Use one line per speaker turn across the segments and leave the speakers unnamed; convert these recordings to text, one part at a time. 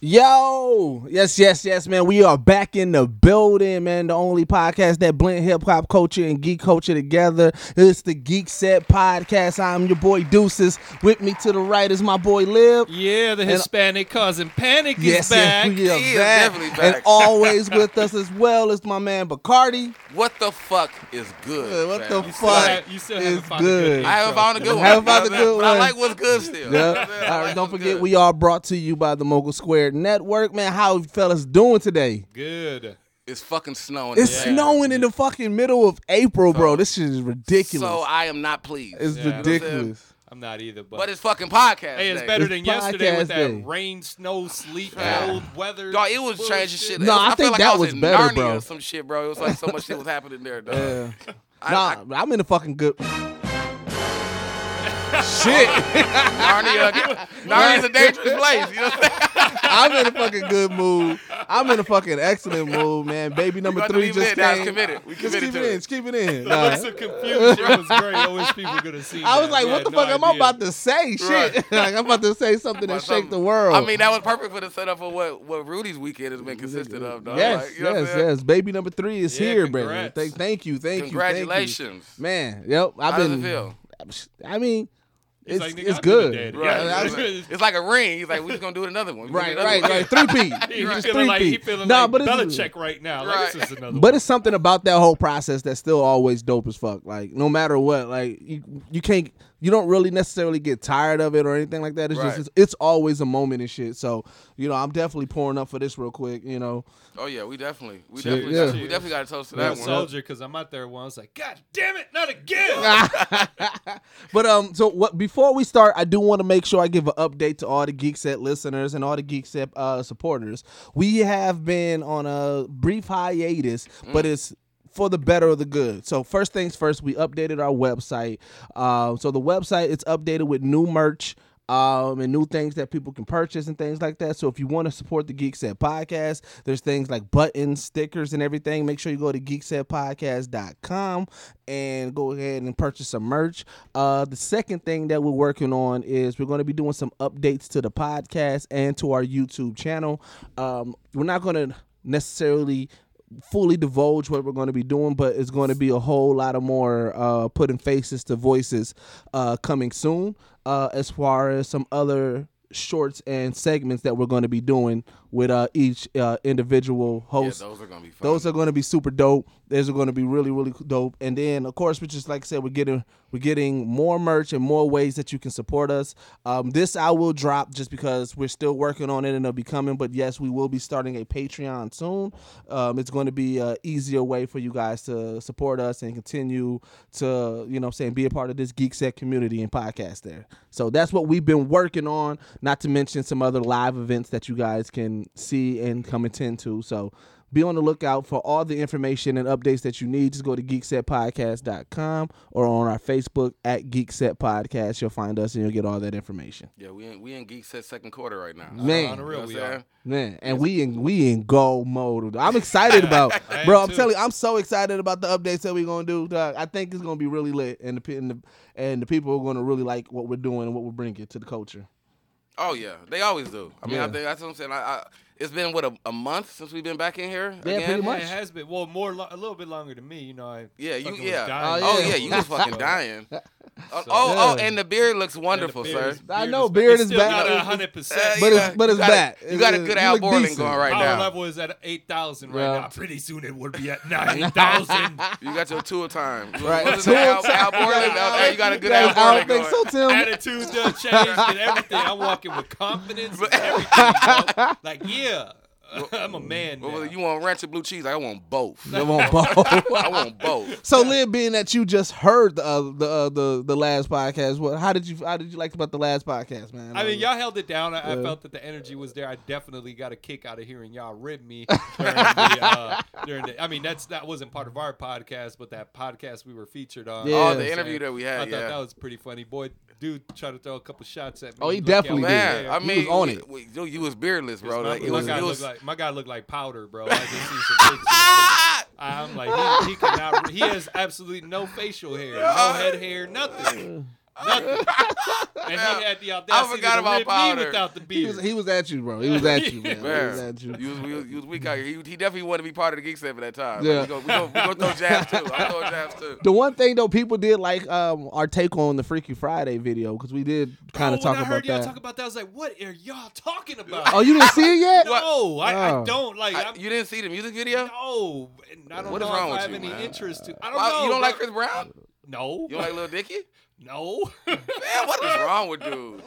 Yo, yes, yes, yes, man. We are back in the building, man. The only podcast that blend hip hop culture and geek culture together. It's the Geek Set Podcast. I'm your boy Deuces. With me to the right is my boy Lib.
Yeah, the Hispanic cousin Panic is
Yes,
back.
yes, we are
He is
back.
definitely
And
back.
always with us as well is my man Bacardi.
What the fuck is good?
What
fam?
the
Still
fuck?
have- you still haven't
It's
found a good.
good.
I haven't
intro.
found a good one.
Haven't found a
but
good
I
one.
like what's good still.
Yeah.
I
All right,
like
don't
what's
forget,
good.
we are brought to you by the Mogul Square Network. Man, how you fellas doing today?
Good.
It's fucking snowing.
It's
today.
Yeah.
snowing in the fucking middle of April, bro.
So-
This shit is ridiculous.
So I am not pleased.
it's
Yeah, that's it.
ridiculous.
I'm not either, but,
but it's fucking podcast.
hey, it's
day.
better
It's
than yesterday
podcast
with that
day.
rain, snow, sleep,
Yeah.
cold weather.
Dog, it was
bullshit.
changing shit.
No,
It was-
I
feel
think
like
that
I was,
was
in
better,
Narnia
bro.
Or some shit, bro. It was like so much shit was happening there, dog.
Yeah.
I,
Nah, I, am in the fucking good. Shit,
I, Narnia, Narnia's a dangerous place. You know what I'm saying?
I'm in a fucking good mood. I'm in a fucking excellent mood, man. Baby number
We're gonna
three
leave it
just
in. That was
came.
committed. We
Just
committed
keep it
to
in.
it.
Just keep it in.
The
Nah.
looks of confusion was great. I wish people could have seen.
I was
that.
like,
We
what
had
the
no
fuck am I
idea.
about to say? Shit,
Right.
like I'm about to say something
Or
that shake
something.
the world.
I mean, that was perfect for the setup of what, what Rudy's weekend has been consistent of, dog.
Yes,
Like, you know what I'm
yes,
saying?
yes. Baby number three is
Yeah,
here, brother.
congrats.
Thank, thank you, thank you,
Congratulations.
thank you, man. Yep, I've
How does
been.
it feel?
I mean, it's
like,
it's,
nigga, I've been
good.
a daddy.
Right.
Yeah,
it's,
it's-
like, it's like a ring. He's like, we're just gonna do it another one. We gonna
Right,
do another
right,
one.
right. Three P.
He
Just
feeling like he
three
feeling
Nah,
like
but it's
Belichick right now. Like, this
Right.
is another
but
one.
it's something about that whole process that's still always dope as fuck. Like no matter what, like you you can't you don't really necessarily get tired of it or anything like that. It's
Right.
just it's, it's always a moment and shit. So you know, I'm definitely pouring up for this real quick. You know,
Oh yeah, we definitely, we
Shit,
definitely,
yeah.
we definitely got a toast to
Yeah,
that
I'm a
one.
soldier because I'm out there. One, I was like, God damn it, not again.
But um, so what? Before we start, I do want to make sure I give an update to all the Geek Set listeners and all the Geek Set uh, supporters. We have been on a brief hiatus, but it's for the better of the good. So first things first, we updated our website. Uh, so the website it's updated with new merch um, and new things that people can purchase and things like that. So if you want to support the Geek Set Podcast, there's things like buttons, stickers, and everything. Make sure you go to geeksetpodcast.com and go ahead and purchase some merch. Uh, the second thing that we're working on is we're going to be doing some updates to the podcast and to our YouTube channel. Um, we're not going to necessarily fully divulge what we're going to be doing, but it's going to be a whole lot of more uh, putting faces to voices uh, coming soon, uh, as far as some other shorts and segments that we're going to be doing with uh, each uh, individual
Yeah,
host.
those are gonna be fun.
Those are going to be super dope. Those are going to be really, really dope. And then, of course, we just like I said, we're getting we're getting more merch and more ways that you can support us. Um, this I will drop just because we're still working on it and it'll be coming. But yes, we will be starting a Patreon soon. Um, it's going to be an easier way for you guys to support us and continue to you know what I'm saying be a part of this geek set community and podcast there. So that's what we've been working on. Not to mention some other live events that you guys can see and come attend to. So be on the lookout for all the information and updates that you need. Just go to geeksetpodcast.com or on our Facebook at Geekset Podcast. You'll find us and you'll get all that information.
yeah, we in, we in Geek Set second quarter right now.
Man.
on the
You know
real,
what
we
I'm
are.
saying?
Man, and we in we in gold mode. I'm excited about,
I am
bro. I'm
too.
telling you, I'm so excited about the updates that we're gonna do. Dog. I think it's gonna be really lit, and the pe- and the, and the people are gonna really like what we're doing and what we're bringing to the culture.
Oh yeah, they always do. I mean,
Yeah.
I think that's what I'm saying. I, I, it's been what a, a month since we've been back in here. Yeah,
pretty much.
Yeah, it has been well more lo- a little bit longer than me. You know, I
Yeah, you
fucking was
yeah.
dying.
Oh,
Oh
yeah.
yeah, you was fucking dying. Oh,
Yeah.
oh, oh, and the beard looks wonderful,
And the beard
sir.
is-
I know,
ba-
beard
it's
is
still
back.
Not
It's-
a hundred
Uh,
percent.
But
you
it's-
got-
but it's
you got a-
back.
You got a
It's-
good
you
Al
look
Borland
decent.
going right
Power
now.
level is at eight thousand right
Yeah.
now. Pretty soon it will be at nine thousand.
You got your tour time.
Right.
What's his name? Al, Al
Two
Borland.
times.
Al- hey, you got a good
I
Al
don't
Borland
think
going.
so, Tim.
Attitude done changed and everything. I'm walking with confidence and everything. bro. Like yeah, I'm a man
What
now.
was it? You want ranch or blue cheese? I want both.
They won't bow.
I want both.
So, Lib, being that you just heard the uh, the uh, the the last podcast, what how did you how did you like about the last podcast, man?
I mean, y'all held it down. I,
Yeah.
I felt that the energy was there. I definitely got a kick out of hearing y'all rib me during the. Uh, during the I mean, that's that wasn't part of our podcast, but that podcast we were featured on.
Yeah.
Oh,
I'm
the interview that we
I
had,
thought
yeah.
that was pretty funny. Boy, dude tried to throw a couple shots at me.
Oh, he
Look
definitely
out,
did.
Man,
yeah.
I
He
mean,
was on it.
we- we- you was beardless, bro.
my,
Like, it
my
was,
guy
it was
looked like, my guy looked like powder, bro. I just see some pictures.
Ah!
Like, I'm like, he, he cannot. He has absolutely no facial hair, no head hair, nothing. Nothing. And he
Yeah.
had the audacity
forgot
to
about
rip me
powder.
without the
He
beard.
was, he was at you, bro. He was at you, man. He was
Man,
at
you
you.
was, you was- you was weak out here. He, he definitely wanted to be part of the geek set at that time.
Yeah.
Yeah. We gonna, we gonna, we gonna throw jabs too. I'm throwing jabs too.
The one thing though people did like um, our take on the Freaky Friday video because we did kind of
Bro,
talk
when I heard
about
y'all
that.
talk about that, I was like, what are y'all talking about?
oh, you didn't see it yet?
no, I,
Oh.
I don't. Like,
I,
I'm,
you didn't see the music video?
no. And I don't
What
know
is wrong
if I
with
have
you,
any
man?
interest to. I don't
Why-
know.
you don't like
bro.
Chris Brown?
No.
You don't like Lil Dicky?
no.
Man, what is wrong with dude?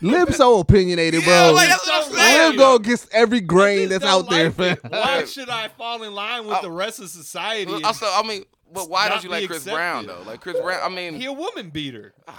Lib so opinionated,
Yeah,
bro.
like, that's what I'm
Don't
saying.
Lib
like
go
it.
against every grain
Just
that's
don't
out there, fam.
like it. Why should I fall in line with
I-
the rest of society?
Oh. Well,
and
Also, I mean, but why
not
don't you like
be
Chris
accepted.
Brown though? Like Chris Brown, I mean,
he a woman beater.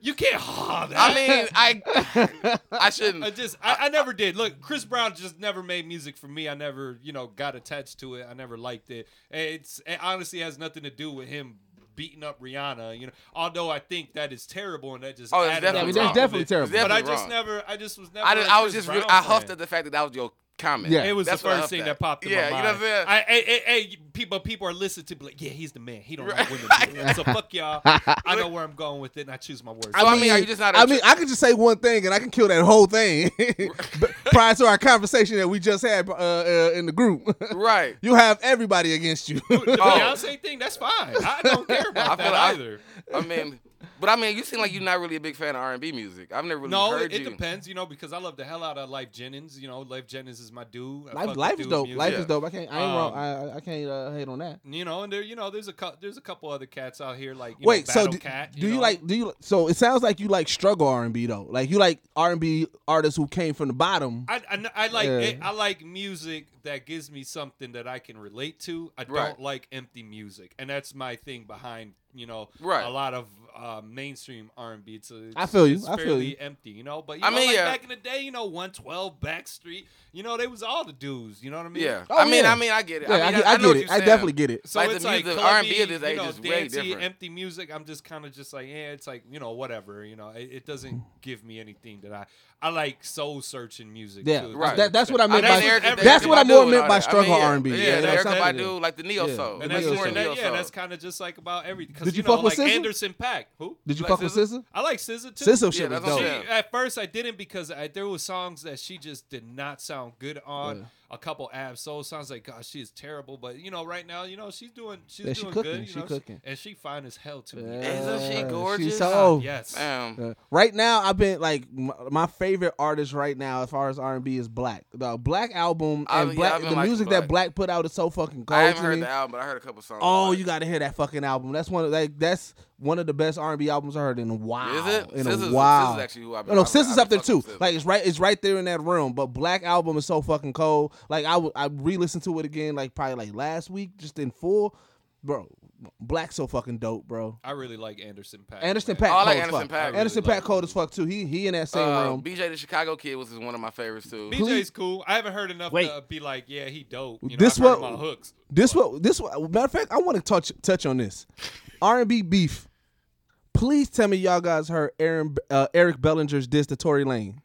you can't. Oh, that.
I mean, I, I shouldn't.
I just I, I never did. Look, Chris Brown just never made music for me. I never, you know, got attached to it. I never liked it. It's it honestly has nothing to do with him beating up Rihanna, you know. Although I think that is terrible and that just
Oh, it's
added
definitely
on
Yeah,
top
that's
of
definitely
it.
terrible.
Def-
But I
Definitely
just
wrong.
never I just was never
I,
a
did, I was
Chris
just re-
Brown
I huffed
fan.
at the fact that that was your comment.
Yeah.
it was
That's
the
what
first
I huffed
thing
at.
that popped in
Yeah,
my
you
mind.
know what I'm saying?
I, hey, hey, hey, people, people are listening to be like, yeah, he's the man. He don't like women. dude. so fuck y'all. I know where I'm going with it, and I choose my words.
I- So, mean, are you just not a
I
tr-
mean, I could just say one thing and I can kill that whole thing. But Prior to our conversation that we just had uh, uh, in the group,
Right.
you have everybody against you.
the
Oh.
Beyonce thing, that's fine. I don't care about
I
that
feel like I-
either.
I mean, but I mean, you seem like you're not really a big fan of R&B music. I've never really
No,
heard
it, it
you.
depends, you know, because I love the hell out of Life Jennings. You know, Life Jennings is my dude. I
life,
fuck with
life is
dude
dope.
music.
Life
Yeah.
is dope. I can't. I ain't wrong.
Um,
I, I can't uh, hate on that.
You know, and there, you know, there's a cou- there's a couple other cats out here like you
Wait,
know,
so
Battle
do,
Cat.
do you
know?
like? Do you? So it sounds like you like struggle R and B though. Like you like R and B artists who came from the bottom.
I, I, kn- I like
Yeah.
it, I like music that gives me something that I can relate to. I
Right.
don't like empty music, and that's my thing behind you know
Right.
a lot of uh, mainstream R and B. It's, a-
I feel you.
It's
I feel
fairly
you.
empty, you know. But you
I
know,
mean,
like
yeah.
back in the day, you know, one twelve Backstreet, you know, they was all the dudes. You know what I mean?
Yeah.
Oh,
I mean,
yeah.
I mean, I get it.
yeah, I,
I mean,
get,
I,
I
know
get
what
it.
you're
I
saying.
definitely get it.
So
Like, the
it's like
music-
R&B,
R&B at this
you
age
know,
is way
dancey,
different.
empty music. I'm just kind of just like, yeah, it's like you know, whatever. You know, it, it doesn't give me anything that I I like soul searching music.
Yeah,
too.
Right.
That, that's what I meant.
that's
by,
Erica-
that's
Erica
what I
Badu
more
and
meant
all
by
that.
struggle
I mean, yeah,
R&B.
Yeah,
you know
the
what I'm
Erica
saying?
Badu, like the neo
Yeah.
soul.
And
The
that's
neo soul.
just, that-
Neo
yeah,
soul.
that's kind of just like about everything. 'Cause,
Did you
know,
fuck with
like
SZA?
Anderson Pack? Who?
Did you
Like
fuck with oh.
SZA?
SZA?
I like SZA too.
SZA shit
Yeah,
was
that's what
dope.
I'm
She,
Yeah.
at first, I didn't because I, there were songs that she just did not sound good on.
Yeah.
A couple ab soul songs like, gosh, she is terrible. But you know, right now, you know, she's doing, she's
Yeah, she
doing
cooking,
good. You
she
know,
cooking.
and she fine as hell to me.
Isn't she
Yeah, Oh.
gorgeous?
so-
yes.
Um,
Uh, right now, I've been like my, my favorite artist right now, as far as R and B, is Black. The Black album
I-
and
yeah,
Black,
I've been
the
liking
music that Black put out is so fucking gold.
I haven't
to
heard
me.
the album, but I heard a couple songs.
Oh,
on it.
you got to hear that fucking album. That's one of like that's one of the best R and B albums I heard in a while.
Is it?
In
SZA's-
a while.
SZA's actually who I've been-
No, no,
I've been-
SZA's
I've
up
been
there too.
fucking with SZA.
Like it's right, it's right there in that room. But Black album is so fucking cold. Like I would, I re-listened to it again, like probably like last week, just in full. Bro, Black so fufucking dope, bro.
I really like Anderson Pack.
Anderson
man.
Pack,
Oh, I
cold
like
as
Anderson
fuck.
Paak. I really
Anderson
like
Paak cold
him.
as fuck too. He he in that same
Uh,
room.
BJ the Chicago Kid was one of my favorites too.
BJ's cool. I haven't heard enough
Wait.
to be like, yeah, he dope. You know,
This
I've heard
what-
him on hooks.
This what this what, matter of fact, I want to touch touch on this R and B beef. Please tell me y'all guys heard Aaron uh, Eric Bellinger's diss to Tory Lane.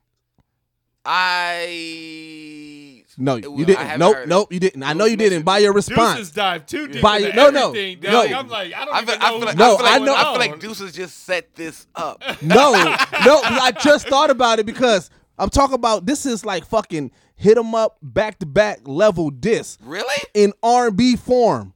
I
No,
It
you
was- I
didn't.
haven't
Nope,
heard it.
nope, you didn't. I
It
know
was
you didn't. By your
Deuces
response,
dive too deep.
By-
into
no, no,
everything,
no.
dog. I'm like, I don't
I
even
feel,
know.
I feel like,
No,
I feel like,
I know-
I feel
on.
like Deuces just set this up.
no, no. I just thought about it because I'm talking about this is like fucking hit 'em up back to back level diss
really?
in R&B form,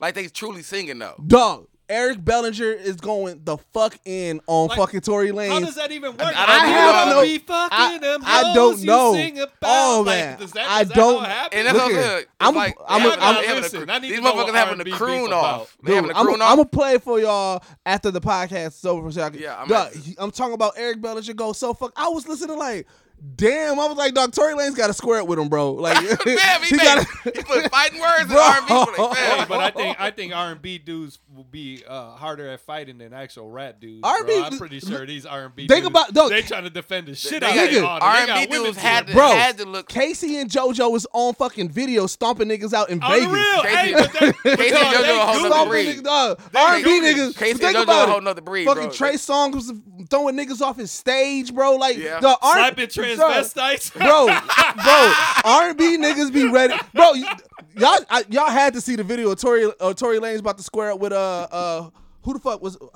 Like they truly singing though.
dog. Eric Bellinger is going the fuck in on
Like,
fucking Tory Lane.
How does that even work?
I don't
You
have
wanna
no-
be fucking them
I
hoes
don't
you
know.
sing about.
Oh
Like,
man,
does that,
I
does
don't.
That all happen?
And that's
Look
what I'm
here.
saying.
I'm a-
like,
I'm a-
y'all
I'm a-
having a
listen, I need
these
to know what
motherfuckers having
R&B
a
beef
croon
about.
off. They
Dude,
having a
I'm
croon
gonna
off.
play it for y'all after the podcast is over for a second.
Yeah, I'm
Dog,
at it.
he- I'm talking about Eric Bellinger go so fuck. I was listening like, damn, I was like, dog, Tory Lane's got to square it with him, bro. Like,
Damn, he,
he
made,
gotta-
he put fighting words in
Bro.
R&B. For
Hey,
Hey,
like,
but I think I think R and B dudes will be uh, harder at fighting than actual rap dudes. bro.
R&B
I'm pretty sure these R and B.
Think about- dog.
They trying to defend the shit
They
out
got-
of
Nigga,
R
R&B dudes had to,
Bro.
had to look.
Casey and JoJo is on fucking video stomping niggas out in
on the
Vegas.
Oh, real. Hey,
Casey-
but they, but
Casey
dog,
Jojo
they
a whole
goofy.
nother
Stomping
breed.
niggas, dog.
They
R&B
goofy.
niggas.
Casey
think
JoJo
about
a
it.
whole nother breed,
Fucking
bro.
Trey Songz was throwing niggas off his stage, bro. Like
Yeah.
the R-
Slapping transvestites.
bro, bro, R and B niggas be ready, bro. y- Y'all, I, y'all had to see the video of Tory, uh, Tory Lane's about to square up with uh, uh, who the fuck was,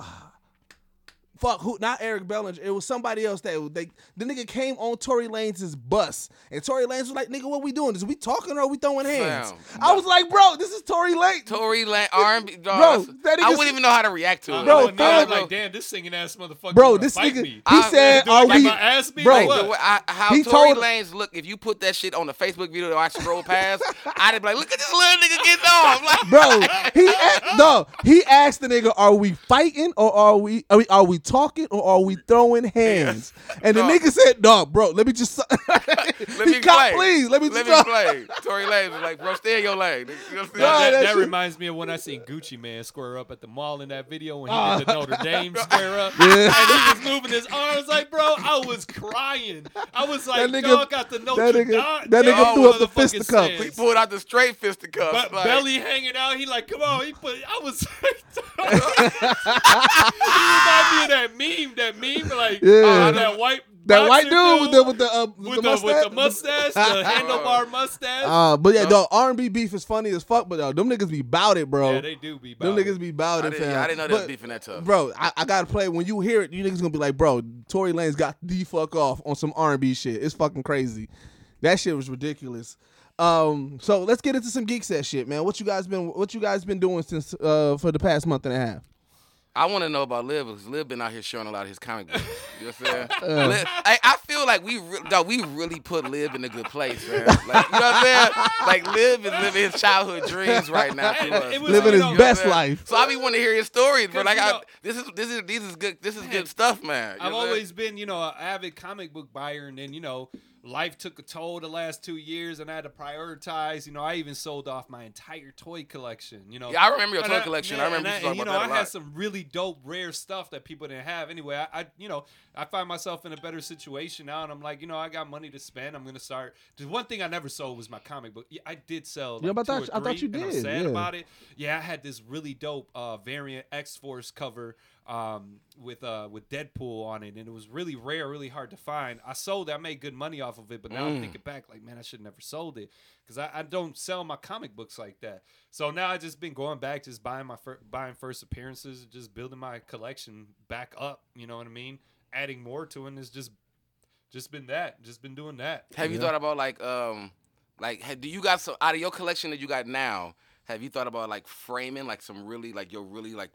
fuck who not Eric Bellinger. It was somebody else that they the nigga came on Tory Lanez's bus. And Tory Lanez was like, nigga, what we doing? Is we talking or are we throwing hands?
Fam,
I was like, bro, this is Tory Lanez.
Tory Lane, R&B, dog,
Bro,
that's-
that
I
nigga's-
wouldn't even know how to react to it.
I,
Bro,
wouldn't know. I'd
fam.
be Uh, like, damn, this singing ass motherfucker.
bro,
wanna
this
fight
nigga
me.
he
I-
said
Do it
are
like
we
my ass beat
bro,
or
The
what?
way I, how
He
Tory
told-
Lanez look, if you put that shit on the Facebook video that I scroll past, I'd be like, look at this little nigga getting off. Like,
Bro, he a- no, he asked the nigga, "Are we fighting or are we are we, are we talking or are we throwing hands?" And the
No.
nigga said, "No, bro, let me just
let me
cop,
play.
please, let me
let
just
me play. Tory Lanez was like, bro, stay in your lane. You know what I'm
Now,
Nah,
that,
that
that,
shit-
reminds me of when I seen Gucci Man square up at the mall in that video when he did the
Ah.
Notre Dame square up, and he was moving his arms like, bro, I was crying. I was like,
That nigga-
dog got the Notre
nigga-
Dame.
that nigga
dog
threw up the
motherfucking
fisticuffs.
says.
We
saying? He pulled out the straight fisticuffs.
But
like,
belly hanging out, he like, come on, he put. I was. he remind me of that meme, that meme, like
Yeah.
uh, that white,
That white
boxer
dude with the with the uh,
with the, with the mustache, the handlebar mustache.
Uh, but yeah,
Huh?
dog, R&B beef is funny as fuck, but uh, them niggas be bout it, bro.
yeah, they do be.
them
about it.
niggas be bout
I
it,
didn't,
fam.
I didn't know they was
but,
beefing that tough.
Bro, I, I gotta play. it. When you hear it, you niggas gonna be like, bro, Tory Lanez got the fuck off on some R&B shit. It's fucking crazy. That shit was ridiculous. Um, so let's get into some geek set shit, man. What you guys been What you guys been doing since uh for the past month and a half?
I want to know about Liv because Liv been out here showing a lot of his comic books. You know what I'm saying? Liv, I, I feel like we re- dog, we really put Liv in a good place, man. Like, you know what I'm saying? Like Liv is living his childhood dreams right now. through
And
us.
it was,
Living his
you know,
best
Yeah.
life.
So I be wanting to hear your stories, bro.
'Cause,
Like
you
I,
know-
this is this is this is good this is
Man,
good stuff, man. You
I've
know what I'm
always been, you know, an avid comic book buyer, and then you know, life took a toll the last two years, and I had to prioritize. You know, I even sold off my entire toy collection. You know,
saying? yeah, I remember your
And
toy collection. I
yeah,
remember you
and
talking
and,
about
know,
that a
I had
lot.
some really dope, rare stuff that people didn't have. Anyway, I, I, you know, I find myself in a better situation now, and I'm like, you know, I got money to spend. I'm gonna start. The one thing I never sold was my comic book. Yeah, I did sell. Like,
Yeah, but
two
I
or
thought- I thought
three,
you
and I'm
did,
sad
yeah.
about it. Yeah, I had this really dope uh, variant X Force cover um, with uh, with Deadpool on it, and it was really rare, really hard to find. I sold it. I made good money off of it, but now I'm
Mm.
thinking back, like, man, I should have never sold it because I, I don't sell my comic books like that. So now I've just been going back, just buying my fir- buying first appearances, and just building my collection back up. You know what I mean? Adding more to it, and it's just just been that, just been doing that.
Have you
Yeah.
thought about like um like ha- do you got some out of your collection that you got now? Have you thought about like framing like some really like your really like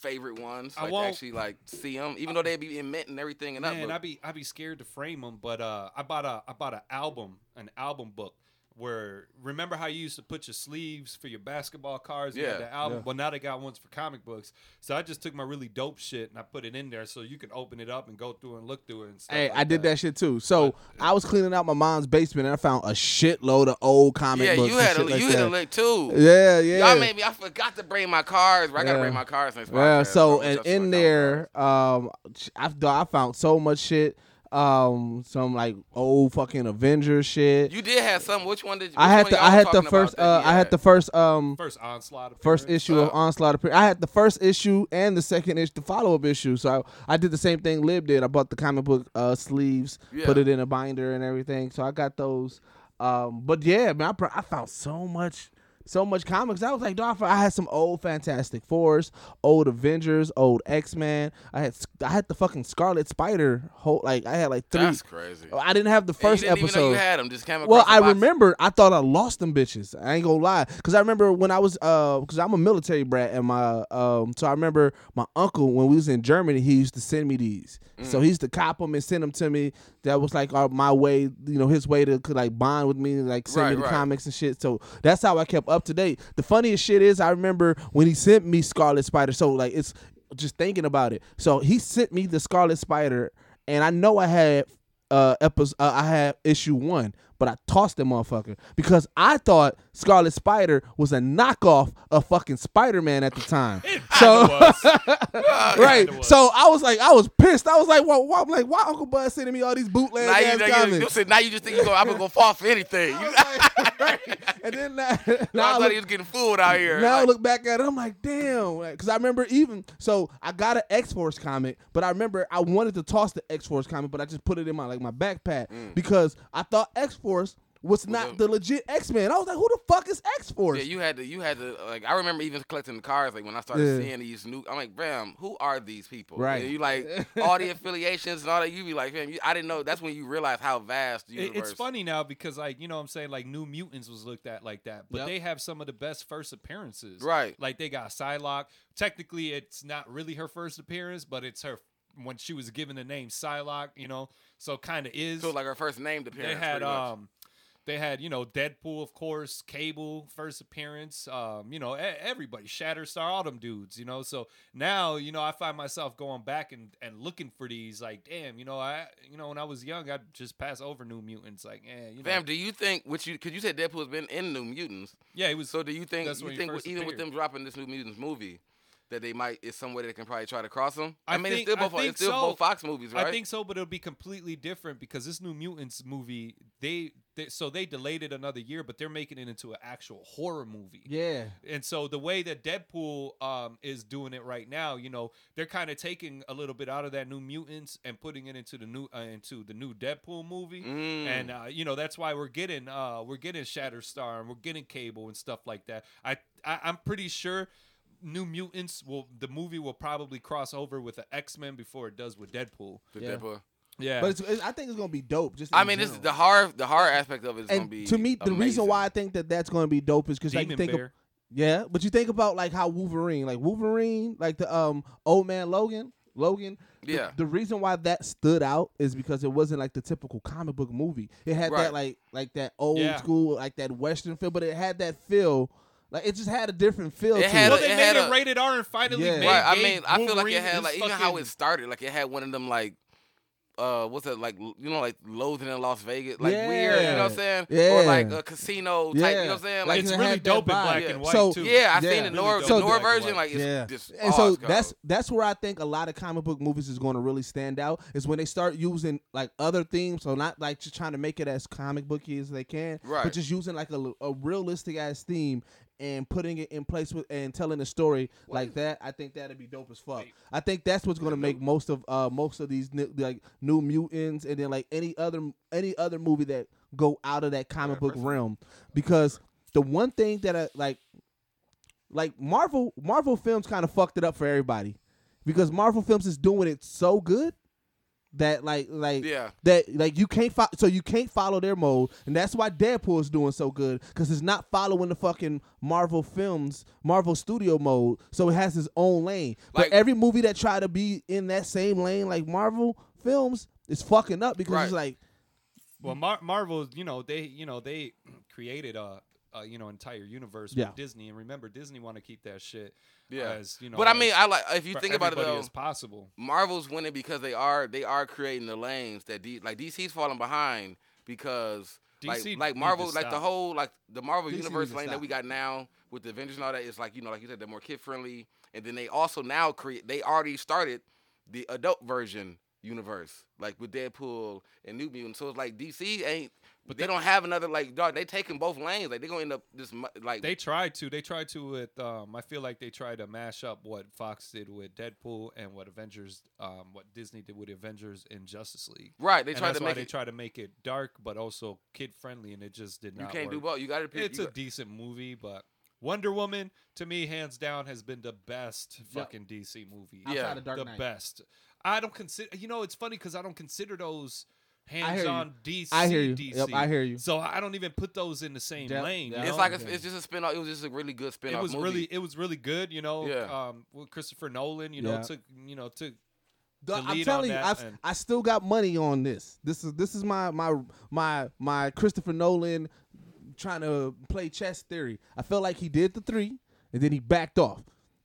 favorite ones?
I
Like to
won't-
actually like see them, even though they be in mint and everything and
Man,
up.
I
but-
be I be scared to frame them, but uh, I bought a I bought an album, an album book. Where remember how you used to put your sleeves for your basketball cards? Yeah,
Yeah.
the album.
Yeah.
Well, now they got ones for comic books. So I just took my really dope shit and I put it in there so you can open it up and go through and look through it. And stuff
Hey,
like
I did
that.
that shit too. So I was cleaning out my mom's basement and I found a shitload of old comic
Yeah,
books.
you
and
had a,
shit like
you
that.
had a lick too.
Yeah, yeah.
Y'all made me. I forgot to bring my cards. But I gotta
Yeah.
bring my cards next.
Yeah,
podcast,
so
bro.
and
Just so
in
I got my cards.
there, um, I've do- I found so much shit, um, some like old fucking Avengers shit.
you did have some. Which one did? you
I
which
had
one
the
y'all
I
was
had the
talking about
first
that
uh,
you
I had the first um
First onslaught.
first
appearance.
issue of
Uh,
Onslaught. appear- I had the first issue and the second issue, the follow up issue. So I, I did the same thing Lib did. I bought the comic book uh, sleeves, put
Yeah.
it in a binder and everything. So I got those. Um, but yeah, man, I, pro- I found so much. So much comics. I was like, dog, I had some old Fantastic Fours, old Avengers, old X Men. I had I had the fucking Scarlet Spider. Whole like I had like three.
That's crazy.
I didn't have the
And you
first
didn't
episode.
Even know you had them. Just came across
Well,
the
I
box.
remember. I thought I lost them bitches. I ain't gonna lie, because I remember when I was, uh, because I'm a military brat, and my, um, so I remember my uncle when we was in Germany, he used to send me these. So
Mm.
he used to cop them and send them to me. That was like our, my way, you know, his way to could like bond with me, like send me
Right,
the
right.
comics and shit. So that's how I kept up to date. The funniest shit is I remember when he sent me Scarlet Spider. So like it's just thinking about it. So he sent me the Scarlet Spider, and I know I had uh episode uh, I had issue one, but I tossed that motherfucker because I thought Scarlet Spider was a knockoff of fucking Spider Man at the time. so right,
was.
so I was like, I was pissed. I was like, well, why, I'm like, why Uncle Bud sending me all these bootleg
Now you,
ass
now, you, you
comments?
said, now you just think you go, I'm gonna go fall for anything. You,
and then now,
now I
now I
thought
look-
he was getting fooled out here.
now I
Like,
look back at it, I'm like, damn, because I remember even so I got an X Force comic, but I remember I
Mm.
wanted to toss the X Force comic, but I just put it in my like my backpack because I thought X Force was not the legit X Men. I was like, who the fuck is X Force?
Yeah, you had to, you had to, like, I remember even collecting the cards, like, when I started
Yeah.
seeing these new, I'm like, bam, who are these people?
Right.
And you, like, all the affiliations and all that, you be like, fam, you, I didn't know, that's when you realize how vast the
It-
universe
it's funny now because like you know what I'm saying like New Mutants was looked at like that, but
Yep.
they have some of the best first appearances.
Right.
Like they got Psylocke. Technically, it's not really her first appearance, but it's her when she was given the name Psylocke. You know, so kind of is.
So, like, her first named
they
appearance.
had
pretty much.
um, they had you know Deadpool of course, Cable first appearance. Um, you know e- everybody, Shatterstar, all them dudes. You know, so now you know I find myself going back and and looking for these. Like damn, you know I you know when I was young I would just pass over New Mutants. Like eh, you know.
Fam, do you think, which you, because you said Deadpool's been in New Mutants.
Yeah, he was.
So do you think
That's
you
when he
think
first
even with
appeared.
them dropping this new Mutants movie, that they might it's some way they can probably try to cross them? I,
I
mean,
think-
it's still
I
both
think
it's still
so.
both Fox movies, right?
I think so, but it'll be completely different because this new Mutants movie, they, they so they delayed it another year, but they're making it into an actual horror movie.
yeah,
And so the way that Deadpool um, is doing it right now, you know, they're kind of taking a little bit out of that New Mutants and putting it into the new uh, into the new Deadpool movie.
Mm.
And uh, you know that's why we're getting uh, we're getting Shatterstar and we're getting Cable and stuff like that. I, I I'm pretty sure New Mutants will the movie will probably cross over with the X Men before it does with Deadpool.
The
Yeah.
Deadpool.
Yeah,
but it's, it's, I think it's gonna be dope. Just
I
in
mean, this
general.
the hard the hard aspect of it is gonna
and
be
to me, the reason
amazing.
why I think that that's gonna be dope is because like you
Demon
think, of,
Bear.
yeah, but you think about like how Wolverine, like Wolverine, like the um old man Logan, Logan. the-
Yeah.
The, reason why that stood out is because it wasn't like the typical comic book movie. It had
Right.
that like like that old
Yeah.
school, like that western feel, but it had that feel. Like it just had a different feel.
It
to
had
it.
well,
a-
they
it
made
had
it
a-
rated R and finally
Yeah.
made.
Right, I
gave
mean, I feel like
Wolverine
it had
his
like even how
fucking-
it started, like it had one of them like uh what's that like you know like loathing in Las Vegas, like weird, you know what I'm saying? Or like
Yeah.
a casino type, you know what I'm saying?
Like,
Like
It's
it
really
had that
dope in
vibe.
black
Yeah.
and white
So-
too.
yeah, I
Yeah.
seen the
Really
Nor
dope.
the
So-
Nor
Black and white.
version, like it's
yeah,
just
and so
odd, God.
that's that's where I think a lot of comic book movies is going to really stand out is when they start using like other themes, so not like just trying to make it as comic booky as they can,
Right.
But just using like a, a realistic ass theme and putting it in place with and telling a story like that. I think that'd be dope as fuck. I think that's what's going to make most of uh most of these new, like New Mutants and then like any other any other movie that go out of that comic book realm because the one thing that I like like Marvel Marvel films kind of fucked it up for everybody because Marvel films is doing it so good that like like
Yeah.
that like you can't fo- so you can't follow their mold and that's why Deadpool is doing so good cuz it's not following the fucking Marvel films Marvel studio mode so it has its own lane
Like-
but every movie that try to be in that same lane like Marvel films is fucking up because it's
Right.
like
Well, Mar- Marvel, you know, they, you know, they created a, a you know, entire universe
Yeah.
with Disney, and remember, Disney want to keep that shit.
Yeah.
as, you know,
but I mean,
as-
I like if you
for
think about it
everybody
though,
as possible.
Marvel's winning because they are they are creating the lanes that D, like DC's falling behind because
DC
like like
need
Marvel
to
like the
stop.
whole like the Marvel
DC
universe
need to
lane that
stop.
we got now with the Avengers and all that is like you know like you said they're more kid friendly and then they also now create they already started the adult version universe like with Deadpool and New Mutants so it's like DC ain't but they, don't have another like dog they taking both lanes like they gonna end up just mu- like
They tried to, they tried to with, um, I feel like they tried to mash up what Fox did with Deadpool and what Avengers, um, what Disney did with Avengers in Justice League.
right they
And
tried
that's
to
why
make
they
it
tried to make it dark, but also kid friendly, and it just did
you
not.
can't
work.
do both you got to
It's a decent movie, but Wonder Woman to me, hands down, has been the best fucking DC movie.
Yeah.
outside of Dark
the
Knight
best. I don't consider. You know, it's funny because I don't consider those
you.
hands-on DC.
I hear you.
DC.
Yep, I hear you.
So I don't even put those in the same
Yep,
lane. you
yep.
It's
know?
like a, it's just a spin off. It was just a really good spin
it
off
was
movie.
really it was really good. You know,
Yeah.
um, with Christopher Nolan. You know,
Yeah.
took you know took.
The-
the
I'm
lead
telling
on
you,
that
I've-
and-
I still got money on this. This is this is my my my my Christopher Nolan trying to play chess theory. I felt like he did the three and then he backed off.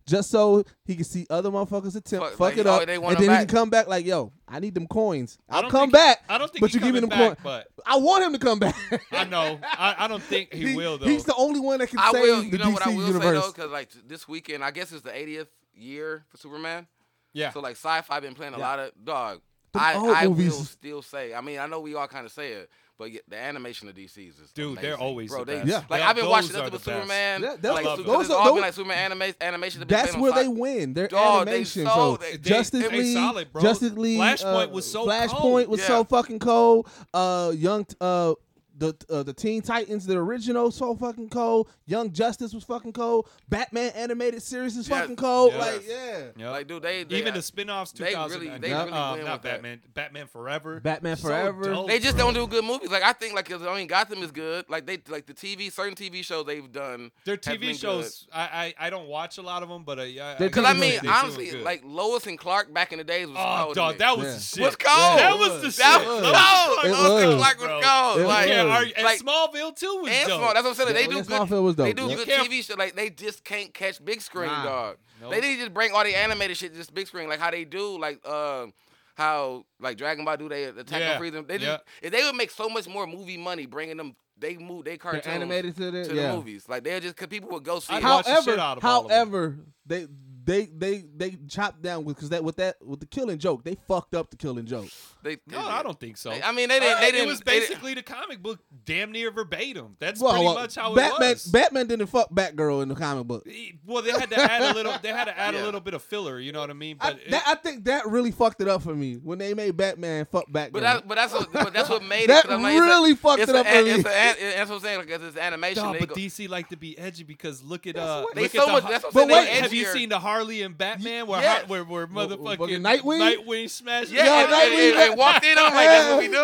Just so he could see other motherfuckers attempt,
Fuck,
fuck,
like,
it
oh,
up,
they
and
want
then
him
he can
back.
come back like, "Yo, I need them coins.
I
I'll
don't
come
think-
back."
I don't think
but
he
you give me them
coming back,
coins.
but-
I want him to come back.
I know. I, I don't think he, will though.
He's the only one that can
I
save
will.
the
You know
DC
what I will say
universe.
though, because like this weekend, I guess it's the 80th year for Superman.
yeah.
So like sci-fi been playing a lot of dog.
Them
I,
old
I will
movies is-
still say. I mean, I know we all kind of say it, but yet the animation of DC's is
Dude, they're
amazing.
always
bro.
the
They,
best.
Yeah.
Like
Th-
I've been
those
watching
are
nothing
the
but
best.
Superman.
Yeah, that's-
like,
those-
Super-
those
it's
are-
all been
those-
like Superman anime animation. that been
That's
playing on
where
sci-
they win. Their
Dog, they
animation,
sold-
bro.
they- they-
Justice
they
League,
solid, bro.
Justice League.
Flashpoint
uh,
was so
Flashpoint
cold.
was
Yeah.
so fucking cold. Uh, young, uh, the uh, the Teen Titans, the original, so fucking cold. Young Justice was fucking cold. Batman animated series is
Yes.
fucking cold.
Yes.
Like yeah.
Yep.
Like, dude, they, they
Even the spin-offs,
they really-
2009.
they
uh,
really win
not
with that.
Batman, Batman Forever,
Batman
So
Forever.
dope,
They just
bro.
don't do good movies. Like I think, like 'cause, I mean, Gotham is good. Like they, like the TV, certain TV shows they've done.
Their
have been
TV
good.
shows, I, I I don't watch a lot of them, but uh, yeah,
Their TV
I-
Cause I mean,
they seem
honestly,
good.
like Lois and Clark back in the days was
oh,
cold to
dog,
me.
that was
Yeah.
the shit.
was cold.
That was the
It
That
shit.
was
was.
cold.
It
Lois and
was.
Clark
Bro.
was cold.
It
like,
yeah,
was.
are- and
like-
Smallville too was
and
dope.
small. That's what I'm saying.
Yeah,
they do
Lance
good.
Monfield was dope.
They do
Yeah.
good
Yeah.
TV show. Like they just can't catch big screen,
Nah.
dog.
Nope.
They need to just bring all the animated shit to just big screen, like how they do, like uh, how like Dragon Ball do they attack
Yeah.
on freedom. They just,
Yeah.
if they would make so much more movie money bringing them, they move they cartoons
They're animated to the,
to
yeah.
the movies. Like they're just cause people would go see.
I'd
it.
watch- the shit
However,
out of all of 'em.
however, they they they they chopped down with because that with that with the killing joke they fucked up the killing joke.
They,
No, I don't think so.
I mean, they didn't-
Uh,
they
It
didn't-
was
they didn't-
basically the comic book, damn near verbatim. That's
Well,
pretty
well, uh,
much how
Batman
it was.
Batman didn't fuck Batgirl in the comic book.
E- well, they had to add a little. They had to add a
Yeah.
little bit of filler. You know what I mean?
I,
But it-
that, I think that really fucked it up for me when they made Batman fuck Batgirl.
But, that, but that's what but that's what made
That
it. 'cause I'm like, it's a-
really fucked
it's
it
a-
up for me.
It's a, it's that's what I'm saying. Like, 'cause it's animation.
Dog,
they
but
go-
DC like to be edgy because look at
That's
uh,
what-
They
look
so
at
much-
the, Har-
that's what
I'm saying,
But
they
wait, have you
edgier.
seen the Harley and Batman where
Yes.
Har- where where
Well, well,
motherfucking
fucking Nightwing?
Nightwing smashed?
yeah,
Yo,
and, and,
Nightwing
and- and
got-
walked in on like that's what we doing.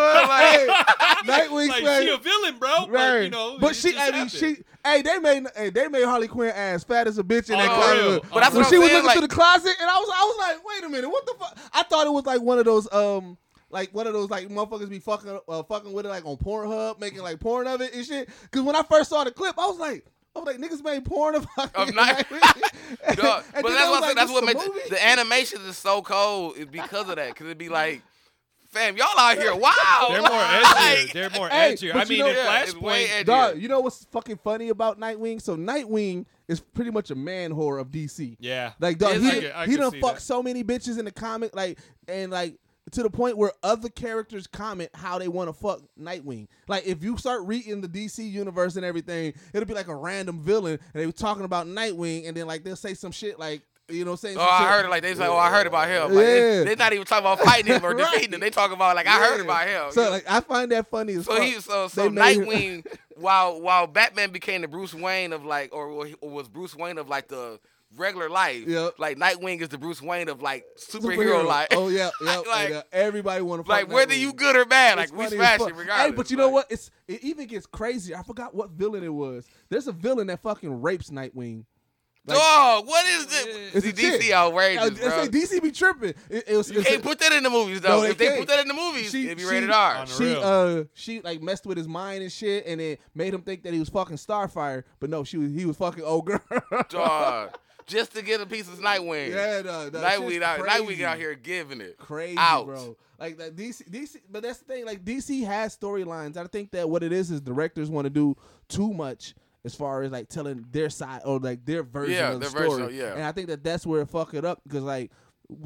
Like,
Nightwing
like
smashed-
she a villain, bro. But, you know,
but
it
she,
just
I mean,
happened.
she, hey, they made, hey, they made Harley Quinn ass fat as a bitch in that
Oh,
closet.
real.
When she
But that's what
I'm
was
saying,
looking
like-
through the closet, and I was, I was like, wait a minute, what the fuck? I thought it was like one of those, um, like one of those like motherfuckers be fucking, uh, fucking with it like on Pornhub, making like porn of it and shit. Because when I first saw the clip, I was like. I was like, niggas made porn of fucking
Of night-
And
Dog,
then I
but that's
was
what,
like,
that's
this
what
a
makes
movie?
the, the animation is so cold is because of that. Because it'd be like, fam, y'all out here, wow.
They're more
Like,
edgier. They're more
Hey,
edgier. I
but you
mean,
know-
in
Yeah, it's way
Flashpoint,
edgier.
Dog, you know what's fucking funny about Nightwing? So Nightwing is pretty much a man whore of DC.
yeah,
Like dog,
Yes,
he,
I
done-
can- I
he
can
done
see
fucked
that.
so many bitches in the comic, like and like to the point where other characters comment how they want to fuck Nightwing. Like if you start reading the DC universe and everything, it'll be like a random villain and they were talking about Nightwing and then like they'll say some shit like you know saying.
Oh,
some
I
shit.
heard it. Like they say, oh, I heard about him. Like, they-
Yeah.
They're not even talking about fighting him or
Right.
defeating him. They talking about like I heard about him.
So like I find that funny as
So
fuck.
he so
They
so
made him-
Nightwing while while Batman became the Bruce Wayne of like or, wa- or was Bruce Wayne of like the regular life.
Yep.
Like Nightwing is the Bruce Wayne of like superhero, life.
Oh yeah, yeah.
Like-
yeah. everybody want to
like whether you good or bad, like we smash it regardless.
Hey, but you know
Like,
what? It's it even gets crazier. I forgot what villain it was. There's a villain that fucking rapes Nightwing. Like-
dog, what is it?
It's
See,
a chick.
DC outrageous,
I,
bro.
say DC be tripping. It, it was,
You
it's
can't
a-
put that in the movies though.
No, they
if they
can't.
put that in the movies,
She-
it'd be
she-
rated R.
On
she
real.
uh she like messed with his mind and shit, and it made him think that he was fucking Starfire, but no, she was he was fucking old girl.
Dog, just to get a piece of Nightwing.
yeah, no, no,
Nightwing
shit's
out, Nightwing
crazy.
out here giving it.
crazy,
Ouch.
bro. Like that DC, DC, but that's the thing. Like DC has storylines. I think that what it is is directors want to do too much as far as like telling their side or like their version
Yeah,
of the
their version,
story.
yeah.
And I think that that's where it fuck it up because like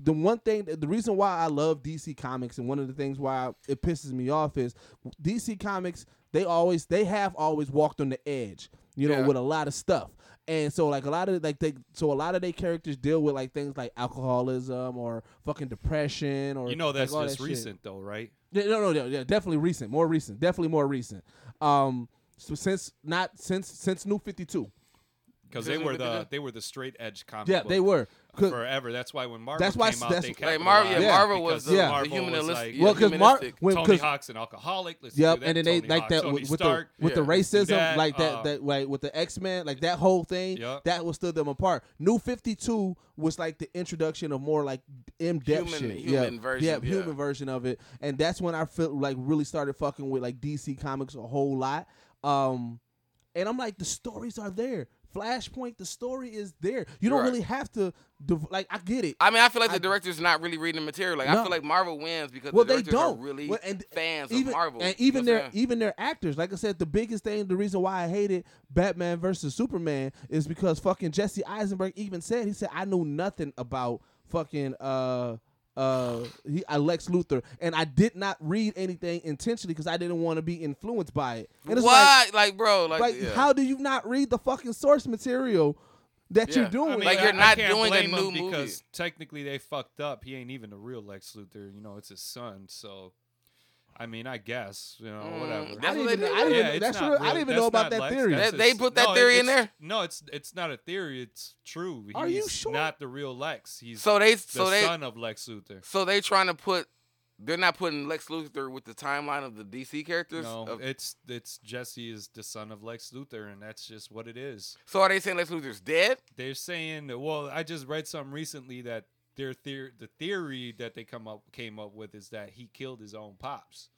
the one thing, the reason why I love DC comics and one of the things why it pisses me off is DC comics. They always, they have always walked on the edge. You know,
Yeah.
with a lot of stuff. And so like a lot of like they so a lot of their characters deal with like things like alcoholism or fucking depression or
you know
like,
that's
all
just
that shit.
recent though, right?
Yeah, no, no, no, yeah, definitely recent, more recent, definitely more recent. Um, so since not since since New Fifty Two,
Because they
Because
were
we-
the they were the straight edge comic.
yeah,
book
they were. 'Cause-
forever. That's why when Marvel
That's why-
came out,
that's-
they
Like,
Like
capitalized
Marvel, yeah,
Yeah.
Marvel was
because
the,
Yeah.
the
Marvel
humanistic.
was like,
yeah,
well, because Mark,
humanistic.
when,
Tony
'cause-
Hawk's an alcoholic. Let's
Yep,
do that.
and then they
Tony
like
Hawk,
that
Tony
with, with the
Stark.
with the
Yeah.
racism,
That,
like that
uh,
that like with the X Men, like that whole thing.
Yep.
That was stood them apart. New Fifty Two was like the introduction of more like in depth
Human-
shit,
human
yeah,
version,
yeah,
yeah.
human version of it. And that's when I felt like really started fucking with like DC Comics a whole lot. Um, and I'm like, the stories are there. Flashpoint, the story is there. You don't
Right.
really have to, div- like, I get it.
I mean, I feel like
I-
the director's not really reading the material. Like
No.
I feel like Marvel wins because
Well,
the
they
directors
don't.
are really
Well, and
fans
even
of Marvel.
and
You know
even e,
what I'm
their
saying?
even their actors. Like I said, the biggest thing, the reason why I hated Batman versus Superman is because fucking Jesse Eisenberg even said he said I knew nothing about fucking uh uh he, uh, Lex Luthor, and I did not read anything intentionally because I didn't want to be influenced by it. And it's like,
What? Like, bro, like,
like
yeah.
how do you not read the fucking source material that
Yeah.
you're doing?
I mean,
Like,
I-
you're
I
not
can't
doing a
blame 'em
new movie.
because technically they fucked up. He ain't even the real Lex Luthor. You know, it's his son. So I mean, I guess you know
Mm,
whatever.
That's
I didn't
what
even,
they
I didn't
do.
yeah,
even,
it's
that's
not
real. I
real.
didn't even
That's
know about
not
that
like-
theory.
that's
They- they
just-
put that
no,
theory in
it's-
there?
No, it's it's not a theory. It's true. He's
Are you sure?
Not the real Lex. He's
So they
the
so they
son of Lex Luthor.
so they trying to put they're not putting Lex Luthor with the timeline of the DC characters.
No,
Of-
it's it's Jesse is the son of Lex Luthor, and that's just what it is.
so are they saying Lex Luthor's dead?
They're saying, well, I just read something recently that their theory, the theory that they come up came up with is that he killed his own pops.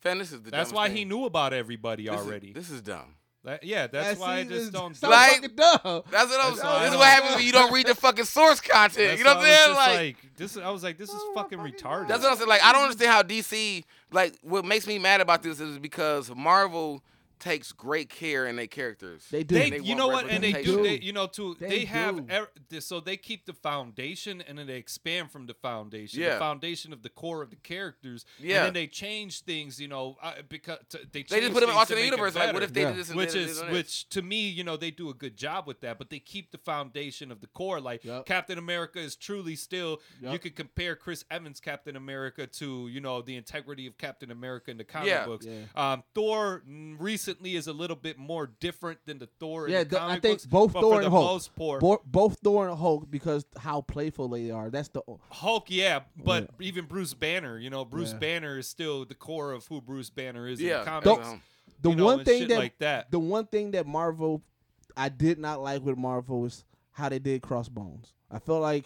Fan, this is the
That's
dumbest
why
thing.
he knew about everybody
This is-
already.
this is dumb.
Like, yeah, that's why I
see,
just
it's-
don't.
so
Like-
fucking dumb.
That's what I'm
That's why
saying.
I
This is
don't-
what happens when you don't read the fucking source content.
that's
You know what
why
I'm
I was
saying?
just
Like,
this, I was like, this is
Oh, my
fucking
fucking
retarded.
God.
that's what I'm saying. Like I don't understand how DC. Like what makes me mad about this is because Marvel takes great care in their characters.
They do.
they,
They
you
want
know what, and they do.
representation.
They, you know, too. They,
They
have
do.
ev- th- so they keep the foundation, and then they expand from the foundation.
Yeah.
The foundation of the core of the characters.
Yeah.
And then they change things. You know, uh, because to, they
They
change
just put them
things
in
to
alternate
make it
universe. Like, what
better.
if they
Yeah.
did this and
which
then they
is
did this?
which to me you know they do a good job with that but they keep the foundation of the core like
Yep.
captain america is truly still you
Yep.
could compare chris evans captain america to you know the integrity of captain america in the comic
Yeah.
books
Yeah.
um, thor mm, recently is a little bit more different than the thor
Yeah,
in the
th- I
comic
think
books,
both
but
Thor
for
and
the
Hulk.
most part,
Bo- both Thor and Hulk because how playful they are. That's the
Hulk, yeah, but even Bruce Banner, you know, Bruce
Yeah.
Banner is still the core of who Bruce Banner is in the
Yeah.
comics.
Don't-
the
you know,
one
and
thing
shit
that,
like that.
the one thing that Marvel I did not like with Marvel was how they did Crossbones. I felt like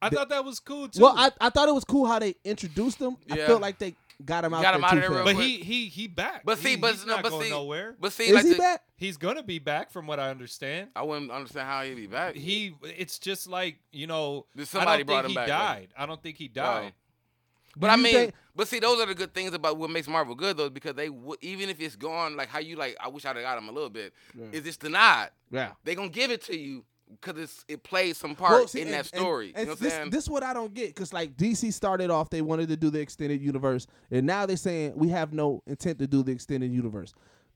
I
the-
thought that was cool too.
well, I, I thought it was cool how they introduced them. I
Yeah.
felt like they got him out
Got
there
him out
too
of there
fast.
real
but
quick.
he he he back.
But see,
He-
but
he's
no,
not
but
going
see,
nowhere.
but see,
Is
like
he
the-
back?
He's gonna be back, from what I understand.
I wouldn't understand how he'd be back.
He, it's just like you know,
Did
I
somebody
don't
brought
think
him
he
back, right?
died. I don't think he died.
But I
you
mean,
think-
but see, those are the good things about what makes Marvel good, though, because they w- even if it's gone, like how you like, I wish I'd have got him a little bit.
Yeah.
Is it's denied?
Yeah.
They gonna give it to you because it's it plays some part
Well, see,
in
and-
that
and-
story.
and
you know what I'm
this,
saying?
this is what I don't get because like DC started off, they wanted to do the extended universe, and now they're saying we have no intent to do the extended universe.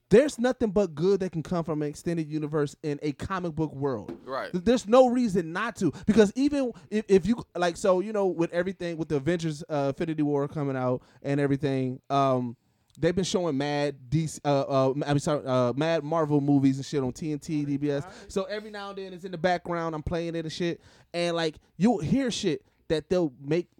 There's nothing but good that can come from an extended universe in a comic book world.
Right.
Th- There's no reason not to because even if, if you like, so you know, with everything with the Avengers uh, Infinity War coming out and everything, um, they've been showing mad DC, uh, uh, I mean, sorry, uh, mad Marvel movies and shit on TNT, DBS. So every now and then it's in the background. I'm playing it and shit, and like you'll hear shit that they'll make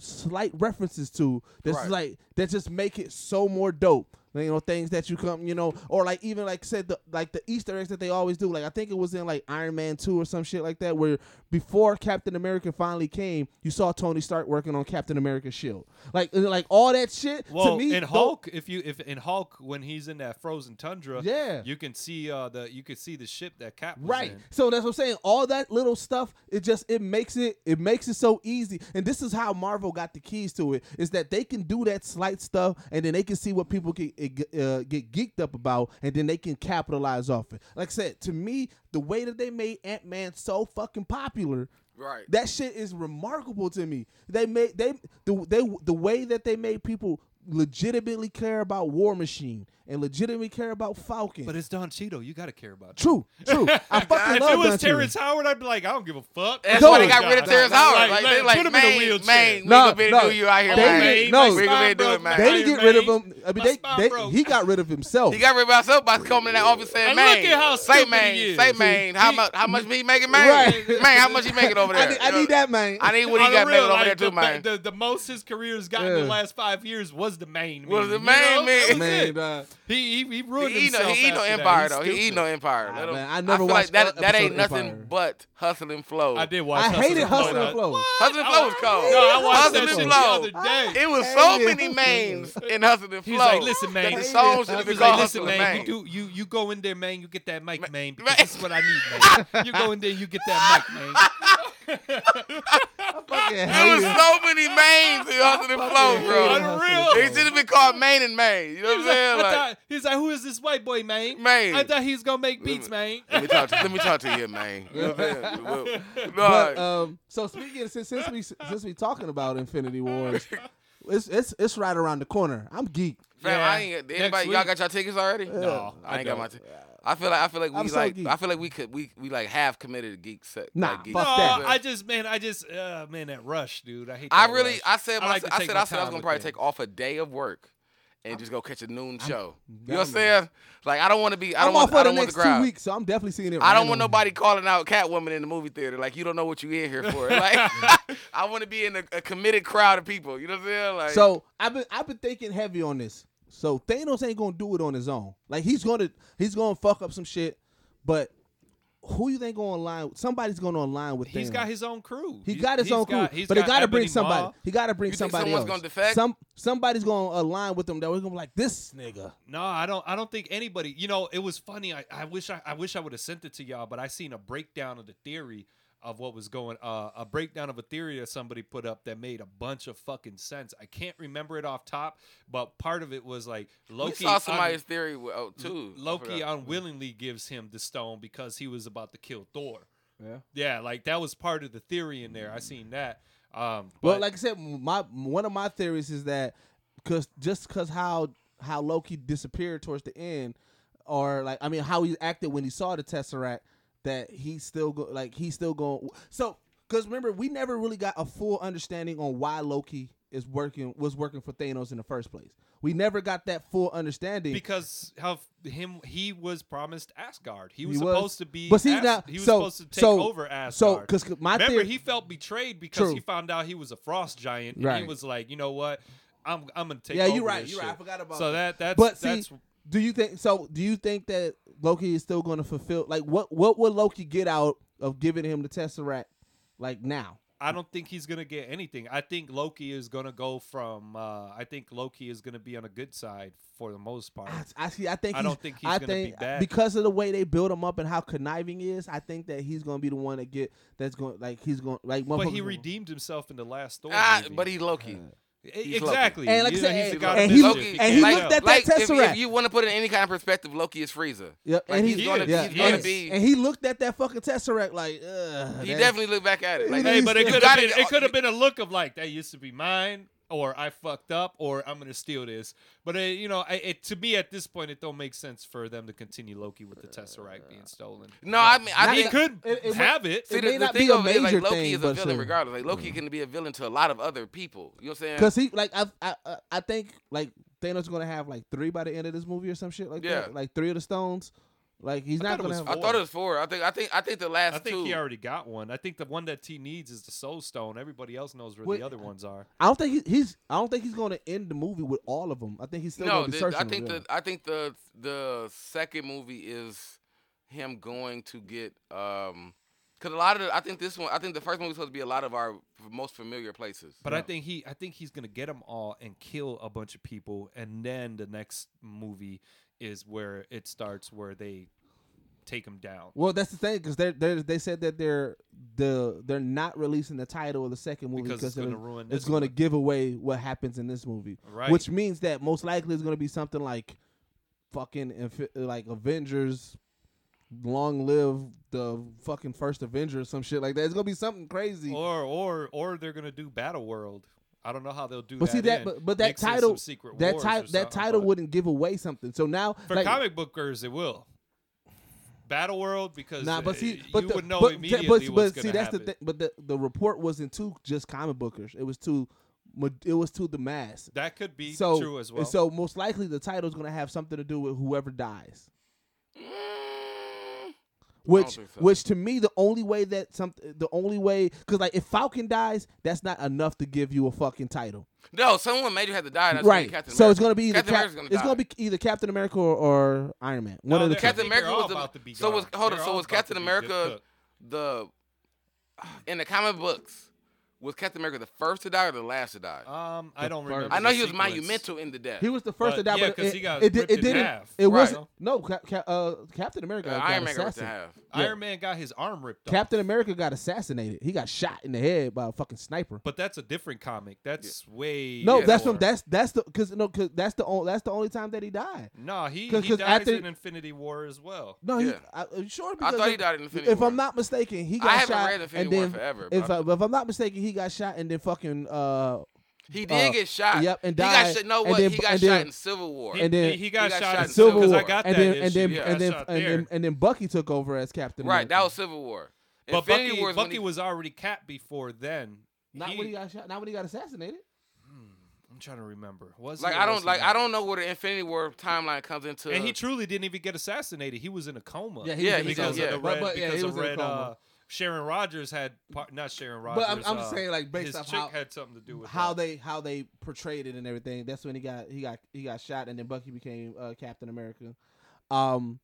slight references to that's
Right.
like that just make it so more dope. You know things that you come, you know, or like even like said the like the Easter eggs that they always do. Like I think it was in like Iron Man two or some shit like that, where before Captain America finally came, you saw Tony Stark working on Captain America's shield. Like like all that shit. to
Well,
me,
in
tho-
Hulk, if you if in Hulk when he's in that frozen tundra,
Yeah.
you can see uh the you can see the ship that Cap was
Right.
in.
So that's what I'm saying. All that little stuff, it just it makes it it makes it so easy. And this is how Marvel got the keys to it is that they can do that slight stuff and then they can see what people can uh, get geeked up about and then they can capitalize off it. Like I said, to me, the way that they made Ant-Man so fucking popular
right.
that shit is remarkable to me. They made they the they the way that they made people legitimately care about War Machine and legitimately care about Falcon.
But it's Don Cheeto. You got to care about. It.
True, true. I fucking love
If it was
Don Cheadle.
Terrence Howard, I'd be like, I don't give a fuck.
That's
No,
why they got rid of
God.
Terrence
Like,
Howard. Like, they're like,
put him in a
man,
wheelchair.
man, we
No,
gonna be able
no.
to do you out here,
They
man.
didn't- no.
we gonna be able to do it,
They
man.
They didn't
Iron
get rid of
Man.
him. I mean,
My
they,
spine
they
broke.
he got rid of himself.
He got rid by himself by coming in that office saying,
And
"Man,
look at how
say,
stupid
man,
he is.
say,
He-
man, how
he-
much, how much me making, man,
Right.
man, how much he making over there?
I need,
You
I
know,
need that man.
I need what he
On the
got
real,
making over
like,
there too,
the,
man.
The, the most his career has gotten in
Yeah.
the last five years was the main.
Was the
meme,
main
you know?
meme.
That was
man,
it.
dog.
He, he, he ruined
he eat no,
himself.
he eat no
after that.
empire
He's
though. He eat
stupid.
no empire.
Ah,
That don't-
man, I never
feel
watched
like that.
a
That
episode
ain't
of
nothing
Empire.
but hustle and flow.
I did watch.
I
Hustle
hated
and
Hustle
Flow.
and Flow.
Hustle and
I
flow is
watched-
cold.
No, I watched
Hustle
that
and
shit
flow.
the other day.
It was so
Hated
many
Hustle.
mames in hustle and
He
flow.
was like, "Listen,
that
man."
the song should
He
have
He
been
was
It's
called
like,
hustle
"Listen,
and
man, you
man.
do you you go in there, man. You get that mic, man. Because
man.
this is what I need, man. You go in there, you get that mic, man.
Fucking
There was
hated.
so many mains in hustle and flow,
hated
bro.
Hustle.
Unreal.
It should have been called main and main. You know
He
what I'm
was like,
saying?
I
Like,
thought- he's like, who is this white boy, man?
Man.
I thought he was gonna make beats, man.
me- let me talk to let me talk to you, man. You know what I'm saying? Look,
But,
look,
um, so speaking since since we since we talking about Infinity Wars, it's it's it's right around the corner. I'm geeked.
Fam,
Yeah.
I ain't.
Next
Anybody, y'all
week.
got your tickets already?
No, I
I, ain't got my
don't.
tickets. I feel like I feel like
I'm
we
so
like
geek.
I feel like we could we we like half committed geek set.
Nah,
like, geek.
No,
fuck that.
Oh, I just, man, I just, uh, man, that rush, dude. I hate.
I
That
really
rush.
I said
I
I,
like to
I
take
said
my
I said I was
time
gonna
with
probably
things.
take off a day of work and just go catch a noon show. you
I'm-
know what I'm saying? Like I don't want to be. I
I'm
don't
off
want.
for
I
the
don't want
next
the
two
crowd.
weeks, so I'm definitely seeing it.
I don't
random.
want nobody calling out Catwoman in the movie theater. Like you don't know what you in here for. Like I want to be in a, a committed crowd of people. You know what I'm saying? Like
So I've been I've been thinking heavy on this. So Thanos ain't gonna do it on his own. Like he's gonna he's gonna fuck up some shit, but who you think gonna align? Somebody's gonna align with.
He's
Thanos.
got his own crew.
He
He's-
got his
he's
own crew,
he's
but he got to bring
Ebony
somebody.
Maw.
He got to bring
You think
somebody
someone's
else.
gonna defect?
Some somebody's gonna align with them that we're gonna be like this nigga.
No, I don't. I don't think anybody. You know, it was funny. I, I wish I, I wish I would have sent it to y'all, but I seen a breakdown of the theory of what was going. Uh, a breakdown of a theory that somebody put up that made a bunch of fucking sense. I can't remember it off top, but part of it was like
we
Loki.
saw somebody's
un-
theory with, oh, too. I
Loki
forgot.
unwillingly gives him the stone because he was about to kill Thor.
Yeah.
Yeah, like that was part of the theory in there. I seen that. Um, but
Well, like I said, my one of my theories is that because just because how how Loki disappeared towards the end, or like I mean how he acted when he saw the Tesseract, that he's still go, like he's still going. So because remember we never really got a full understanding on why Loki is working was working for Thanos in the first place. We never got that full understanding.
because how f- him he was promised Asgard. He was
He was.
supposed to be.
But see,
As-
now-
he was
so-
supposed to take
so-
over Asgard.
so because my
remember
theory,
he felt betrayed because
True.
he found out he was a frost giant. And
Right.
he was like, you know what, I'm I'm gonna take.
yeah,
over
you're right,
this
you're right. I
shit."
forgot about
So
that.
that that's
But see,
that's
do you think so? Do you think that Loki is still going to fulfill? Like, what what would Loki get out of giving him the Tesseract? Like now,
I don't think he's gonna get anything. I think Loki is gonna go from. Uh, I think Loki is gonna be on a good side for the most part.
I, I see. I think
I
he's-
don't think he's
I
gonna be
think
bad.
because of the way they build him up and how conniving he is. I think that he's going to be the one that get that's going like he's going like.
But
motherfuckers
he
gonna-
redeemed himself in the last Thor
Ah,
movie.
but he Loki.
E-
he's Loki.
exactly.
And like I
You know,
said,
he's the
and-
god
and
of
he-
mischief.
and he
can't
looked
help.
at that
like, if- If,
Tesseract.
you want to put it in any kind of perspective, Loki is Frieza.
Yeah,
Like,
and
he's,
he,
gonna,
yeah,
he's gonna
yes.
be.
and he looked at that fucking Tesseract like. Ugh,
he
that-
definitely looked back at it. Like,
Hey,
He's-
but
you
it could have
gotta
been
get-
it could have been a look of like that used to be mine, or I fucked up, or I'm gonna steal this. But it, you know, I it, to me at this point, it don't make sense for them to continue Loki with the Tesseract being stolen.
No, I mean, I
Not
he
think.
could
it- it
have it.
See,
It
the,
may
the
not
thing
be a
of it is,
major
like, Loki
thing,
is a
but
villain
still.
regardless. Like, Loki can be a villain to a lot of other people. You know what I'm saying?
Cause he like I I I- I think like Thanos is gonna have like three by the end of this movie or some shit like
Yeah.
that. Like three of the stones. Like he's
I
not
thought it
gonna have.
was
I thought it was four. I think. I think. I think the last
I think
two.
he already got one. I think the one that he needs is the Soul Stone. Everybody else knows where
Wait,
the other ones are.
I don't think he, he's. I don't think he's gonna end the movie with all of them. I think he's still
no,
gonna be
the-
searching.
I think
them,
the. I think the the second movie is him going to get. um Cause a lot of the, I think this one. I think the first movie is supposed to be a lot of our most familiar places.
But I think he, I think he's gonna get them all and kill a bunch of people, and then the next movie is where it starts, where they take him down.
Well, that's the thing because they they they said that they're the they're not releasing the title of the second movie
Because it's
it'll-
gonna ruin
It's
this
gonna
one.
give away what happens in this movie,
Right.
Which means that most likely it's gonna be something like fucking infi- like Avengers, long live the fucking first Avenger or some shit like that. It's gonna be something crazy.
or or or they're gonna do Battle World. I don't know how they'll do
But
that.
see that,
in.
but, but that
Mix in some
title,
Secret
that
Wars or
title, that
something,
title
but
wouldn't give away something. So now,
for
like,
comic bookers it will. Battle World because
Nah, but
uh,
see, but
you
the,
would know
but, but-
immediately
but, but
what's gonna
see, that's
happen.
the thing. But the, the report wasn't to just comic bookers. It was to, ma- it was to the mass.
That could be
so
true as well.
So most likely the title's gonna have something to do with whoever dies.
Mm,
Which,
think so.
which to me, the only way that something, the only way, because like if Falcon dies, that's not enough to give you a fucking title,
No, someone major had to die. and That's gonna be
right?
Captain
So it's
America.
gonna be either
Captain
Cap-
America's gonna
it's
die.
gonna be either Captain America or, or Iron Man. One
No,
of the
they're-
two.
Captain
I think
America
they're all
was the,
about to be
so was
gone.
hold on.
They're
So
all
was
about
Captain
to be good
America the in the comic books was Captain America the first to die or the last to die?
um, I don't
first-
remember.
I know
the
he was
sequence.
monumental in the death.
He was the first
But-
to die,
yeah,
but
'cause
it,
he got
it, did-
ripped
it
in
didn't.
half,
It
right?
wasn't. No, Cap, Cap, uh, Captain America
Uh,
got
Iron Man got ripped in
assassinated.
half.
Iron Man got his arm ripped off.
Captain America got assassinated. He got shot in the head by a fucking sniper.
But that's a different comic. That's way
no,
yeah,
that's
before.
from that's that's the because no, cause that's the only that's the only time that he died.
No, he,
'Cause-
he
'cause
dies
after-
in Infinity War as well.
No, he,
Yeah.
I, I'm sure.
I
Because
thought he
of-
died in Infinity
If
War.
I'm not mistaken, he got
I haven't
shot.
read Infinity
and
War
then,
forever,
If,
but-
I, if I'm not mistaken, he got shot and then fucking uh
he
uh,
did get shot.
yep, and
He
died,
got shot. No,
and
what?
then-
he got
and
shot
then-
in Civil War.
He,
And then-
he, he got
He got
shot,
shot
in
in
Civil
Civil
because I
War,
got
and
that
then
issue.
and then
He got
and then
shot
and
there.
then and then Bucky took over as Captain.
right, that
America.
was Civil War.
But
Infinity
Bucky,
War is when
Bucky
he-
was already Cap before then.
not when he got shot. Not when he got assassinated.
I'm trying to remember. Was he
Like
or
I
was
don't
he
like
not?
I don't uh, know where the Infinity War timeline comes into.
And he truly didn't even get assassinated. He was in a coma.
Yeah, in
Yeah,
a
he
because
was, yeah.
of the
But-
red.
but, yeah,
because
he
of
was in a
red.
coma.
Uh, Sharon Rogers had par- not Sharon Rogers.
But I'm- I'm
uh,
saying, like, based
his
off
chick
how-
had something to do with
how
that.
they how they portrayed it and everything. That's when he got he got he got shot, and then Bucky became uh, Captain America. Um,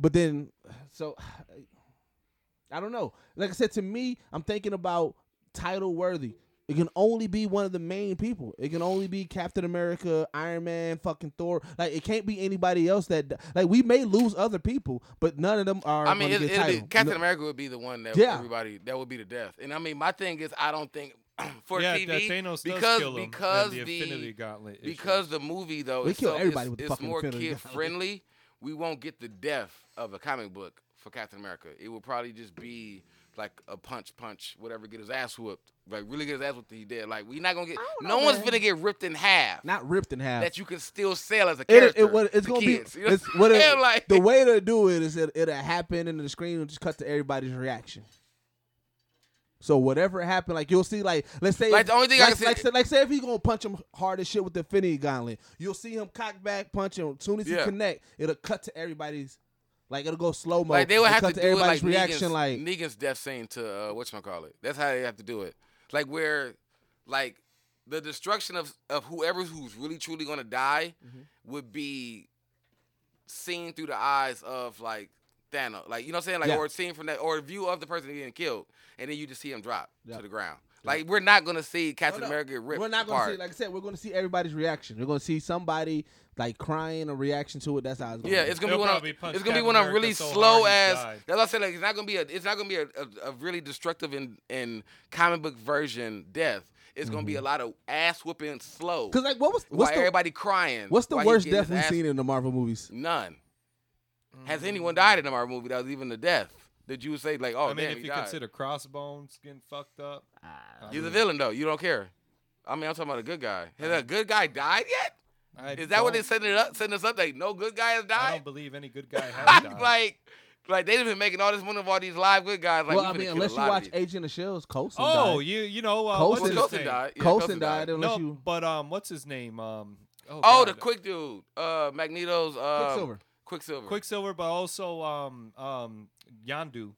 but then so I don't know. Like I said, to me, I'm thinking about title worthy. It can only be one of the main people. It can only be Captain America, Iron Man, fucking Thor. Like it can't be anybody else that like we may lose other people, but none of them are.
I mean,
gonna
it,
get
it'll be,
title.
Captain
No-
America would be the one that
Yeah.
everybody that would be the death. And I mean, my thing is, I don't think for
yeah, that
TV
Thanos does
because
kill him in
because
the,
the,
Infinity Gauntlet. issue.
because the movie though
They
is
kill
so-
everybody
it's,
with the
it's
fucking
more
Infinity
kid
Gauntlet.
friendly. We won't get the death of a comic book for Captain America. It will probably just be like a punch, punch, whatever. Get his ass whooped. Like really get his ass whooped. He did. Like we not gonna get.
don't
No
know,
one's
man.
gonna get ripped in half.
not ripped in half.
that you can still sell as a
It,
character.
it, what it's
to
gonna
kids.
be
You know
it's, what it-
I'm saying? like,
the way to do it is it, it'll happen and the screen will just cut to everybody's reaction. So whatever happened, like you'll see, like let's say,
Like,
if-
the only thing I
like,
can say-
like, say, like, say if he's gonna punch him hard as shit with the Infinity Gauntlet, you'll see him cock back, punch him. As soon as he
Yeah.
connect, it'll cut to everybody's, like it'll go slow mo.
Like they would have
cut
to, do it
everybody's
like
reaction,
Negan's,
like
Negan's death scene to uh, what call it. That's how they have to do it. Like where, like the destruction of of whoever who's really truly gonna die
Mm-hmm.
would be seen through the eyes of like Thanos, like you know what I'm saying, like
Yeah.
or seen from that or a view of the person getting killed, and then you just see him drop
Yeah.
to the ground. Like we're not gonna see Captain
no.
America get ripped
we're not gonna
apart.
see, like I said, we're gonna see everybody's reaction. We're gonna see somebody like crying a reaction to it. That's how it's gonna
Yeah,
be.
it's gonna
They'll
be one.
probably
Of,
punch
it's gonna be
Captain
one of
America
really
so
slow
hard he
as.
died.
That's what I said. Like it's not gonna be a. It's not gonna be a, a, a really destructive and and comic book version death. It's gonna be a lot of ass whooping slow.
because like what was Mm-hmm.
Why
uh, what's the,
everybody crying?
What's the
while he
worst
getting
death
his
we've
ass-
seen in the Marvel movies?
None. Has anyone died in a Marvel movie that was even a death? Did you say like, oh
Mm. I mean,
damn,
if
he
you
died.
consider Crossbones getting fucked up,
Ah,
I
he's a
mean,
villain though. You don't care. I mean, I'm talking about a good guy. Has a good guy died yet?
I
Is that
don't-
what they're setting it up? Setting us up? Like no good guy has
I
died.
don't believe any good guy has died.
like, like, like they've been making all this money of all these live good guys. Like,
well,
we
I
finna
mean,
kill
unless
a
you
lot of
watch
these.
Agent of Shields, Coulson.
oh,
died.
you you know uh,
Coulson-
what's
Well,
his
Coulson
name?
died. Yeah,
Coulson died. Unless
No,
you
but um, what's his name? Um, oh,
Oh,
God.
the quick dude, uh, Magneto's uh,
Quicksilver.
Quicksilver.
Quicksilver, but also um um Yandu.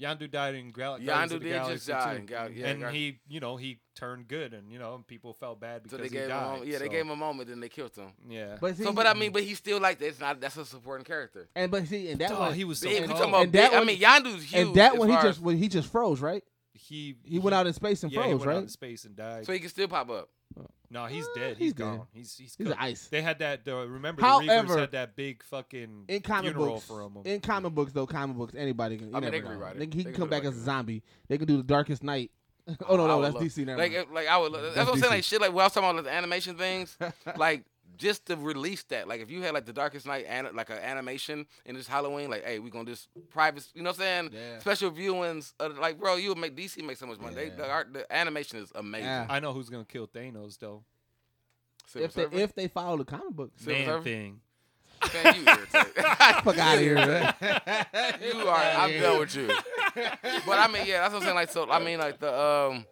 Yandu died in Gal- Guardians
Yandu
of the
did
Galaxy
just die.
too.
in Gal- yeah,
and
Gal-
he, you know, he turned good, and you know, people felt bad because
so they
he
gave him.
died.
a- Yeah, they
so-
gave him a moment, then they killed him.
Yeah,
But see,
So, but I mean, but he's still like it's not. That's a supporting character.
and but see, and that
Dog,
one,
Oh, he was so
Big, we
cold.
talking about
And that
big- I
one-
mean, Yandu's huge.
and that
as
one, he
far
just
as-
when he just froze, right?
he
He went out in space and
yeah, he
froze,
went out in
right?
space and died.
so he can still pop up.
no, he's
Uh,
dead.
he's
he's
dead.
gone. He's he's,
He's an
cooked.
ice.
They had that. The, remember, the
However,
Reavers had that big fucking
In comic
funeral
books,
for him.
in comic books though, comic books, anybody can. you
I mean, they
never
can
know.
rewrite it.
They can-
They
He can
can
come
do it
back
like
as a
that.
zombie. They can do the Darkest Night. oh no,
I
no,
would
that's
love-
DC. Never
Like,
mind.
if- like I would. That's,
That's
what I'm saying.
DC.
Like shit. Like when I was talking about the animation things, like just to release that. Like if you had like the Darkest Night, an, like an animation in this Halloween, like hey, we gonna just private. You know what I'm saying?
Yeah.
Special viewings. Of, like bro, you would make DC make so much money. They,
Yeah.
the, art, the animation is amazing.
Yeah.
I know who's gonna kill Thanos though.
Silver
if they
Surfer?
if they follow the comic book,
Silver
Man
Surfer?
thing.
Man, you irritating.
fuck out of here. man.
you are. I'm done with you. But I mean, yeah, that's what I'm saying. Like so, I mean, like the um.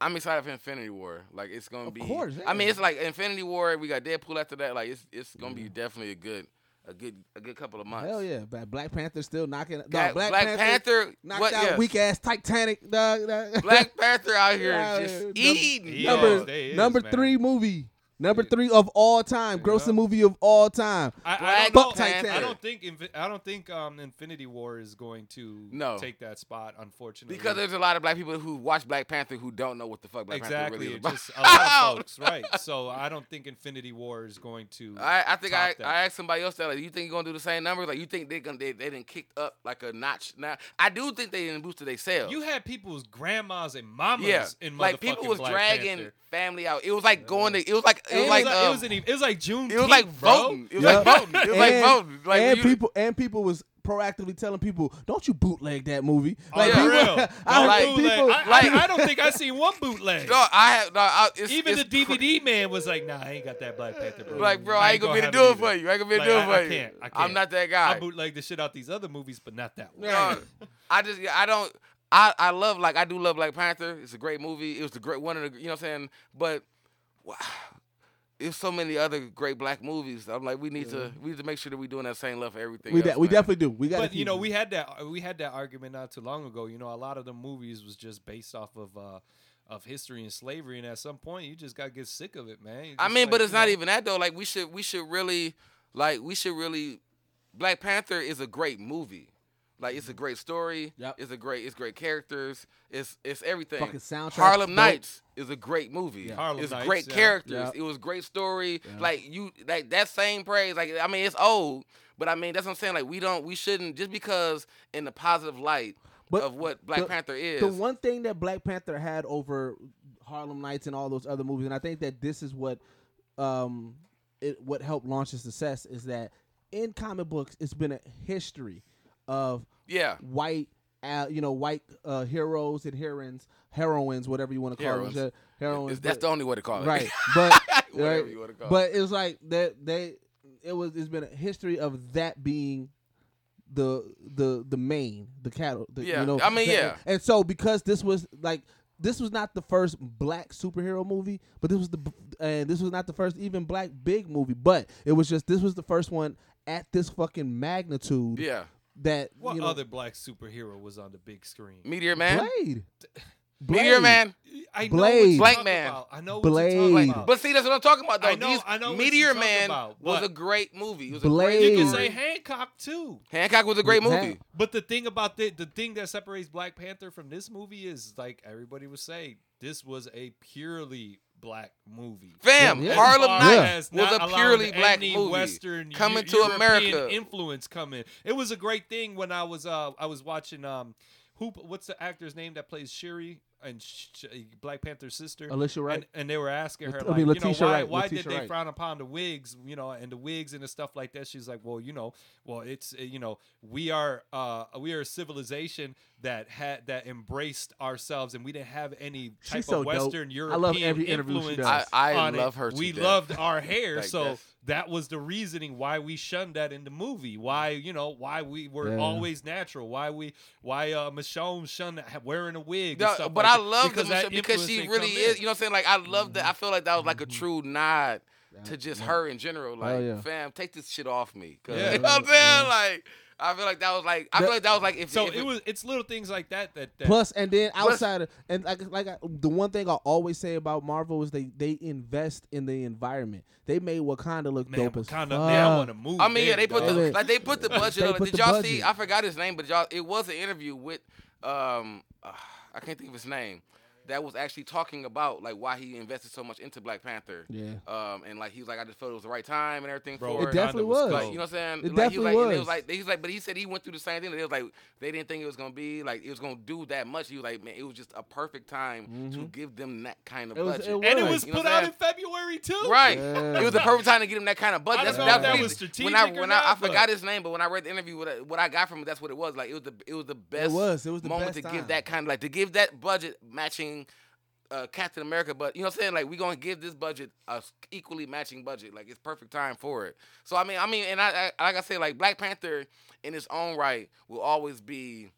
I'm excited for Infinity War. Like it's gonna
Of
be.
course,
I mean,
yeah.
it's like Infinity War. We got Deadpool after that. Like it's it's gonna be definitely a good a good a good couple of months.
Mm. Hell yeah, Black- Black Panther still knocking. No,
Black,
Black,
Black,
Panther
Panther.
knocked
what,
out
yeah.
weak ass Titanic. Dog, dog.
Black Panther out here
Yeah,
is just
num-
eating.
Yeah,
number
dog.
they is,
number
man.
three movie, number three of all time, grossing movie of all time.
I, I
Black
don't, know-
Panther.
I don't think Invi- I don't think um, Infinity War is going to
No.
take that spot, unfortunately.
Because there's a lot of black people who watch Black Panther who don't know what the fuck Black Panther
exactly,
really is
it's just
about.
a lot of folks, right? So I don't think Infinity War is going to.
I, I think
top
I,
that.
I asked somebody else that like, you think you're gonna do the same numbers? Like you think they're gonna they, they didn't kick up like a notch now? I do think they didn't boost their sales.
You had people's grandmas and mamas
yeah,
in
like people
motherfucking
was
Black
dragging
Panther.
family out. It was like going to. It was like it
It
was
was
like
it
um,
was an e- it was like June.
it was like
bro.
voting. It was
Yeah.
like voting. It was like
And-
voting. Like
and
you-
people and people was proactively telling people, "Don't you bootleg that movie?"
Like,
Like
Oh, yeah.
for
people,
real.
I heard
Like,
bootleg.
people,
I,
like-
I, I don't think I seen one bootleg.
No, I have. No, I, it's,
Even the
it's cra-
DVD man was like, "Nah, I ain't got that Black Panther." Bro.
Like bro, I ain't gonna be able to
have
do it
either.
for you. I ain't gonna be able to do
Like,
it
I- I
for you.
can't. I
I'm
can't.
not that
I
guy.
bootleg the shit out these other movies, but not that one.
No, I just yeah, I don't I I love like I do love Black Panther. It's a great movie. It was the great one of the you know what I'm saying. But wow. There's so many other great black movies. I'm like, we need to we need to make sure that we're doing that same love for everything.
We
else,
de- we
man.
definitely do. We got.
but you know, we had that we had that argument not too long ago. You know, a lot of the movies was just based off of uh of history and slavery, and at some point, you just gotta get sick of it, man. You
I
just
mean,
like,
but it's
you
not
know,
even that though. Like we should we should really like we should really Black Panther is a great movie. Like it's a great story.
Yep.
It's a great it's great characters. It's it's everything.
Fucking soundtrack,
Harlem
dope.
Nights is a great movie.
Harlem
it's
Nights,
great
yeah.
characters.
Yep.
It was great story. Like you like that same praise. Like I mean it's old, but I mean that's what I'm saying. Like we don't we shouldn't just because in the positive light
But
of what Black
the-
Panther is.
The one thing that Black Panther had over Harlem Nights and all those other movies, and I think that this is what um it what helped launch his success is that in comic books it's been a history of
yeah.
white uh, you know white uh, heroes and heroines heroines whatever you want to call
Heroines.
them heroines
It's- that's
but-
the only way to call it.
right but
Whatever
right,
you wanna call it.
but it was like that they it was it's been a history of that being the the the main the cattle the,
Yeah,
you know
I mean,
that-
yeah.
and so because this was like this was not the first black superhero movie but this was the b- and this was not the first even black big movie but it was just this was the first one at this fucking magnitude
yeah.
that
What
you know,
other black superhero was on the big screen?
Meteor Man.
Blade.
Meteor Man.
I know
Blade.
what you're
Blank
talking
Man.
about. I know what you're
Blade.
talking
Like,
about.
But see, that's what I'm talking about. Though.
I know-
These-
I know what
Meteor
you're talking
Man
about,
was
but-
a great movie. It was
Blade.
a
you
great
can
story.
say Hancock too.
Hancock was a great
Yeah.
movie.
But the thing about the the thing that separates Black Panther from this movie is like everybody would say this was a purely black movie.
Fam,
Yeah.
Harlem
As far
Nights
as
was
not
a
allowing
purely black
any
movie.
Western
coming
Eu-
to
European
America.
influence coming. It was a great thing when I was uh I was watching um who what's the actor's name that plays Shuri and Sh- Black Panther's sister
Alicia Wright.
and, and they were asking her,
Lat- I
like,
mean,
you know,
Letitia
why,
Wright,
why did
Letitia
they
Wright.
frown upon the wigs, you know, and the wigs and the stuff like that? She's like, well, you know, well, it's uh, you know, we are uh, we are a civilization that had that embraced ourselves, and we didn't have any type
She's
of
so dope.
Western
I
European
love every interview she
influence.
does.
I, I
on it.
love her. to
We
death.
loved our hair,
Like
so
this.
that was the reasoning why we shunned that in the movie. Why you know why we were
Yeah.
always natural. Why we why uh, Michonne shunned ha- wearing a wig. and
No,
stuff
but
like
I
that,
love because
that
because she
influence
really
didn't come
is.
in.
You know what I'm saying? Like I love
Mm-hmm.
that. I feel like that was like a true nod to just her in general. Like,
Oh, yeah.
fam, take this shit off me. 'cause-
Yeah.
You know what I'm saying? Like, I feel like that was like I feel
That-
like that was like if
So
if
it was it's little things like that that, that
Plus, and then
Plus-
outside of and like like I, the one thing I always say about Marvel is they they invest in the environment. They made Wakanda look
man,
dope as fuck.
Wakanda, man, I want to move.
I mean, yeah,
there,
they put
dog.
dog.
the like they put the budget.
They
on it.
put
Did
the
y'all
budget.
see? I forgot his name, but y'all, it was an interview with um, uh, I can't think of his name. That was actually talking about like why he invested so much into Black Panther.
Yeah.
Um, and like he was like, I just felt it was the right time and everything
Bro,
for
It definitely
Wakanda was
was.
Like,
dope.
you know what I'm saying?
It
like, he was
definitely
like, And it
was.
was like, he's like, but he said he went through the same thing. It was like they didn't think it was gonna be like it was gonna do that much. He was like, man, it was just a perfect time to give them that kind of
Mm-hmm. It was-
budget.
it
and it
Right.
was
You know
put
what I'm
out
saying?
in February too.
Right.
Yeah.
It was the perfect time to get him that kind of budget.
I
That's,
don't
know if
that's
that
really-
was strategic
When I,
or
when I, I
not, but-
forgot his name, but when I read the interview, what I, what I got from it, that's what it was. Like it was the it was the best.
was. It was the
moment
best
to
time.
give that kind of like to give that budget matching. Uh, Captain America, but you know what I'm saying? Like we're gonna give this budget a s- equally matching budget. Like it's perfect time for it. So I mean, I mean, and I, I like I say, like Black Panther in its own right will always be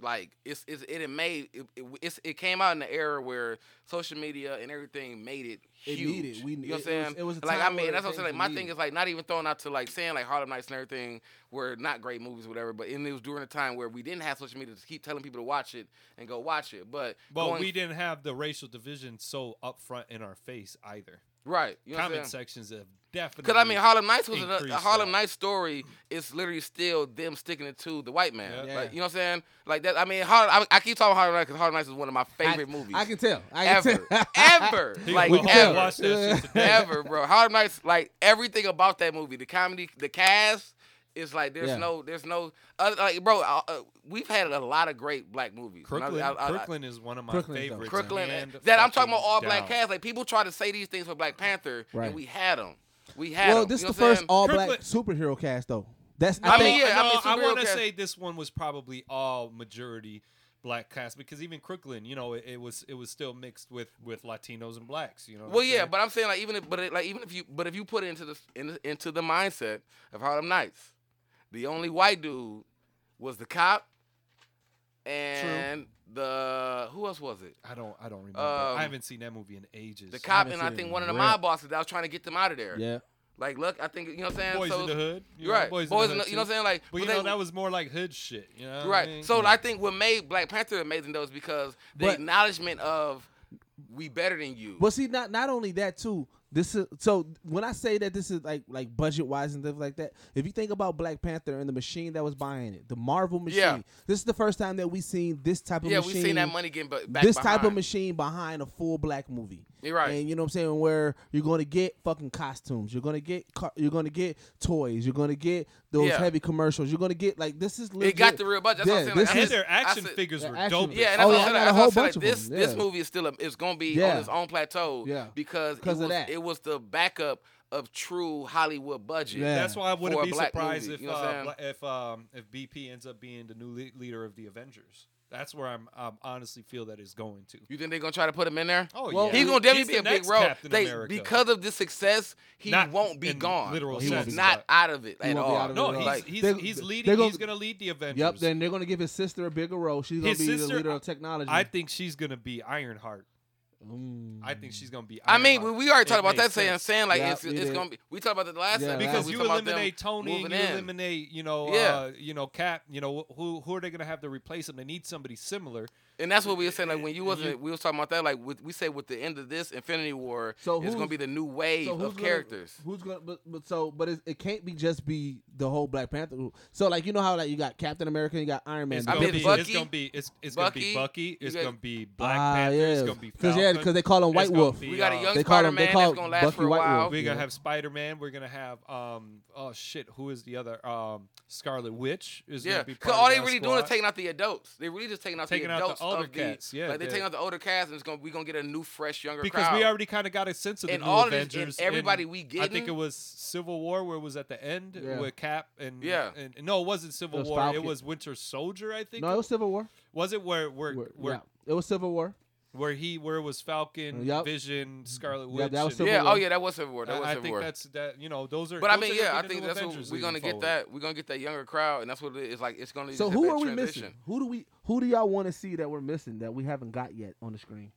like it's, it's it, it made it, it it's, it came out in the era where social media and everything made it
It
huge.
needed- we-
you know what I'm
it- it
saying?
was- it was a
like I
time
mean
where
that's what I'm
things
saying. Like
were
my
needed.
thing is like not even thrown out to like saying like Harlem Nights and everything were not great movies or whatever, but and it was during a time where we didn't have social media to keep telling people to watch it and go watch it. But
But
going-
we didn't have the racial division so upfront in our face either.
right, you know what I'm
Comment
saying?
sections have definitely.
Because I mean, Harlem Nights was another,
increase
the Harlem
that.
Nights story is literally still them sticking it to the white man.
Yeah.
Like, you know what I'm saying? Like that. I mean, Harlem, I, I keep talking about Harlem Nights because Harlem Nights is one of my favorite
I,
movies
I can tell. I can
ever,
tell.
ever,
People
like
We
go home
can
and
tell.
watch
ever,
that shit today.
ever, bro. Harlem Nights, like everything about that movie, the comedy, the cast. It's like there's
Yeah.
no, there's no, other, like bro, uh, uh, we've had a lot of great black movies. And I-
Crooklyn,
I- I- I-
Crooklyn is one of my
Crooklyn's dope.
favorites.
Crooklyn,
hand
that I'm talking about
fucking
all
down.
black cast. Like people try to say these things for Black Panther,
Right.
and we had them, we had
well,
'em.
this
You
is the
know what I'm
first
saying?
all black
Kirkland-
superhero cast though. That's I,
I,
I
think
mean,
yeah, I mean,
I,
superhero
want to
cast.
say this one was probably all majority black cast because even Crooklyn, you know, it, it was it was still mixed with with Latinos and blacks. You know. what
Well,
I'm
yeah,
saying?
but I'm saying like even if, but it, like even if you but if you put it into the in, into the mindset of Harlem Nights, the only white dude was the cop and the who else was it?
I don't. I don't remember.
Um,
I haven't seen that movie in ages.
The cop
haven't
and I
seen it
think
in
one of the
forever.
mob bosses that was trying to get them out of there.
Yeah.
Like look, I think you know what I'm saying.
Boys
so,
in the hood. you
You're
know,
right. Boys, in the,
hood
you know what I'm
too.
saying? Like
But
when
you know
they-
that was more like hood shit. You know what I
right.
mean?
So I think what made Black Panther amazing though is because the
But-
acknowledgement of we better than you.
But see, not not only that too. This is so when I say that this is like like budget wise and stuff like that. If you think about Black Panther and the machine that was buying it, the Marvel machine.
Yeah.
This is the first time that we seen this type of
yeah,
machine.
we seen that money getting bu- back.
this type of
behind.
machine behind a full black movie.
You're right.
And you know what I'm saying? Where you're going to get fucking costumes, you're going to get car- you're going to get toys, you're going to get those
Yeah.
heavy commercials. You're going to get like this is legit.
It got the real budget. That's
Yeah,
what I'm
this
saying. Like,
And
I
is-
said-
their
I
action
said-
figures
their
were
action
dope.
figures.
Yeah, and
Oh,
that's
yeah,
what
I
I'm saying.
got a
That's what I'm
whole
saying.
bunch
Like,
of
this
them,
this
yeah.
movie is still a, it's gonna be on
Yeah.
its own plateau.
Yeah.
because it
'Cause of
was,
that.
it was the backup of true Hollywood budget.
Yeah.
That's why I
For
wouldn't
a
be
black
surprised
movie,
if
you know what
uh,
I'm
bla- if um, if BP ends up being the new le- leader of the Avengers. That's where I'm, i honestly feel that is going to.
You think they're gonna try to put him in there?
Oh
Well,
yeah,
He's gonna definitely
the
be a big
next
role.
Captain
They,
America.
because of this success, he
Not
won't be
in
gone.
literal
He won't
He's
be
not
gone.
out of it
He
at
won't be out
all.
of it at
no, he's
all.
like,
he's,
They're-
he's leading.
they're gonna-
he's gonna lead the Avengers.
Yep, then they're going to give his sister a bigger role. She's going
His
to be
sister-
the leader of technology.
I think she's gonna be Ironheart.
Mm.
I think she's gonna be.
I mean, we,
Ironheart.
we already
It
talked about that.
makes
Saying,
sense.
saying like
Yeah,
it's,
we
it's
did.
gonna be. We talked about that the last
Yeah,
time
last
because
we
you
talked about them
eliminate Tony and
moving
you
in.
eliminate, you know,
Yeah.
uh, you know, Cap. You know, wh- who who are they gonna have to replace him? They need somebody similar.
And that's what we were saying. Like when you
You-
wasn't, we was talking about that. Like with, we say, with the end of this Infinity War,
So
it's gonna
who's-
be the new wave
so who's
of
gonna-
characters.
Who's gonna? But, but so, but it, it can't be just be the whole Black Panther. So like you know how like you got Captain America, you got Iron Man.
It's
the
gonna,
mean,
be,
difference-
Bucky-
it's gonna be it's, it's
Bucky,
gonna be Bucky. It's
you got-
gonna be Black
Ah,
Panther. It's
yeah.
gonna be
'Cause, yeah,
Falcon.
'cause they call him White
It's gonna
Wolf.
be,
We got a
uh,
young
They call him-
Spider
they
Man
call
that's
it
gonna last
Bucky
for a
White
while.
Wolf.
We're gonna
Yeah.
have Spider Man. We're gonna have um oh shit, who is the other um Scarlet Witch is
Yeah,
gonna be
because
part
all
of
they
that
really
squad.
doing is taking out the adults. They really just taking out
Taking
the
out the
adults
older
of the.
cats, yeah,
like they
they-
taking out the older cats, and it's gonna we gonna get a new, fresh, younger
because
crowd.
we already kind of got a sense of the
And
new
all of this- and
Avengers. in-
everybody we
I
getting-
think it was Civil War where it was at the end
Yeah.
with Cap and
Yeah.
and no, it wasn't Civil
It was
War.
Falcon.
It was Winter Soldier. I think
no, it was Civil War.
Was it where where
Where-
where,
yeah, it was Civil War.
where he where it was Falcon,
Yep.
Vision, Scarlet Witch?
Yeah, that was
and-
Civil
yeah,
War.
oh yeah, that was Civil War. That was
I, I
Civil
think
War.
that's that. You know, those are.
But I
those
mean,
are gonna
yeah, I
be the
think
new
that's
Avengers
what we're gonna
moving
get.
forward.
That we're gonna get that younger crowd, and that's what it is. Like it's gonna.
So
it's
who
that
are we
transition.
missing? Who do we who do y'all want to see that we're missing that we haven't got yet on the screen?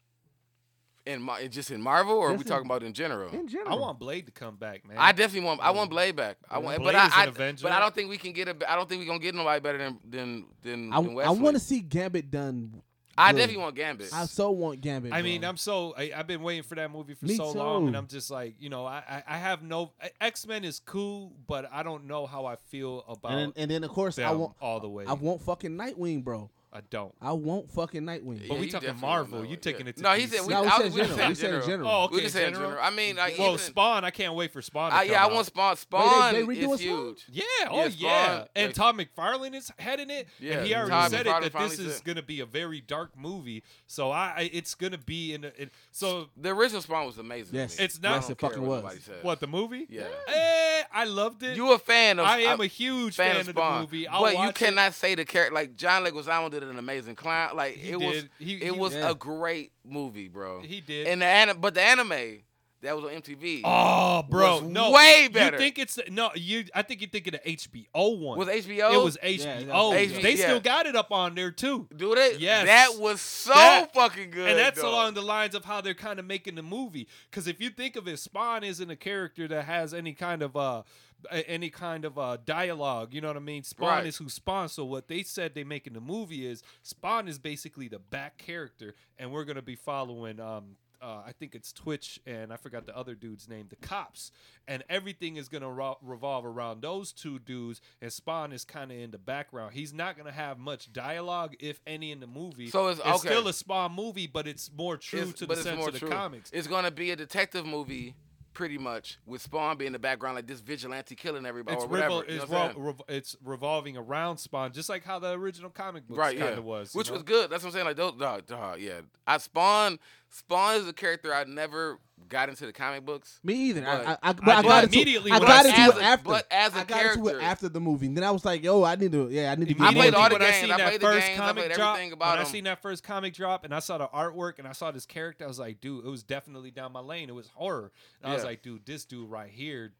In Mar- just in Marvel, or are we
Just in-
talking about in general?
In general,
Oh,
Mm.
I want Blade to come back, man.
I definitely want. I want Blade back. I want,
Blade
but I,
is an
I
Avenger.
but I don't think we can get a. I don't think we're gonna get nobody better than than than.
I,
than Wesley.
want to see Gambit done.
I
good.
definitely want Gambit.
I so want Gambit.
I mean,
bro.
I'm so I, I've been waiting for that movie for
Me
so long, and
too.
I'm just like, you know, I I, I have no X Men is cool, but I don't know how I feel about
and, then- and then of course
them
I want
all the way.
I want fucking Nightwing, bro.
I don't.
I want fucking Nightwing.
But
Yeah,
we
you
talking
definitely want
Marvel.
that
You
one,
taking
yeah.
it to
No, he
DC.
said we.
No, we
I
said
was, we
general.
said
We said
general.
general.
Oh,
We
okay,
just said
general.
general. I mean, like
Well,
even,
Spawn, I can't wait for Spawn. To
I, yeah,
come
I
out.
want Spawn. Spawn
they redoing
is
Spawn?
huge.
Yeah, oh
Spawn,
yeah, and
like-
Tom McFarlane is heading it,
Yeah,
and he already
Tom
said
McFarlane
it that
finally
this is
said-
going to be a very dark movie. So I, I it's going to be in, a, in so
The original Spawn was amazing. to
Yes.
me.
It's not-
I
Yes,
don't
it
care
fucking
what
was.
nobody says.
what the movie?
Yeah.
eh, I loved it.
You a fan of?
I am
a
a huge
fan, of
the
Spawn,
movie. I'll
but you
watch it.
cannot say the character like John Leguizamo did an amazing clown. Like
He
it was,
did. He-
it
he-
was
Yeah.
a great movie, bro.
He did.
And the anim- but the anime that was on MTV
Oh, bro,
was
no,
way better.
You think it's no? You, I think you're thinking of HBO one.
was HBO.
It was HBO.
that's-
they
yeah.
still got it up on there too.
do they?
Yes.
that was so
That-
fucking good.
And that's
dog.
along the lines of how they're kind of making the movie. Because if you think of it, Spawn isn't a character that has any kind of uh a- any kind of uh dialogue. You know what I mean? Spawn
Right.
is who Spawn. So what they said they make in the movie is Spawn is basically the back character, and we're gonna be following um. Uh, I think it's Twitch, and I forgot the other dude's name. The cops, and everything is gonna ro- revolve around those two dudes. And Spawn is kind of in the background. He's not gonna have much dialogue, if any, in the movie.
So it's- okay.
still a Spawn movie, but it's more true
It's-
to
but
the
it's
sense
more
of the
true.
comics.
It's gonna be a detective movie, pretty much, with Spawn being the background, like this vigilante killing everybody
It's,
or
revol-
whatever. you know
it's,
what I'm
revol-
saying?
rev- it's revolving around Spawn, just like how the original comic books
right,
kind
yeah,
of was. you
which
know?
was good. That's what I'm saying. Like those, dog, dog, yeah. I Spawn, Spawn is a character I never got into the comic books.
Me either. I,
But-
I, I, but
I
I,
did
got
immediately
into, I
when
got
I
into
saw
it
it,
after.
but as a
I got into it
character-
after the movie. Then I was like, yo, I need to. Yeah, I need to. Be
Immediately
played all the
when
games.
seen
I
that
played the
first
games. I
comic
played
drop,
everything about
when I
him.
seen that first comic drop and I saw the artwork and I saw this character, I was like, dude, it was definitely down my lane. It was horror. And I was
Yeah.
like, dude, this dude right here,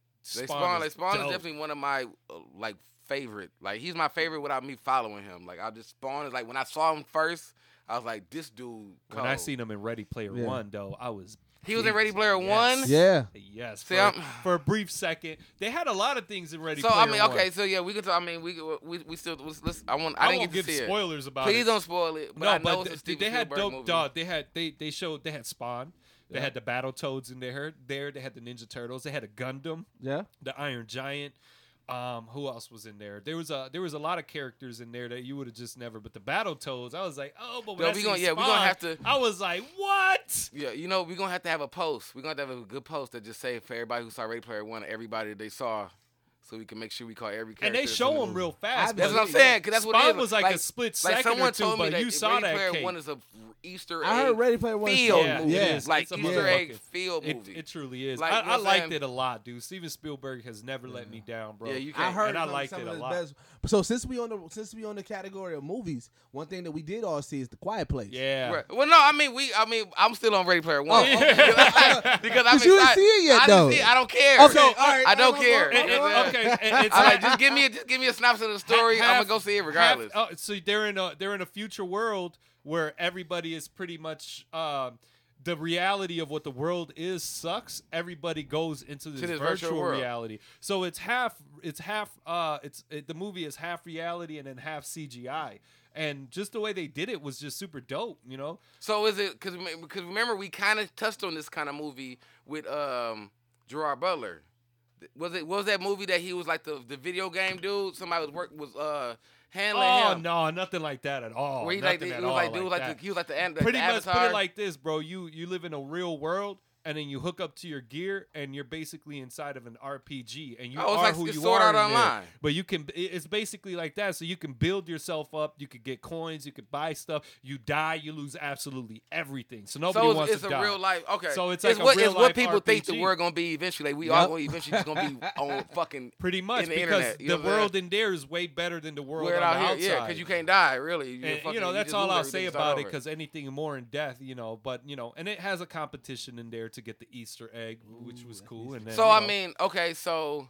Spawn,
They Spawn,
is
like Spawn
dope.
is definitely one of my uh, like favorite. Like he's my favorite without me following him. Like I just spawn is like when I saw him first, I was like, this dude.
When I
cold.
seen him in Ready Player
Yeah.
One, though, I was.
He was in
pleased.
Ready Player
Yes.
One?
Yeah.
Yes.
See,
for,
I'm-
for a brief second, they had a lot of things in Ready
So
Player
I mean,
One.
okay, so yeah, we could. Talk, I mean, we could- we we still. Let's, let's- I want. I,
I,
didn't
won't
get to
give
see it.
spoilers about
Please
it.
don't spoil it. But
no,
I know
but
it's a
th-
Steven
they had
Spielberg
dope
movie.
dog. They had they they showed they had Spawn. They had the Battle Toads in there. There they had the Ninja Turtles. They had a Gundam,
Yeah.
the Iron Giant. Um, who else was in there? There was a there was a lot of characters in there that you would have just never. But the Battle Toads, I was like, oh, but when
Yeah,
I
we
seen
gonna- yeah, we
Spawn,
gonna have to-
I was like, what?
Yeah, you know, we're gonna have to have a post. We're gonna have to have a good post that just say for everybody who saw Ready Player One, everybody that they saw, so we can make sure we call every character.
And they
that's in
show
the
them
movie.
real fast.
That's
but
what I'm
saying, 'cause that's what it
Spawn
is.
was like, a
Like-
split
Like
second
someone
or two,
told me
but
that
you saw
Ready
that
Player
cake.
One is a Easter egg.
I heard Ready Player One. is
field
dope.
Yeah,
movie.
it
Yeah.
is.
Like
It's a
Easter egg
motherfucking-
field
It,
movie.
it truly is.
Like,
I,
you know
I
what I'm
liked
saying?
it a lot, dude. Steven Spielberg has never let me down, bro.
Yeah, you
I
can't-
heard
and I
from
liked
some of
it a
his
lot.
best. So since we on the since we on the category of movies, one thing that we did all see is the Quiet Place.
Yeah.
Right. Well, no, I mean we. I mean I'm still on Ready Player One
Oh,
okay.
because I'm
But you didn't
excited.
see it yet,
I
though.
Didn't see it. I don't care.
Okay.
So,
all right.
I don't
I'm-
care.
I'm-
And- and-
I'm-
Oh, okay, and it's
I'm
like
like, just give me a, just give me a synopsis of the story. I'm
half-
gonna go see it
half-
regardless.
oh, so they're in a they're in a future world where everybody is pretty much um, the reality of what the world is sucks. Everybody goes into this,
this virtual
virtual,
world.
reality. So it's half it's half uh it's it, the movie is half reality and then half CGI. And just the way they did it was just super dope, you know.
So is it because because remember we kind of touched on this kind of movie with um Gerard Butler. Th- Was it what was that movie that he was like the the video game dude? Somebody was work was uh handling
Oh
him.
no, nothing like that at all.
Where he like
nothing
the, he
at
was
all
like dude like,
that.
the, he was like the, an- like
pretty
the
much
avatar.
put it like this, bro. You you live in a real world, and then you hook up to your gear, and you're basically inside of an RPG, and you
Oh, it's
are
like-
who
it's
you
Sword
are
Art
in there.
Online.
But you can, it- it's basically like that. So you can build yourself up. You could get coins. You could buy stuff. You die, you lose absolutely everything. So nobody
so
wants
it's, it's
to
a
die.
real life. Okay,
So it's like a
what
real
it's what
life
people think the
RPG.
world gonna be eventually. Like we
Yep.
all gonna eventually just gonna be on fucking
Pretty much
in the
because
internet, you know
the
what I'm
world in there is way better than the world
weird
on the
out here. Yeah,
outside.
because you can't die really. You,
And,
fucking-
Eh, you know, that's
just
all
lose
I'll
everything
say
and start
about it
over.
because anything more in death, you know. But you know, and it has a competition in there to get the Easter egg, which was cool. And then,
So
you
I
know,
mean, okay, so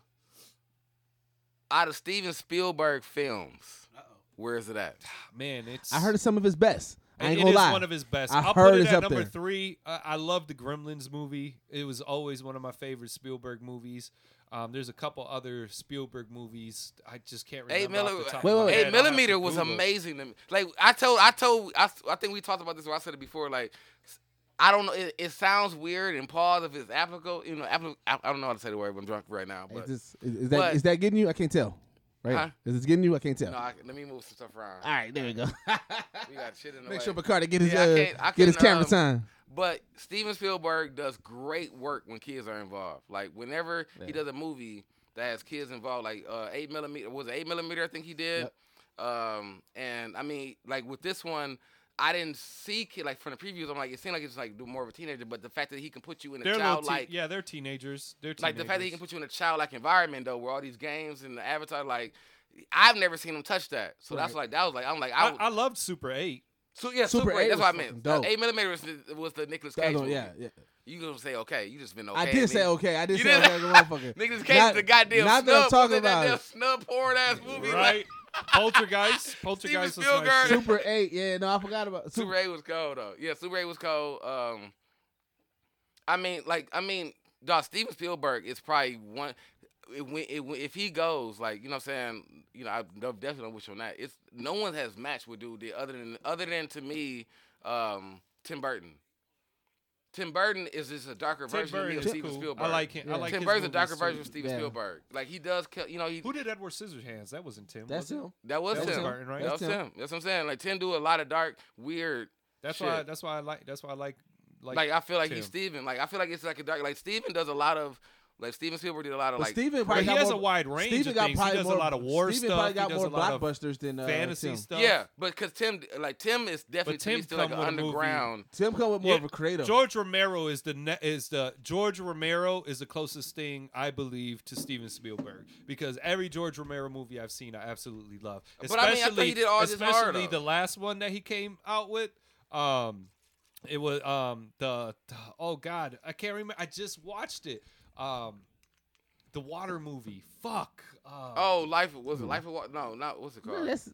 out of Steven Spielberg films, where is it at?
man, it's
I heard of some of his best. I
It
ain't
is
gonna lie.
one of his best.
I
I'll
heard
put it
it's
at
up
number
there.
three. I, I love the Gremlins movie. It was always one of my favorite Spielberg movies. Um, there's a couple other Spielberg movies I just can't remember.
Eight, milli-
off the top
Wait,
of
wait,
my
wait.
head.
eight
I'll have to
millimeter was
Google.
amazing to me. Like I told, I told, I, I think we talked about this. Where I said it before. Like I don't know. It, it sounds weird and pause if it's applicable. You know, applic- I, I don't know how to say the word. But I'm drunk right now.
Is,
But
this, is, is
but-
that is that getting you? I can't tell. Right?
Huh?
Is this getting you? I can't tell.
no, I, let me move some stuff around.
All right, there we go.
We got shit in the
Ah. Make
way.
sure Bacardi get his
Yeah, I
uh,
can't- I
get his
couldn't,
camera
um,
time.
But Steven Spielberg does great work when kids are involved. Like whenever he does a movie that has kids involved, like uh, eight millimeter was it eight millimeter I think he did. Um, and I mean, like with this one, I didn't see kid like from the previews. I'm like, it seemed like it's like more of a teenager, but the fact that he can put you in a
They're little,
childlike,
teen- yeah, they're teenagers. They're teenagers.
like the fact that he can put you in a childlike environment though, where all these games and the avatar, like I've never seen him touch that. So that's like that was like I'm like I,
I,
would,
I loved Super Eight.
so, yeah
Super
Super,
Eight
Eight.
was
That's what I
fucking
meant.
dope.
Eight millimeter was the, was the Nicolas
That
Cage.
don't-
movie.
yeah, yeah.
You gonna say okay? You just been okay.
I did say
nigga.
okay. I did
You
say
did-
okay, motherfucker.
Niggas Cage
Not-
is the goddamn
not that I'm
snub.
talking
that
about
goddamn
it.
snub porn ass movie.
Right?
Like,
Poltergeist. Poltergeist was my shit.
Spielberg.
Super Eight. Yeah, no, I forgot about
Super
Super.
Ray was cold though. Yeah, Super Ray was cold. Um, I mean, like, I mean, dog, Steven Spielberg is probably one. It, when, it, when, if he goes, like, you know, what I'm saying, you know, I don't- definitely don't wish on that. It's no one has matched with dude did other than other than to me, um, Tim Burton. Tim Burton is just a darker
Tim
version of me
Burton
of
is
Steven
cool.
Spielberg.
I like him.
Yeah.
I like
Tim
his
Burton's a
movies
darker
too.
version of Steven
Yeah.
Spielberg. Like he does, kill, you know, he
Who did Edward Scissorhands? That wasn't Tim.
That's
was it?
him.
that was
That was
him.
Burton, right?
That
That's
was
him.
him. That's what I'm saying. Like Tim do a lot of dark, weird.
That's
shit.
why. That's why I like. That's why I like. Like,
Like, I feel like
Tim.
he's Steven. Like I feel like it's like a dark. Like Steven does a lot of. Like Steven Spielberg did a lot of
But
like.
Steven
But
probably
he
got
has
more,
a wide range
Steven
of
got
things.
probably
he does
more,
a lot of war
Steven
stuff.
probably got
he does
more
a lot of
blockbusters than uh,
fantasy
Tim.
stuff.
Yeah, but because Tim, like Tim is definitely
But
to me
Tim
still like an
come with a movie.
underground.
Tim come with more
Yeah,
of a creative.
George Romero is the ne- is the George Romero is the closest thing I believe to Steven Spielberg because every George Romero movie I've seen I absolutely love.
But I mean, I thought he did all this horror,
especially
though.
the last one that he came out with. Um, it was um the, the- oh god I can't remember. I just watched it. Um, the water movie. Fuck. Uh,
Oh, life was it life of what? No, not what's it called?
Man, that's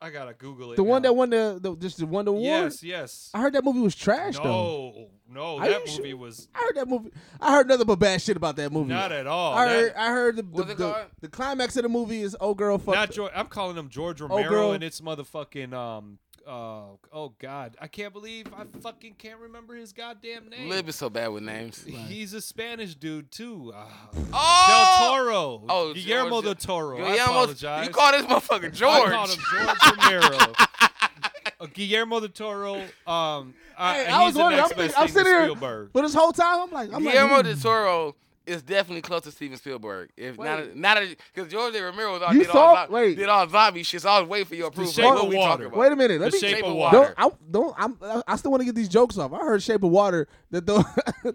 I gotta Google it.
the one
now.
that won the, the just the won the award.
Yes, yes.
I heard that movie was trash though.
No, no,
Are
that
you
movie
sure?
was
I heard that movie. I heard nothing but bad shit about that movie.
not at all.
I
That-
heard. I heard the the,
What's it
the,
called?
the climax of the movie is old girl fuck.
not George. I'm calling him George Romero,
girl.
and it's motherfucking um. Uh, oh God, I can't believe I fucking can't remember his goddamn name.
Lib is so bad with names.
He's a Spanish dude too. Uh, Del
Oh,
Toro.
Oh,
Guillermo
George-
del Toro.
You
I
almost-
apologize.
You call this motherfucker
I called
George?
him George Romero. Uh, Guillermo del Toro. Um, uh,
Hey,
he's
I was
the
wondering.
next
I'm,
best
thinking- I'm
thing to
sitting here,
Spielberg.
but this whole time I'm like, mm. I'm
Guillermo
like, hmm.
del Toro is definitely close to Steven Spielberg. If
Wait.
not, not because George A. Romero was all,
You
did, all
saw-
zo-
wait.
did all zombie shit. So I was waiting for your approval.
Shape
Like,
of
what we
Water.
talking about?
Wait a minute. Let
The
me.
Shape of
Don't
Water.
I don't I'm I- I still want to get these jokes off. I heard Shape of Water that the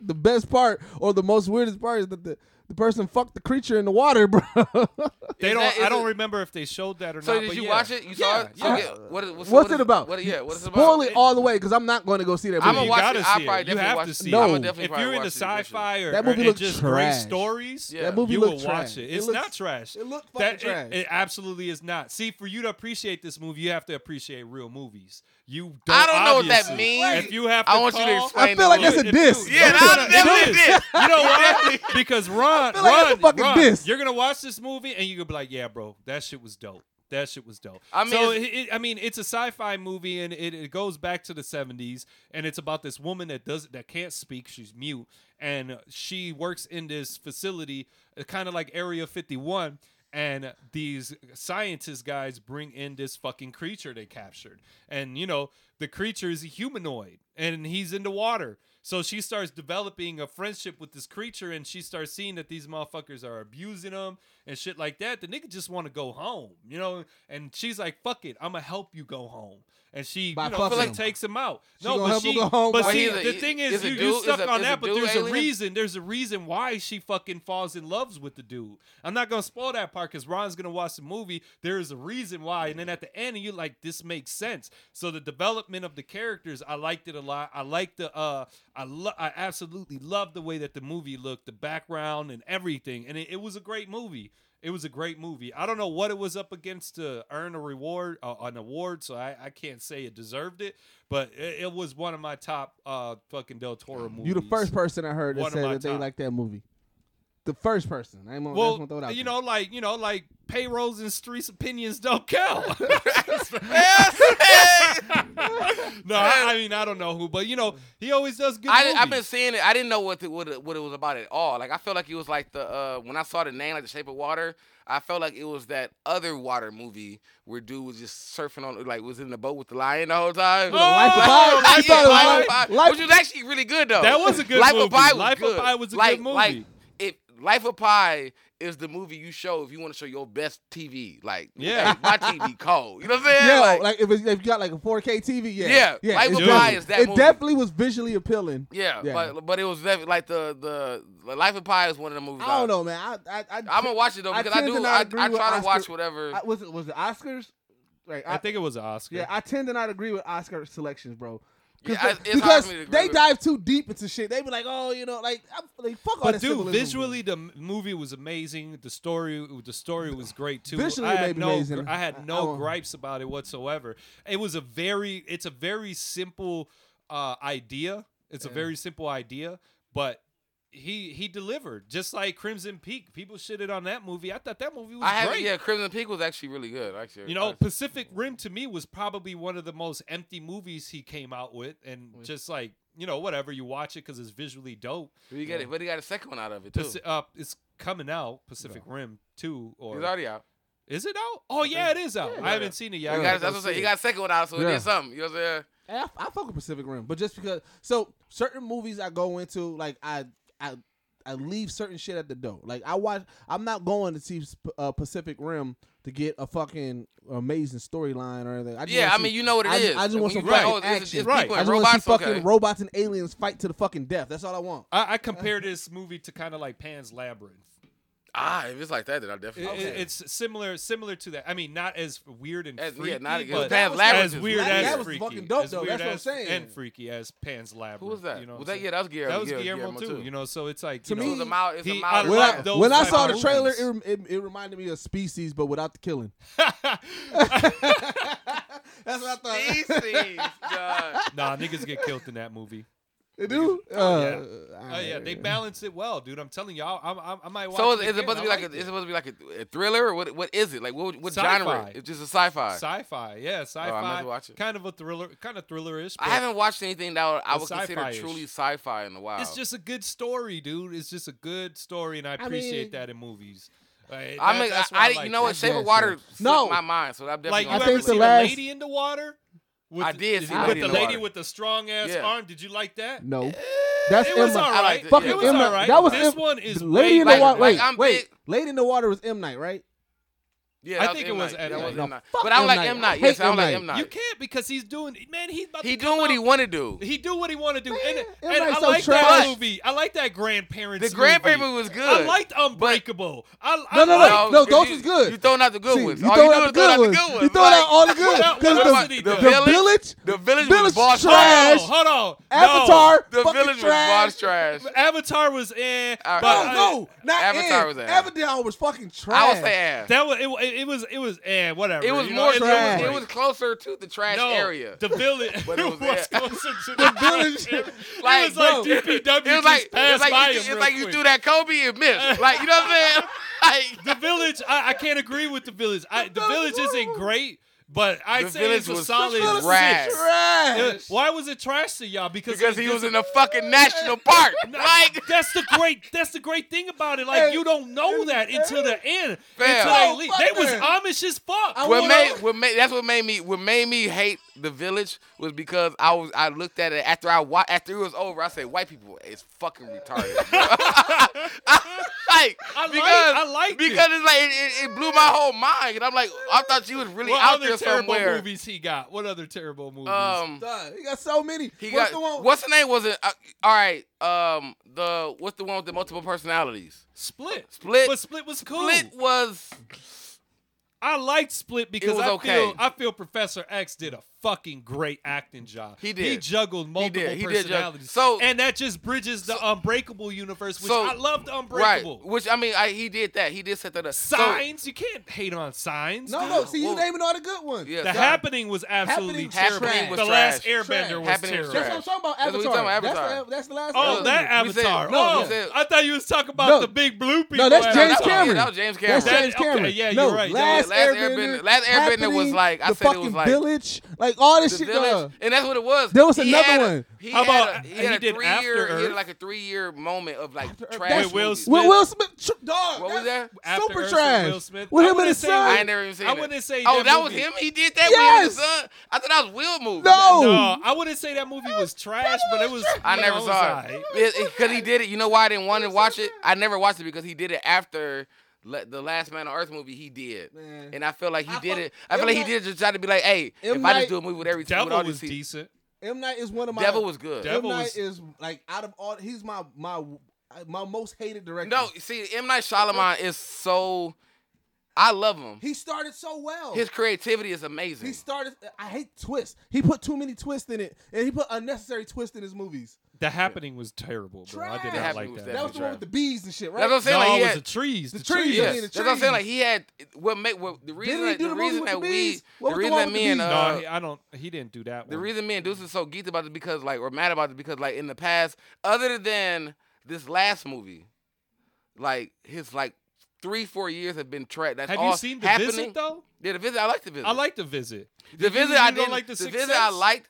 the best part or the most weirdest part is that the, the person fucked the creature in the water, bro.
They
Is
don't.
that-
I
is
don't
it-
remember if they showed that or
So
not.
did
but
you
yeah.
watch it? You saw
Yeah,
it?
Yeah.
Okay, what is- what's,
what's
what
it
is-
about?
What, yeah, what's it about?
Spoil it all the way because I'm not going to go see that
I'm
movie.
gonna
You
watch
gotta
it. I
see it.
probably
You
definitely
have
watch
to see
it.
I'm gonna
No.
definitely
If
probably
you're
watch
into
it eventually.
sci-fi or,
That
or-
movie
and
looked
just
trash.
great stories,
Yeah. That
movie
you
looked
will
trash.
watch it.
It
It's
looks-
not trash.
it looked
That-
fucking
it-
trash.
It absolutely is not. See, for you to appreciate this movie, you have to appreciate real movies. You don't.
I don't know what that
obviously.
means.
If you have, to
I want you to
call-
explain
I feel like
the
that's
movie.
a diss.
Yeah,
No,
that
no,
was
no,
definitely
it
a
is.
diss.
You know why? because Ron,
feel like that's a
Ron,
fucking
Ron,
diss.
you're gonna watch this movie and you're gonna be like, "Yeah, bro, that shit was dope. That shit was dope."
I mean,
so it,
it's-
it- I mean, it's a sci-fi movie and it, it goes back to the '70s, and it's about this woman that does that can't speak. She's mute, and she works in this facility, kind of like Area 51. And these scientist guys bring in this fucking creature they captured. And, you know, the creature is a humanoid and he's in the water. So she starts developing a friendship with this creature, and she starts seeing that these motherfuckers are abusing them and shit like that. The nigga just want to go home, you know. And she's like, "Fuck it, I'm gonna help you go home." And she,
By
you know,
fucking
like
him.
takes him out.
She
no,
gonna
but
help him
she,
go home
but
by
see,
him.
the
Is a-
thing is,
is a
you,
dude-
you
is
stuck
a-
on
is a
that, but
dude
there's
alien?
a reason. There's a reason why she fucking falls in loves with the dude. I'm not gonna spoil that part because Ron's gonna watch the movie. There is a reason why, and then at the end, you're like, this makes sense. So the development of the characters, I liked it a lot. I liked the, uh, I lo- I absolutely loved the way that the movie looked, the background and everything, and it, it was a great movie. It was a great movie. I don't know what it was up against to earn a reward, uh, an award, so I, I can't say it deserved it, but it, it was one of my top uh, fucking Del Toro movies.
You the first person I heard that
One of
said
my
that they
top.
like that movie. The first person. I ain't gonna, I just wanna throw it
Well,
out
you
there.
know, like you know, like payrolls and streets opinions don't count.
Yes, hey.
no, I, I mean I don't know who, but you know, he always does good.
I,
movies.
I've been seeing it. I didn't know what the, what, it, what it was about at all. Like I felt like it was like the uh, when I saw the name like the Shape of Water. I felt like it was that other water movie where dude was just surfing on like was in the boat with the lion the whole time.
Oh,
Life of
Life
Pi.
of
I thought
Pi,
it was
Life
Life-
of
Life-
which was actually really good though.
That was a good
oh. Life
movie.
Of Pi was
Life of
good.
Pi was a
like,
good movie.
Like if Life of Pi is the movie you show if you want to show your best TV. Like
Yeah.
hey, my TV cold. You know what I'm saying?
Yeah,
like,
like, if, it's, if you got like a 4K TV, yeah,
Yeah, Life
it's
of Pi
definitely-
is that
it
movie.
definitely was visually appealing.
yeah,
Yeah.
but but it was definitely like the the like, Life of Pi is one of the movies.
I don't know, man. I, I, I
I'm gonna watch it though
I
because I,
tend to
do.
not
I, I
agree
try to
with Oscar-
watch whatever.
I, was it was it Oscars? Like
I think it was an Oscar.
yeah, I tend to not agree with Oscar selections, bro. 'Cause
Yeah, I-
they-
it's hard
because
for me to agree
they
with.
dive too deep into shit. They be like, oh, you know, like, I'm, like fuck all
But
that
dude,
symbolism,
visually the m- movie was amazing. The story, the story was great too.
Visually,
I
it
had
made
no,
amazing.
gr- I
I-
had
I
no
won't-
gripes about it whatsoever. It was a very, it's a very simple uh, idea. It's a
Yeah.
very simple idea, but he he delivered. Just like Crimson Peak, people shitted on that movie. I thought that movie was
I have
great.
yeah, Crimson Peak was actually really good. Actually,
You know,
Actually.
Pacific Rim to me was probably one of the most empty movies he came out with, and
With-
just like you know, whatever you watch it because it's visually dope.
he got it, but he got a second one out of it too.
Paci- uh, it's coming out Pacific Rim two or
He's already out.
is it out? Oh yeah, it is out. I haven't seen it yet. I
He got,
gotta
that's
go
what I'm saying.
see
He
it.
got a second one out, so he
Yeah.
did something. You know what I'm saying?
And I, I fuck with Pacific Rim, but just because so certain movies I go into, like I I I leave certain shit at the door. Like I watch, I'm not going to see Sp- uh, Pacific Rim to get a fucking amazing storyline or anything. I just
Yeah,
wanna
I
see-
mean, you know what it
I
is.
ju- I just
When
want
you
some
write-
fucking
oh, it's-
action.
It's,
Right.
people
I
and
just want to see
robots.
fucking
okay.
robots and aliens fight to the fucking death. That's all I want.
I, I compare this movie to kind of like Pan's Labyrinth.
ah, if it's like that, then I
It-
definitely.
it- it's similar similar to that. I mean, not as weird and
As- yeah,
freaky,
not as-
but
Pan's Labyrinth
as
is
weird
weird.
as
That was
freaky.
fucking dope,
as
though.
weird
That's what I'm
as-
saying.
And freaky as Pan's Labyrinth.
who was that?
You know,
was
what
that
I'm
yeah? That was Guillermo.
saying? that was Guillermo, too. You know, so it's like
To
you know,
me,
it's a mild. It's
he-
a
I
mild.
don't
When I,
those
when I
type
saw
of
the trailer, it,
movies.
rem- it, it reminded me of Species, but without the killing. That's what I thought.
Species, dog.
nah, niggas get killed in that movie.
They do? Uh,
Oh yeah, they balance it well, dude. I'm telling y'all, I'm, I'm, I might watch.
So is,
it
is it
again.
supposed to be
I
like,
liked
a,
it.
it's supposed to be like a, a thriller or what? What is it like? What what genre?
Sci-fi.
It's just a sci-fi.
sci-fi? Yeah, sci-fi.
to watch it.
Kind of a thriller, kind of thriller-ish.
I
but
haven't watched anything that I
It's
would consider
sci-fi-ish.
truly sci-fi in a while.
It's just a good story, dude. It's just a good story, and I appreciate
mean-
that in movies. Like,
I'm
that-
a,
that's
I,
why I
I,
like
you know
it.
what?
that.
Shape
Yeah,
of Water
sure.
slipped
No.
my mind, so I'm definitely.
Like
gonna
you
I
ever
think the
seen
last-
a lady in the water? With
I did
is-
see
a
with
lady
the
in the
lady
water.
with the strong ass
Yeah.
arm. Did you like that? Eh,
No. That's
it
Emma.
was all
I
right.
liked it,
Fucking
it was
Emma.
all right.
That was
this
Emma.
one is
Lady
way
in the
Like-
Water.
like,
Wait,
I'm
wait.
big-
Lady in the Water was M. Night, right?
Yeah,
I
that
think it was
Night. That
M.
was
Night.
M. Night.
No,
But
fuck
I'm like
M.
M
Night.
Night. Yes,
Hate
I'm
M.
like M
Night.
You
Night.
can't because he's doing man. He's about
He
to come
doing what he
out-
want to do.
He do what he want to do, and,
Man,
and
everybody's
I
so
like
trash.
that movie. I like that grandparents.
The grandparent
movie.
was good.
I liked Unbreakable. I, I
No, no,
liked-
no. No, those
you-
is good.
You throwing out the good
See,
ones.
You
All
throw
doing
out the
is throwing
good ones. You throw
Like,
out all the good.
What else-
Because
what else
the,
did he
the
do?
village,
The village
Village
was boss
trash.
trash.
Hold on, hold on.
Avatar,
The
fucking
village was
trash.
boss trash.
No. Avatar was eh, in.
All right.
No,
Uh,
no, not
Avatar
Avatar
was ass.
Avatar was fucking trash.
I would say ass.
uh, That was it. wa- It was it was eh, whatever.
It was
you
more.
know,
It
trash.
was, it was closer to the trash
no,
area.
The village
But
it
it
was,
was ass.
closer to the
village-
village. it
like,
was like
bro,
DPW
it was
just
like
passed
it's like
by
you,
him
it's
real
like you
quick.
threw that Kobe and missed. Like you know what I'm saying? Like
The village. I, I can't agree with the village. I, the
village
village
was
isn't
horrible.
great, but I'd
The
say it's
village
a
was-
The
solid
village was
trash.
six.
trash.
Uh, Why was it trash to y'all? Because
because
it
he
just-
was in a fucking national park. Like
that's the great that's the great thing about it. Like
Hey,
you don't know that until the end.
Fam.
Until they
No,
leave.
fuck
They was
that.
Amish as fuck.
I
what
wanna-
made what made that's what made me what made me hate the village was because I was I looked at it after I wa- after it was over I said white people is fucking retarded. bro." like
I like-
because
I liked it.
because it's like it, it, it blew my whole mind and I'm like I thought you was really
what
out
other
there
terrible
somewhere.
movies he got? What other terrible movies?
Um,
Duh, he got so many.
he
what's the
got
one?
what's the name? Was it uh, all right? Um, the what's the one with the multiple personalities?
Split.
Split.
But Split was cool.
Split was
I liked Split because
was
I
okay.
feel I feel Professor X did a fucking great acting job.
He did.
He juggled multiple
did. He did juggle.
personalities.
So-
and that just bridges the Unbreakable universe, which
So-
I love the
right,
Unbreakable.
which I mean I, he did that. He did set that up. So-
Signs, you can't hate on signs.
no,
dude.
no. See, you
Whoa.
naming all the good ones.
yeah,
The
so-
happening was absolutely
Happening was
terrible.
Happening was
the last
trash.
Airbender
Trash.
was
Happening was
terrible.
That's what I'm talking about.
That's what we
Avatar.
talking about,
That's,
Avatar.
the, that's the last.
Oh,
Avatar.
that
We said-
Avatar.
no,
oh,
we
said-
I thought you was talking about
No.
the big blue people.
No, that's
ass.
James
That's-
Cameron.
yeah, that was James
That's
Cameron.
James
Okay,
Cameron.
yeah, you're
no,
right. That
Last
was- Last
Airbender.
Airbender- Last Airbender was
Happening,
like- I
the
said it was
fucking
like-
village, like all this
the
shit.
village,
uh,
and that's what it was.
There was
He
another
had a-
one.
he
How
had
about-
a, he
he
had
did
a three
After
year, he had
Earth.
like a three year moment of like
After Earth.
trash.
With
Will
movies.
Smith.
With Will Smith, tr- dog,
What was
that's
that?
After
Super
Ursula
trash.
Will Smith.
With
I
him and his
wouldn't say-
son.
I ain't never even seen
I
it.
wouldn't say
Oh,
that
that, was
movie-
him. He did that. Yes.
Yes.
his son. I thought that was Will movie.
No.
No, I wouldn't say that movie was trash, but it was.
I
you know, it
never
was
saw it
alright.
because he did it. You know why I didn't want to watch it? I never watched it because he did it after le- the Last Man on Earth movie. He did,
Man.
and I feel like he
I
did
fuck-
it. I feel
M.
like he
Night-
did it just try to be like, hey,
M.
if I
Night-
just do a movie with every with
Devil
all
was
these people-
decent.
M Night is one of my.
Devil was good.
Devil
M Night
was-
is like out of all. He's my my my most hated director.
No, see, M Night Shyamalan is so. I love him.
he started so well.
His creativity is amazing.
he started. I hate twists. He put too many twists in it, and he put unnecessary twists in his movies.
The happening was terrible, bro. I
Trash.
did
The
not
Happening
like
was
that.
That was
movie.
the one with the bees and shit, right?
That's what I'm
no,
saying. like, he
it was
had-
the trees. The,
The trees,
trees.
yeah.
Yes,
in the
that's what I'm
trees.
saying. Like he had what make what the reason
he
that,
do
the,
the movie
reason
with the
that we
bees? What was
the
the
reason
one
that
with the
me and
bees?
No,
uh,
he- I don't. He didn't do that one.
the reason me and Deuce is so geeked about it because like or mad about it because like in the past, other than this last movie, like his like three four years have been tracked. That's
Have
all
you seen the
happening.
visit though?
Yeah, the visit. I like the visit.
I like the visit.
the
Did you-
visit.
you
I
don't
didn't
like The
the
Sixth
visit. I
Sense?
liked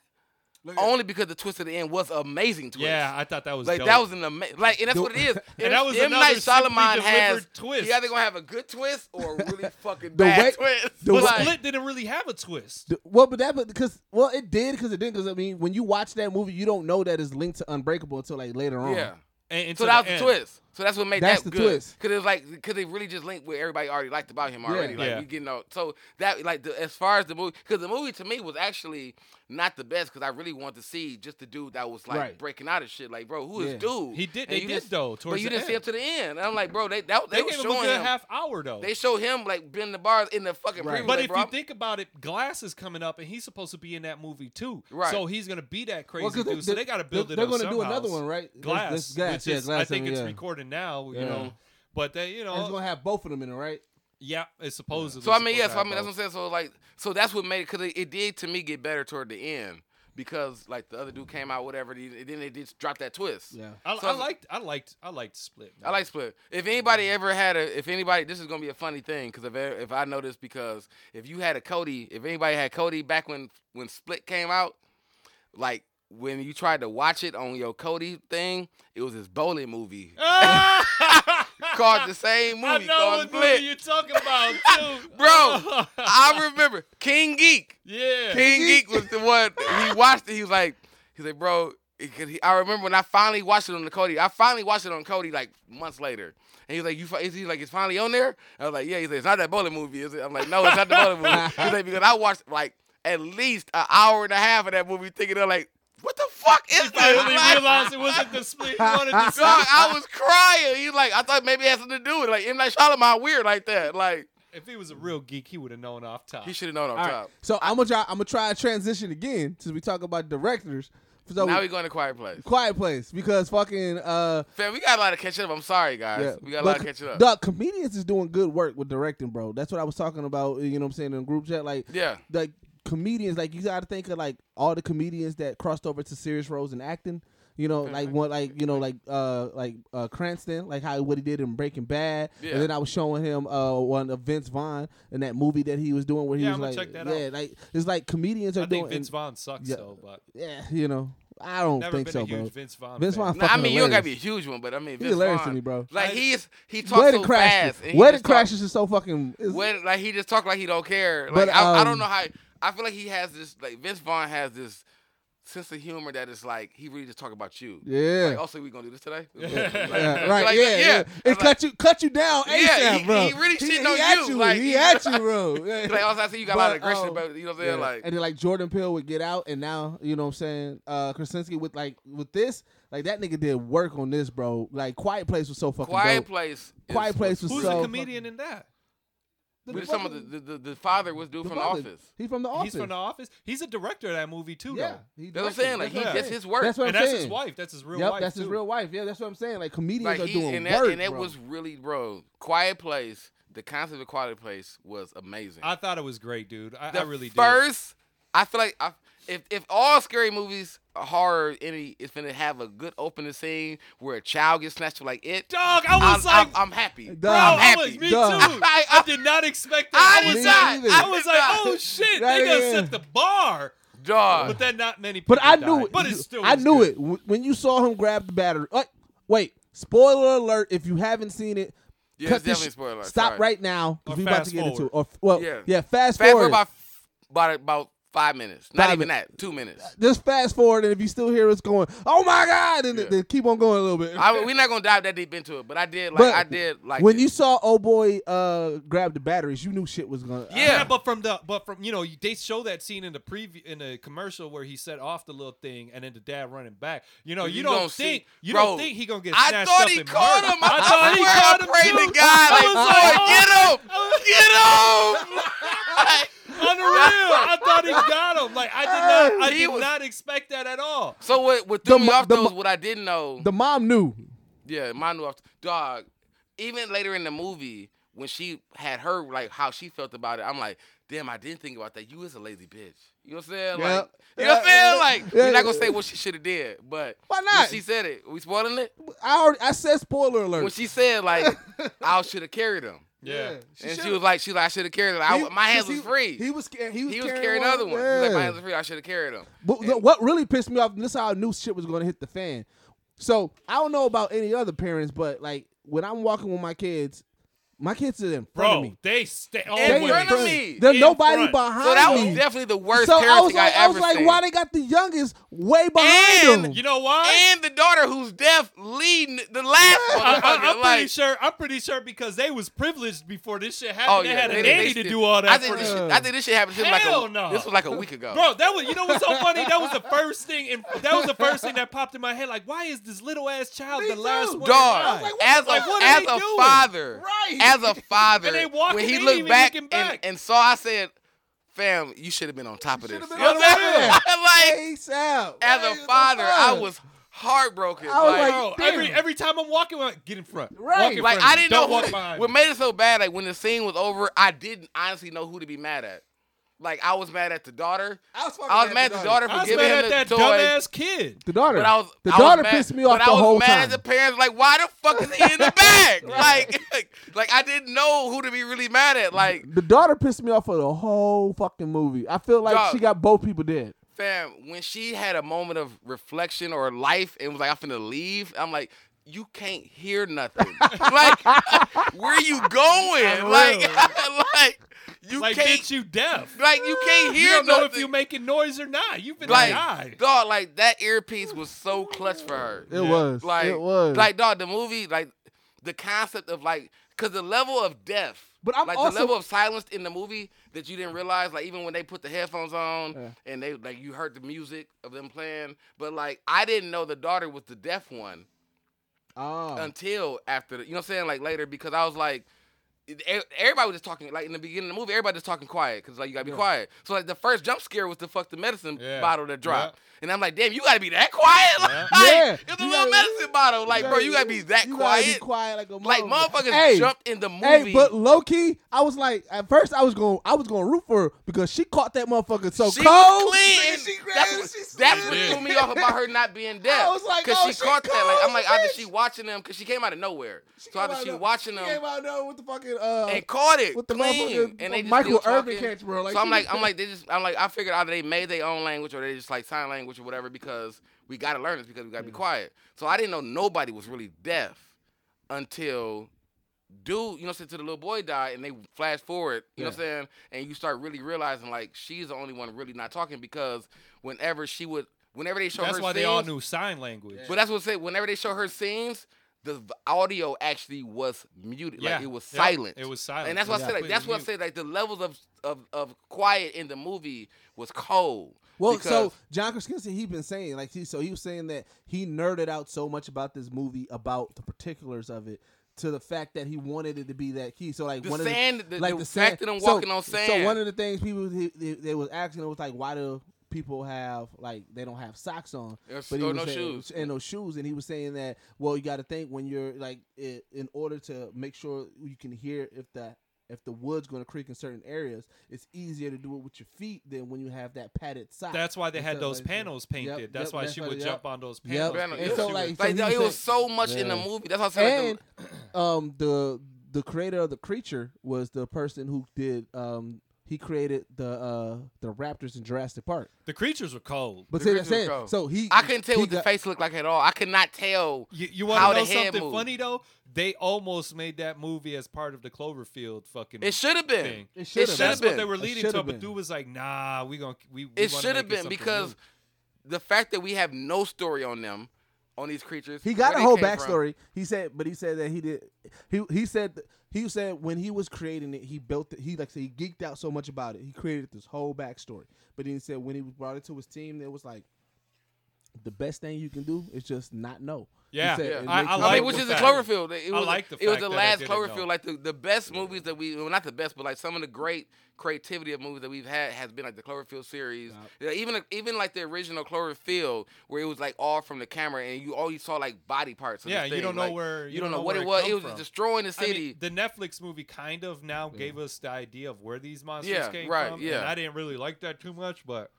Look at that.
only because the twist at the end was amazing twist.
Yeah, I thought that was
Like
dope.
that was an amazing, like, and that's what it is. If
that was
M Night
another simply
Shyamalan has
delivered twist.
You either gonna have a good twist or a really fucking
The
bad
way-
twist.
the
But
way-
like,
Split didn't really have a twist.
The- Well, but that, but because well, it did because it didn't because I mean, when you watch that movie, you don't know that it's linked to Unbreakable until like later on.
yeah.
And, and
So
to
that was
the
the
end.
twist. So that's what made
That's
that
the
good.
twist.
Cause it was like cause it really just linked with everybody already liked about him already. Like
Yeah.
you getting out. So that like the, as far as the movie, cause the movie to me was actually not the best. Cause I really wanted to see just the dude that was like
Right.
breaking out of shit. Like bro, who is
Yeah.
dude?
He did-
And
they
you
did, though,
but
towards
you
the
didn't see
end.
up to the end. And I'm like, bro, they that, they,
They
were
gave him a
showing
good
him.
half hour though.
They show him like bending the bars in the fucking
Right.
preview.
But
like,
if
bro,
you
I'm-
think about it, Glass is coming up, and he's supposed to be in that movie too.
Right.
So he's gonna be that crazy
'cause
dude. so they gotta build
they're,
it.
They're
up
gonna do another
somehow.
one, right? There's-
Glass,
there's Glass,
which
yeah,
is-
Glass
I think
and-
it's
yeah.
recorded now.
Yeah.
You know, but they, you
And It's
know,
gonna have both of them in it, right?
yeah, it's supposedly.
So I mean,
supposed
yeah.
to
So I
have
mean, that's what
both.
I'm saying. So like, so that's what made it because it, it did to me get better toward the end because like the other dude came out whatever. and he- then they just dropped that twist.
Yeah.
I,
So
I
I'm-
liked, I liked, I liked Split.
I
man.
like split. If anybody ever had a, if anybody, this is gonna be a funny thing because if if I know this because if you had a Cody, if anybody had Cody back when when Split came out, like when you tried to watch it on your Cody thing, it was this bowling movie called the same movie
I know
called
what
Split.
movie you're talking about too,
Bro, I remember King Geek.
yeah,
King Geek was the one. He watched it. He was like, he was like, bro. he- 'cause he- I remember when I finally watched it on the Cody. I finally watched it on Cody like months later, and he was like, "You, fi- is he like, it's finally on there?" I was like, "Yeah." He's like, "It's not that bowling movie, is it?" I'm like, "No, it's not the bowling movie." He's like, "Because I watched like at least an hour and a half of that movie, thinking of like, what the fuck is
I
this?"
really
Like-
realized it wasn't the Split you wanted to see.
Dog, I was crying. He's like, I thought maybe it had something to do with it. like M Night Shyamalan weird like that. Like
If he was a real geek, he would have known off top.
he should have known on
All right.
top.
So I'm gonna try. I'm gonna try a transition again since we talk about directors. So
Now we going to Quiet Place.
Quiet Place because fucking uh
Fam, we got a lot of catch up. I'm sorry, guys. We got a lot
But
of catch up.
Dog, comedians is doing good work with directing, bro. That's what I was talking about. You know what I'm saying in group chat, like
Yeah.
like comedians, like you got to think of like all the comedians that crossed over to serious roles in acting. You know, like what, like you know, like uh, like uh, Cranston, like how what he did in Breaking Bad,
Yeah.
and then I was showing him uh one of Vince Vaughn in that movie that he was doing where he was
Yeah, I'm
like,
gonna check that
yeah,
out.
like it's like comedians are
I
doing,
think Vince Vaughn sucks
Yeah.
though, but
yeah, you know, I don't
never
think
been
so,
a huge
bro.
Vince Vaughn.
Vince
fan.
Vaughn,
Nah, I
fucking
mean, you don't
hilarious.
gotta be a huge one, but I mean, Vince
hilarious to
Vaughn,
me, bro.
Like
Like-
he is, he talks
Wedding
so
Crashes,
fast. and he
Wedding
just talk-
Crashes is so fucking. it's-
Wedding- like he just talk like he don't care. Like
But,
I, I
um,
don't know how. I feel like he has this. Like Vince Vaughn has this sense of humor that is like he really just talk about you.
yeah.
Like, oh, also, we gonna do this today? Like,
Yeah,
like,
right. yeah, yeah. It
Like,
cut you, cut you down ASAP,
Yeah, he-
bro.
he really shit on
at
you, like-
he at you, bro. Yeah.
like, also, oh, I see you got a lot of
But, um,
aggression, about, you know what I'm saying?
Yeah.
Like,
and then like Jordan Peele would get out, and now you know what I'm saying. Uh, Krasinski with like with this, like that nigga did work on this, bro. Like Quiet Place was so fucking
Quiet
dope.
Place. is-
Quiet Place was
Who's
so.
the comedian in that?
fucking-
We just talking about the, the, the, the father was dude
the
from the
brother.
office.
He's from the office.
He's from the office. He's a director of that movie too,
yeah.
though.
he
That's what I'm
directed.
saying. Like he,
what I'm
that's
saying.
his work.
That's what I'm
and that's
saying.
his wife. That's his real
Yep,
wife
that's
too.
his real wife. Yeah, that's what I'm saying. Like comedians
like
are
he,
doing
and
work,
that, and it
bro.
was really, bro. Quiet Place. The concept of Quiet Place was amazing.
I thought it was great, dude. I,
the
I really
first, I feel like I, if if all scary movies, horror, any, is gonna have a good opening scene where a child gets snatched up like it.
did. Dog, I was
I'm,
like,
I'm, I'm happy.
Dog.
Bro,
bro,
I'm
I
happy.
was, me
Dog.
too.
I-
I
I-
did not expect that.
I
I
Me
did
was,
not.
either.
I
I was
did
like,
not.
oh shit,
Right,
they
yeah.
gonna set the bar.
Dog.
But then not many. People
But I knew
died.
it.
But
You-
it still.
I
was
knew
good.
it W- when you saw him grab the battery. Wait, wait. Spoiler alert! If you haven't seen it,
Yeah,
cut
it's
this
definitely
sh-
spoiler alert.
Stop
Sorry.
right now. 'cause
Or
we about to
fast
get into it.
forward.
Or f- well, yeah,
Yeah.
fast,
Fast forward
forward.
about about about five minutes. Not
Five
even
minutes.
that. Two minutes.
Just fast forward, and if you still hear us going, "Oh my god!" and
Yeah.
then keep on going a little bit.
I, we're not gonna dive that deep into it, but I did like
But
I did like
when
it.
you saw old boy uh, grab the batteries, you knew shit was gonna.
Yeah.
but from the but from you know you- they show that scene in the preview in the commercial where he set off the little thing and then the dad running back. You know you,
You
don't
gonna see-
think you
Bro,
don't think he gonna get
I
snatched
thought
up
he
and
caught
murdered.
him. I,
thought he
swear I
caught him
prayed
too.
to God
I
like,
was
Lord,
like, oh.
get him, get him. Like,
Unreal! I thought he got him. Like I did not, I
He
did
was-
not expect that at all.
so what? What threw
The
me
mo-
off
the
though
mo-
is what I didn't know.
The mom knew.
Yeah, mine was dog. Even later in the movie, when she had her like how she felt about it, I'm like, damn, I didn't think about that. You is a lazy bitch. You know what I'm saying?
Yeah.
Like, you know what I'm saying?
Yeah.
Like,
Yeah.
we're not gonna say what she should have did, but
Why
when
not? Uh.
she said it. We spoiling it.
I already, I said spoiler
When
alert.
she said like, I should have carried him,
Yeah.
and she
should've.
was like, she like I should have carried him. I,
He-
my hands
he-
was free.
He was ca- he was
He was
carrying
carrying another one. He was like,
Yeah.
my hands are free. I should have carried him.
But the- what really pissed me off, and this is how I knew shit was gonna hit the fan. So I don't know about any other parents, but like when I'm walking with my kids, My kids are in front of
Bro,
me.
they stay
They
in
always.
front of
in
me.
There's
In
nobody
front.
behind
So that was
me.
definitely the worst
so I
parenting
was like,
I
I
ever
was like,
seen.
why they got the youngest way behind
And
them?
You know why?
and the daughter who's deaf leading the last
I,
motherfucker.
I, I'm
like,
pretty sure. I'm pretty sure because they was privileged before this shit happened.
Oh
they
yeah,
had a
they-
nanny
they
to
still-
do all that.
I think
for
this
them.
shit, I think this shit happened. This was like
Hell
a,
no.
this was like a week ago.
Oh. Bro, that was you know what's so funny? That was the first thing, and that was the first thing that popped in my head. Like, why is this little ass child
Me
the last
too.
one?
dog.
alive?
like, what the-
as a
like, what are
as
they
a
doing?
father,
Right.
as a father,
And they walking,
when
they
he
ain't
looked
even
back,
looking
and,
back.
and saw, I said, "Fam, you should have been on top of
You
this."
should've been
You know
on
what I'm saying?
top
Like
Face out.
as
Like,
a
what the
father, I
fuck?
was heartbroken.
I was
like,
like,
Bro, every
Damn.
every time I'm walking, I'm like, get in front.
Right.
Walk in front
Like
of
I
me.
didn't
Don't
know
walk
who,
behind.
what
me.
made it so bad. Like when the scene was over, I didn't honestly know who to be mad at. Like I was mad at the daughter.
I was, fucking
I was mad at the daughter
I
for
was
giving
mad
him
at
the
that
toy.
dumbass kid.
The daughter.
But I was
the
I was
daughter
mad-
pissed me off
but
the
I was
whole
mad
time.
At the parents like, why the fuck is he in the bag? like, like, I didn't know who to be really mad at. Like,
The daughter pissed me off for the whole fucking movie. I feel like
Dog.
she got both people dead.
fam, when she had a moment of reflection or life and was like, I'm finna leave. I'm like. You can't hear nothing. like, where you going?
For
Like,
real.
like you
Like,
can't.
bitch, you deaf.
like you can't
You
hear
don't know if
nothing.
you're making noise or not. You've been
like,
died.
dog, like that earpiece was so clutch for her.
It was.
Like,
it was.
like dog, the movie, like the concept of like, cause the level of death,
But I'm
like
also-
the level of silence in the movie that you didn't realize, like even when they put the headphones on
Yeah.
and they like you heard the music of them playing, but like I didn't know the daughter was the deaf one
oh.
until after, the, you know what I'm saying, like later because I was like. e- Everybody was just talking like in the beginning of the movie. Everybody just talking quiet because like you gotta be quiet. So like the first jump scare was the fuck the medicine
Yeah.
bottle that
Yeah.
dropped, and I'm like, damn, you gotta be that quiet.
Yeah.
Like,
Yeah.
it's a
You gotta-
little medicine bottle. Like, bro, you gotta be that
you
quiet.
Gotta be quiet like a
Like
motherfucker.
motherfuckers
hey,
jumped in the movie.
Hey, but low key, I was like, at first I was going, I was going to root for her because she caught that motherfucker so
she
cold.
was clean.
Man, she ran,
that's what,
she
that's
slid.
what
Yeah.
threw me off about her not being deaf.
I was like,
cause
oh,
she,
she
caught that. Like, I'm
cold,
like, either
bitch.
she watching them, cause she came out of nowhere. so
came
either
out
she
of-
watching
She
them
came out there with the fucking uh,
and caught it
with the
clean,
motherfucking
and they just
Michael
still
Irvin
talking.
catch, bro. Like,
so I'm
she
like,
was-
I'm like, they just, I'm like, I figured either they made their own language or they just like sign language or whatever because we gotta learn this because we gotta be quiet. So I didn't know nobody was really deaf until dude, you know, said to the little boy died, and they flash forward, you know what I'm saying, and you start really realizing like she's the only one really not talking because whenever she would, whenever they show
That's
her,
why
scenes,
they all knew sign language.
But that's what I said. Whenever they show her scenes. The v- audio actually was muted,
Yeah.
like it was
Yep.
silent.
It was silent.
And that's why I
Yeah.
said like that's why I said like the levels of of of quiet in the movie was cold.
Well,
because-
so John Krasinski, he been saying like he so he was saying that he nerded out so much about this movie about the particulars of it to the fact that he wanted it to be that key. So like
The
one
sand-
of the,
the-
like
the
sand-
fact that I'm
so-
walking on
So
sand.
one of the things people they, they, they was asking was like why do people have like they don't have socks on
Or-
he
or
was
no
saying-
shoes.
and no shoes and he was saying that well you got to think when you're like i in order to make sure you can hear if the if the wood's going to creak in certain areas, it's easier to do it with your feet than when you have that padded sock.
That's why they
And
had
stuff
those
like that.
panels painted.
Yep,
that's
yep,
why she would
yep.
jump on those
Yep.
panels.
Panel,
because
yeah.
she
So,
was-
like,
like
he
it was
said-
so much in the
Yeah.
movie. That's why I said like
And um, the the creator of the creature was the person who did um, he created the uh, the raptors in Jurassic Park.
the creatures were cold.
But
The
see what I'm
creature was
saying?
cold.
So he
the, I couldn't tell
he
what the
got-
face looked like at all. I could not tell.
You, you
How
want to
the
know
head
something
moved.
funny though? They almost made that movie as part of the Cloverfield fucking
It should have been.
thing.
It should have been.
It should
That's
have
what
been.
they were
It
leading
should
to,
have
but
been.
dude was like, "Nah, we gonna we." we
It
wanna
should have
make
been
something
because
new.
the fact that we have no story on them, on these creatures.
He got a
where they
whole
came from.
backstory. He said, but he said that he did. He he said th- he said when he was creating it, he built it. He like said he geeked out so much about it. He created this whole backstory. But then he said when he brought it to his team, it was like the best thing you can do is just not know. He
Yeah.
said,
Yeah.
"It
I-
makes
I
you
I
like
mean,
think
which
the
is a
fact-
Cloverfield. It
I
was,
like the
it was
fact
the
that I
last
didn't know.
Cloverfield, like the, the best movies that we, well, not the best, but like some of the great creativity of movies that we've had has been like the Cloverfield series. Yeah, Even even like the original Cloverfield, where it was like all from the camera and you always saw like body parts. Of
Yeah,
this
you
thing.
don't know
like,
where-
you, don't know,
where
what it
it
was.
come
It was
from.
destroying the
I mean,
city.
the Netflix movie kind of now gave us the idea of where these monsters
Yeah,
came
right,
from. and
yeah.
I didn't really like that too much, but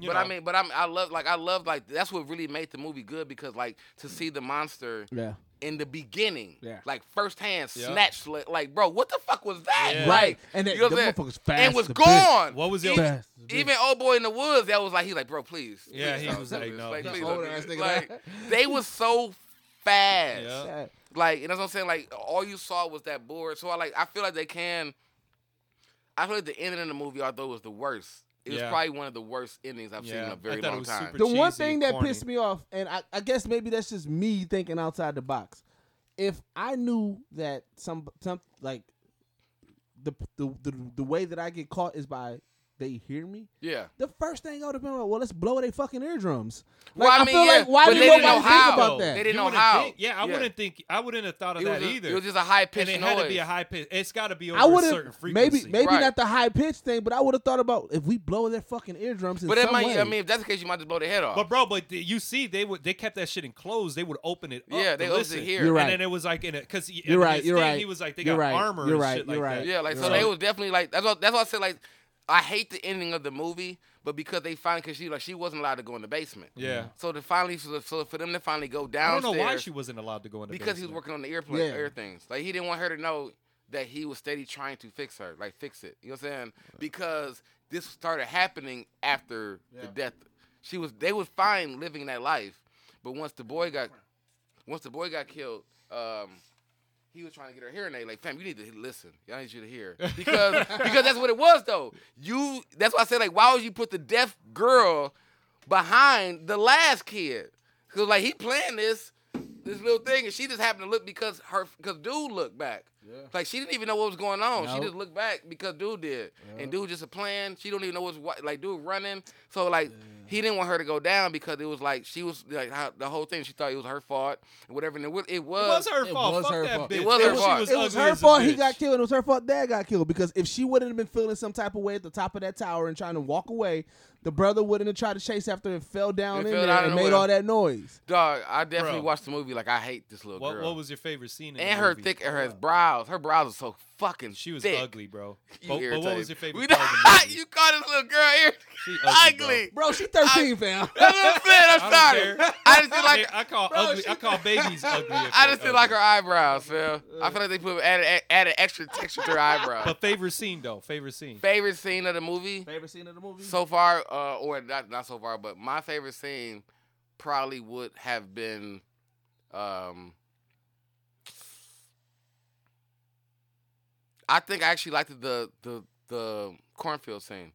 you
but
know,
I mean, but I'm, I love like I love like that's what really made the movie good because like to see the monster
Yeah.
in the beginning,
Yeah.
like firsthand,
Yeah.
snatched like, like, bro, what the fuck was that?
Right.
Yeah.
Like,
And that-
you know
the
what I'm saying?
motherfucker's fast
and was
as a bitch.
gone.
What was the-
even,
Fast as a bitch.
even old boy in the woods? That was like he like, bro, please.
Yeah,
please
he
don't
was
do
like,
this.
no,
like,
no.
please
Old
don't do
ass
this.
nigga.
Like, they was so fast.
Yeah.
That-
Like, and that's what I'm saying. Like, all you saw was that board. So I like, I feel like they can. I feel like the ending in the movie, although it was the worst, it was
Yeah.
probably one of the worst endings I've seen
Yeah.
in
I
a very
thought it
long
was
time.
super
The one
cheesy,
thing that
corny.
pissed me off, and I, I guess maybe that's just me thinking outside the box. If I knew that some some like the the the, the way that I get caught is by they hear me.
yeah.
The first thing I would have been like, well, let's blow their fucking eardrums. Like,
Well, I mean,
feel
yeah,
like why
but
did
they
nobody
didn't
think
know how,
about
though.
that?
They didn't
You
know
wouldn't
how.
think- yeah, I
Yeah.
wouldn't think. I wouldn't have thought of
It
that
was, a,
either.
it was just a high pitched
and
noise.
it had to be a high pitch. It's got to be over
I
a
would
certain
have
frequency.
maybe maybe
Right.
not the high pitch thing, but I would have thought about if we blow their fucking eardrums. In
but
some
that might.
way.
I mean, if that's the case, you might just blow their head off.
But bro, but th- you see, they would they kept that shit enclosed. They would open it. up
Yeah,
to
they opened it
listen.
here.
You're right.
And then it was like in a because
You're right, you're right.
He was like they
You're
got
right,
armor.
you're
and
right,
shit
you're
like
right.
that.
Yeah, like
You're
so
right.
they was definitely like that's what that's why I said like I hate the ending of the movie, but because they finally because she like she wasn't allowed to go in the basement.
Yeah.
So to finally so, so for them to finally go
I
downstairs
don't know why she wasn't allowed to go in the
because he was
basement.
working on the airplane
Yeah.
air things. Like he didn't want her to know that he was steady trying to fix her, like fix it. You know what I'm saying? Because this started happening after the
Yeah.
death. She was they was fine living that life, but once the boy got once the boy got killed, um, he was trying to get her hearing aid. Like, fam, you need to listen. I need you to hear because because that's what it was though. You that's why I said like, why would you put the deaf girl behind the last kid? Cause like he planned this this little thing, and she just happened to look because her because dude looked back. Like she didn't even know what was going on. She
Nope.
just looked back because dude did, and dude just a plan. She don't even know what's what. Like dude running, so like he didn't want her to go down because it was like she was like how, the whole thing. She thought it was her fault and whatever. And it was, it
It
was,
was her
It
fault.
was
Fuck
her
that
fault.
bitch.
It was her
she
fault.
it was
ugly
her
as a
fault he
bitch.
got killed. It was her fault dad got killed because if she wouldn't have been feeling some type of way at the top of that tower and trying to walk away, the brother wouldn't have tried to chase after and fell down
It
in there
fell down
and
in the
made
well.
all that noise.
dog. I definitely
Bro.
watched the movie. Like I hate this little
What,
girl.
what was your favorite scene? In
and
the
her
movie?
thick, her brows. Her brows are so fucking.
She was
thick.
ugly, bro. But,
You
but what was
irritated.
your
We
favorite
don't-
part of the movie?
you call this little girl here
She
ugly.
ugly,
Bro, she 13, fam.
That's what I'm saying.
I
I'm sorry.
don't care.
I just feel
Bro.
like
Nick, I call
Bro,
ugly.
she-
I call babies ugly. if
I
they're
just feel like
ugly.
her eyebrows, Phil. I feel like they put added, added extra texture to her eyebrows.
But favorite scene though. Favorite scene.
favorite scene of the movie
Favorite scene of the movie?
so far, uh, or not not so far, but my favorite scene probably would have been, um, I think I actually liked the the the cornfield scene.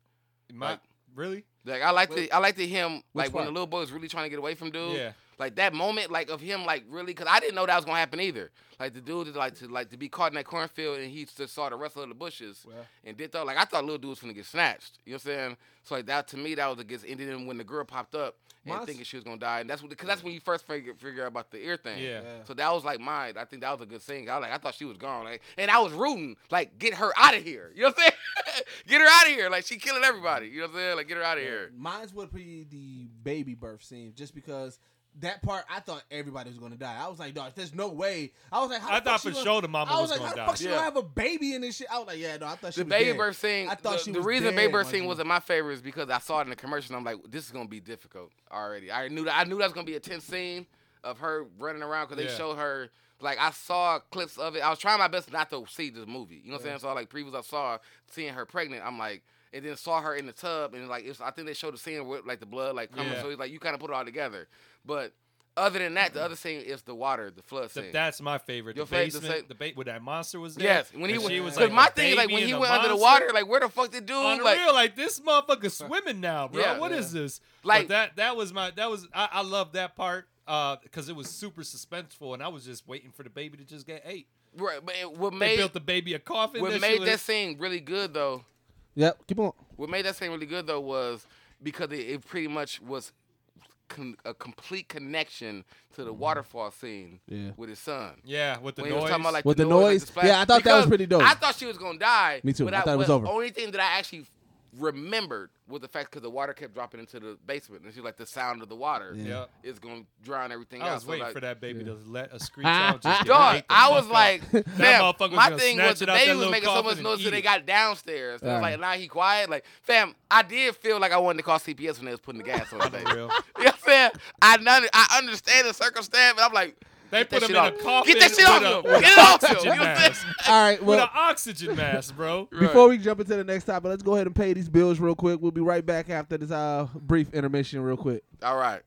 My,
like-
really?
Like I liked the I liked the him like when
part?
the little boy was really trying to get away from dude.
Yeah.
Like that moment, like of him, like really, cause I didn't know that was gonna happen either. Like the dude is like to like to be caught in that cornfield and he just saw the rustle of the bushes
Well.
and did though. Like I thought little dude was gonna get snatched. You know what I'm saying? So like that to me that was against ended in when the girl popped up and
My-
thinking she was gonna die and that's what because that's when you first figure figure out about the ear thing.
Yeah.
So that was like mine. I think that was a good thing. I was like, I thought she was gone. Like, and I was rooting, like, get her out of here. You know what I'm saying? get her out of here. Like she killing everybody. You know what I'm saying? Like get her out of here.
Mine's would be the baby birth scene just because that part I thought everybody was going to die. I was like, dog, there's no way. I was like, how
I
the fuck
thought
she
for
gonna-
sure the mama
I was
was
like,
gonna
how the
die.
fuck she gonna
Yeah.
have a baby in this shit? I was like, yeah, no, I thought she
The
was
baby
dead.
birth scene.
I thought
the,
she
the
was
reason
dead
baby birth
when
scene
she-
wasn't my favorite is because I saw it in the commercial. and I'm like, this is gonna be difficult already. I knew that. I knew that was gonna be a tense scene of her running around because they
Yeah.
showed her. Like I saw clips of it. I was trying my best not to see this movie. You know what I'm saying? So like previews, I saw seeing her pregnant. I'm like, and then saw her in the tub, and like it's, I think they showed the scene with like the blood like coming.
Yeah.
So it's like you kind of put it all together. But other than that, the other scene is the water, the flood
Th-
scene.
that's my favorite.
Your
The
favorite- the
basement,
sa-
the ba- where that monster was there.
Yes, when he
and
was,
she was
cause
like
my
a
thing, like
baby
when
and
he
a
went under the
monster.
water, like where the fuck did dude,
Unreal,
like,
like, this motherfucker swimming now, bro.
Yeah.
What is
Yeah.
this?
Like-
Like that. That was my. That was I. I love that part because it was super suspenseful, and I was just waiting for the baby to just get ate.
Right, but it- what
They
made
built the baby a coffin.
what
that
made
shit
that
was,
scene really good though,
Yep, keep on.
what made that scene really good though was because it, it pretty much was con- a complete connection to the waterfall scene
Mm-hmm. Yeah.
with his son.
yeah, with the
When he
noise.
was talking about like
With the
like,
noise?
splash-
Yeah, I thought that was
because
pretty dope.
I thought she was gonna die.
Me too.
but
I thought it was
but
over.
Only thing that I actually remembered was the fact because the water kept dropping into the basement, and she was like the sound of the water
Yeah.
yeah.
is gonna drown everything out.
I was
So,
waiting
like,
for that baby to let a screech out. Just get
Dog,
ate the
I
fuck
was
up.
like, fam,
motherfucker was
my
gonna
thing was
snatch
the
it out that
baby was
little
making so
coffin
much
and
noise
eat
till they
it.
got downstairs. It was
Yeah.
like, now he quiet. Like, fam, I did feel like I wanted to call CPS when they was putting the gas on the baby. you know
real.
what I'm saying? I, none, I understand the circumstance, but I'm like,
They
that
put him
shit
in a
off.
coffin.
Get that shit
with
off
a-
him.
with
Get
an
it off him. You
oxygen
know what I'm
mask.
saying?
All right,
With an
well,
oxygen mask, bro.
Before we jump into the next topic, let's go ahead and pay these bills real quick. We'll be right back after this uh, brief intermission, real quick.
All right.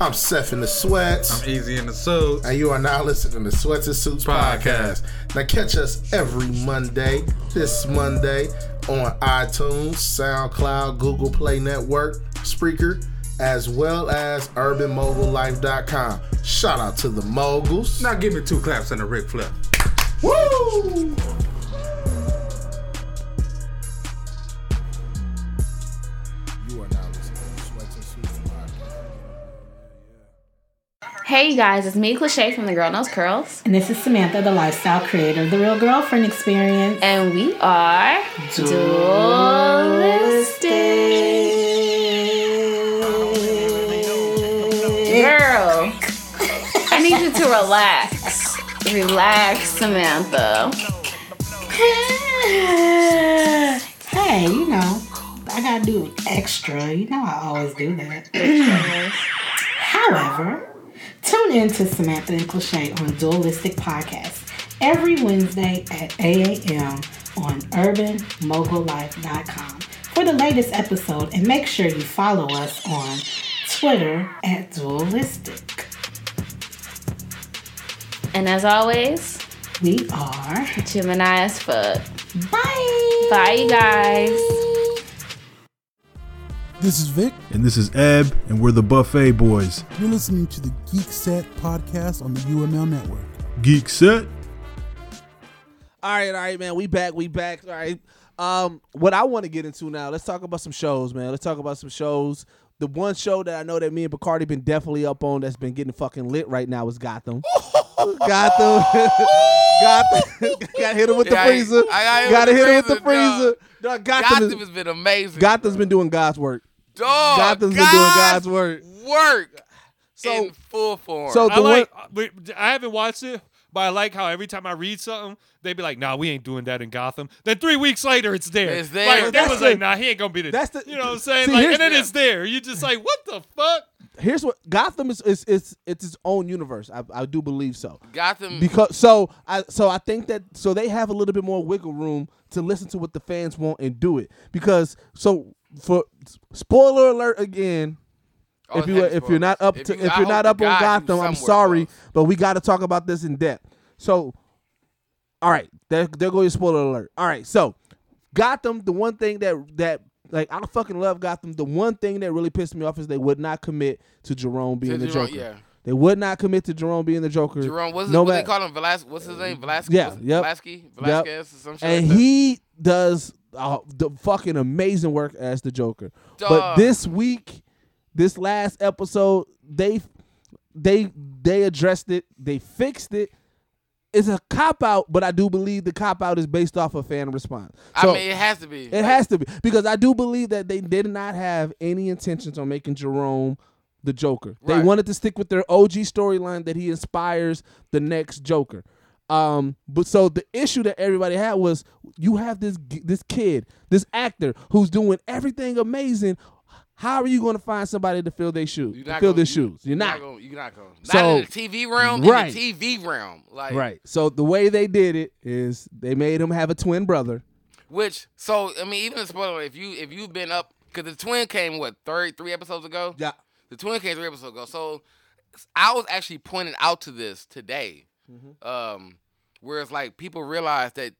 I'm Seth in the Sweats,
Easy in the soul.
and you are now listening to Sweats and Suits podcast. Now catch us every Monday, this Monday, on iTunes, SoundCloud, Google Play Network, Spreaker, as well as UrbanMogulLife.com. Shout out to the moguls.
Now give me two claps and a Ric Flair.
Woo! You are now listening to Sweats and Suits podcast.
Hey you guys, it's me Cliche from the Girl Knows Curls,
And this is Samantha, the lifestyle creator of the Real Girlfriend Experience.
and we are Dualistic Girl. I need you to relax, relax, Samantha.
Hey, you know, I gotta do extra. You know, I always do that. However, tune in to Samantha and Cliche on Dualistic Podcast every Wednesday at 8 a.m. on UrbanMogulLife.com for the latest episode, and make sure you follow us on Twitter at Dualistic.
And as always,
We are.
Gemini as fuck.
Bye.
Bye, you guys.
This is Vic.
And this is Eb, and we're the Buffet Boys.
You're listening to the Geek Set podcast on the UML network.
Geek set.
All right, all right, man. We back. We back. All right. Um, what I want to get into now, let's talk about some shows, man. Let's talk about some shows. The one show that I know that me and Bacardi been definitely up on that's been getting fucking lit right now is Gotham. Gotham. Gotham. Got hit him with
Yeah, I-
the freezer.
I got
Gotta
hit with
hit
the
him with the
freezer, dog.
freezer. Dog, Gotham,
Gotham
is,
has been amazing.
Gotham's been doing God's work.
Dog,
Gotham's been doing God's work.
Work
So-
in full form.
So
I
the
like.
one,
wait, I haven't watched it, but I like how every time I read something, they be like, "Nah, we ain't doing that in Gotham." Then three weeks later, it's there.
It's there.
Like, they
That's
was
the-
like, "Nah, he ain't gonna be there."
that's the-
you know what I'm saying?
See,
like,
here's-
and then
yeah.
it's there. You just like, what the fuck?
here's what Gotham is is it's it's its own universe. I, I do believe so.
Gotham.
because so I so I think that so they have a little bit more wiggle room to listen to what the fans want and do it because so for spoiler alert again
Oh,
if you
heavy
if you're not up
spoilers.
to
you-
if
I
you're
hope
not
to
up on
God you
Gotham I'm
somewhere
sorry
close.
but we got to talk about this in depth so all right there there goes your spoiler alert all right so Gotham the one thing that that like I fucking love Gotham the one thing that really pissed me off is they would not commit to Jerome being the
Jerome,
Joker
yeah.
they would not commit to Jerome being the Joker
Jerome, what's
no
what
matter-
they call him? Velas- what's his name? Velasquez?
Yeah,
What's-
yep.
Velasquez? Velasquez or some shit.
and
like that.
he does uh, the fucking amazing work as the Joker. But
Dog.
this week, this last episode, they they they addressed it, they fixed it. It's a cop out, but I do believe the cop out is based off of fan response. So
I mean, it has to be.
it has to be because I do believe that they did not have any intentions on making Jerome the Joker. They
Right.
wanted to stick with their OG storyline that he inspires the next Joker. Um, but so the issue that everybody had was you have this g- this kid, this actor who's doing everything amazing. How are you going to find somebody to fill their shoes?
You're
To
not
fill
gonna-
their shoes. You're not.
gonna- You're not going. to
So-
not in the TV realm.
Right.
In the TV realm. Like
Right. So the way they did it is they made him have a twin brother.
Which so I mean, even in spoiler, if you if you've been up, because the twin came what third three episodes ago.
Yeah.
The twin came three episodes ago. So I was actually pointed out to this today,
Mm-hmm.
um, where it's like people realized that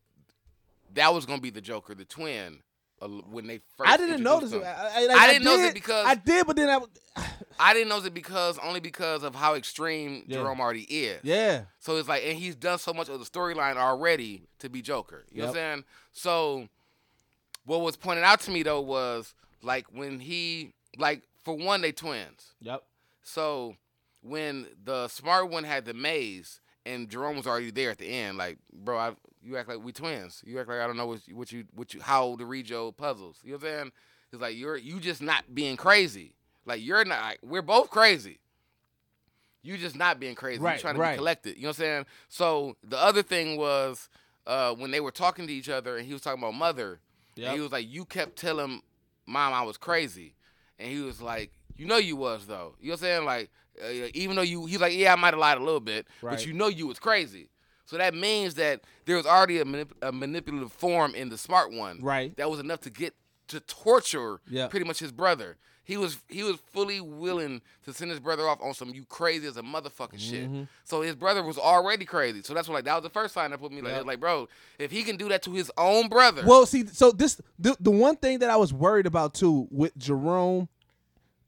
that was gonna be the Joker, the twin, uh, when they first.
I didn't notice
introduced him.
it. I, I- like,
I
I
didn't notice it
did-
because-
I did, but then I
I didn't notice it because only because of how extreme Jerome already is.
yeah.
So it's like, and he's done so much of the storyline already to be Joker. You know what I'm saying? So what was pointed out to me though was like when he like for one they twins.
Yep.
So when the smart one had the maze and Jerome was already there at the end, like bro, I, you act like we twins. You act like I don't know what you, what you what you how to read your puzzles. You know what I'm saying? It's like you're you just not being crazy. Like you're not. Like, we're both crazy. You just not being crazy.
Right,
you trying to
right.
be collected. You know what I'm saying? So the other thing was uh, when they were talking to each other and he was talking about mother. And he was like, you kept telling mom I was crazy. And he was like, you know you was though. You know what I'm saying? Like, uh, even though you, he's like, yeah, I might have lied a little bit,
Right.
but you know you was crazy. So that means that there was already a, manip- a manipulative form in the smart one.
Right.
That was enough to get to torture
Yeah.
pretty much his brother. He was he was fully willing to send his brother off on some you crazy as a motherfucking
Mm-hmm.
shit. So his brother was already crazy. So that's what like that was the first sign that put me like like bro, if he can do that to his own brother,
Well, see, so this the, the one thing that I was worried about too with Jerome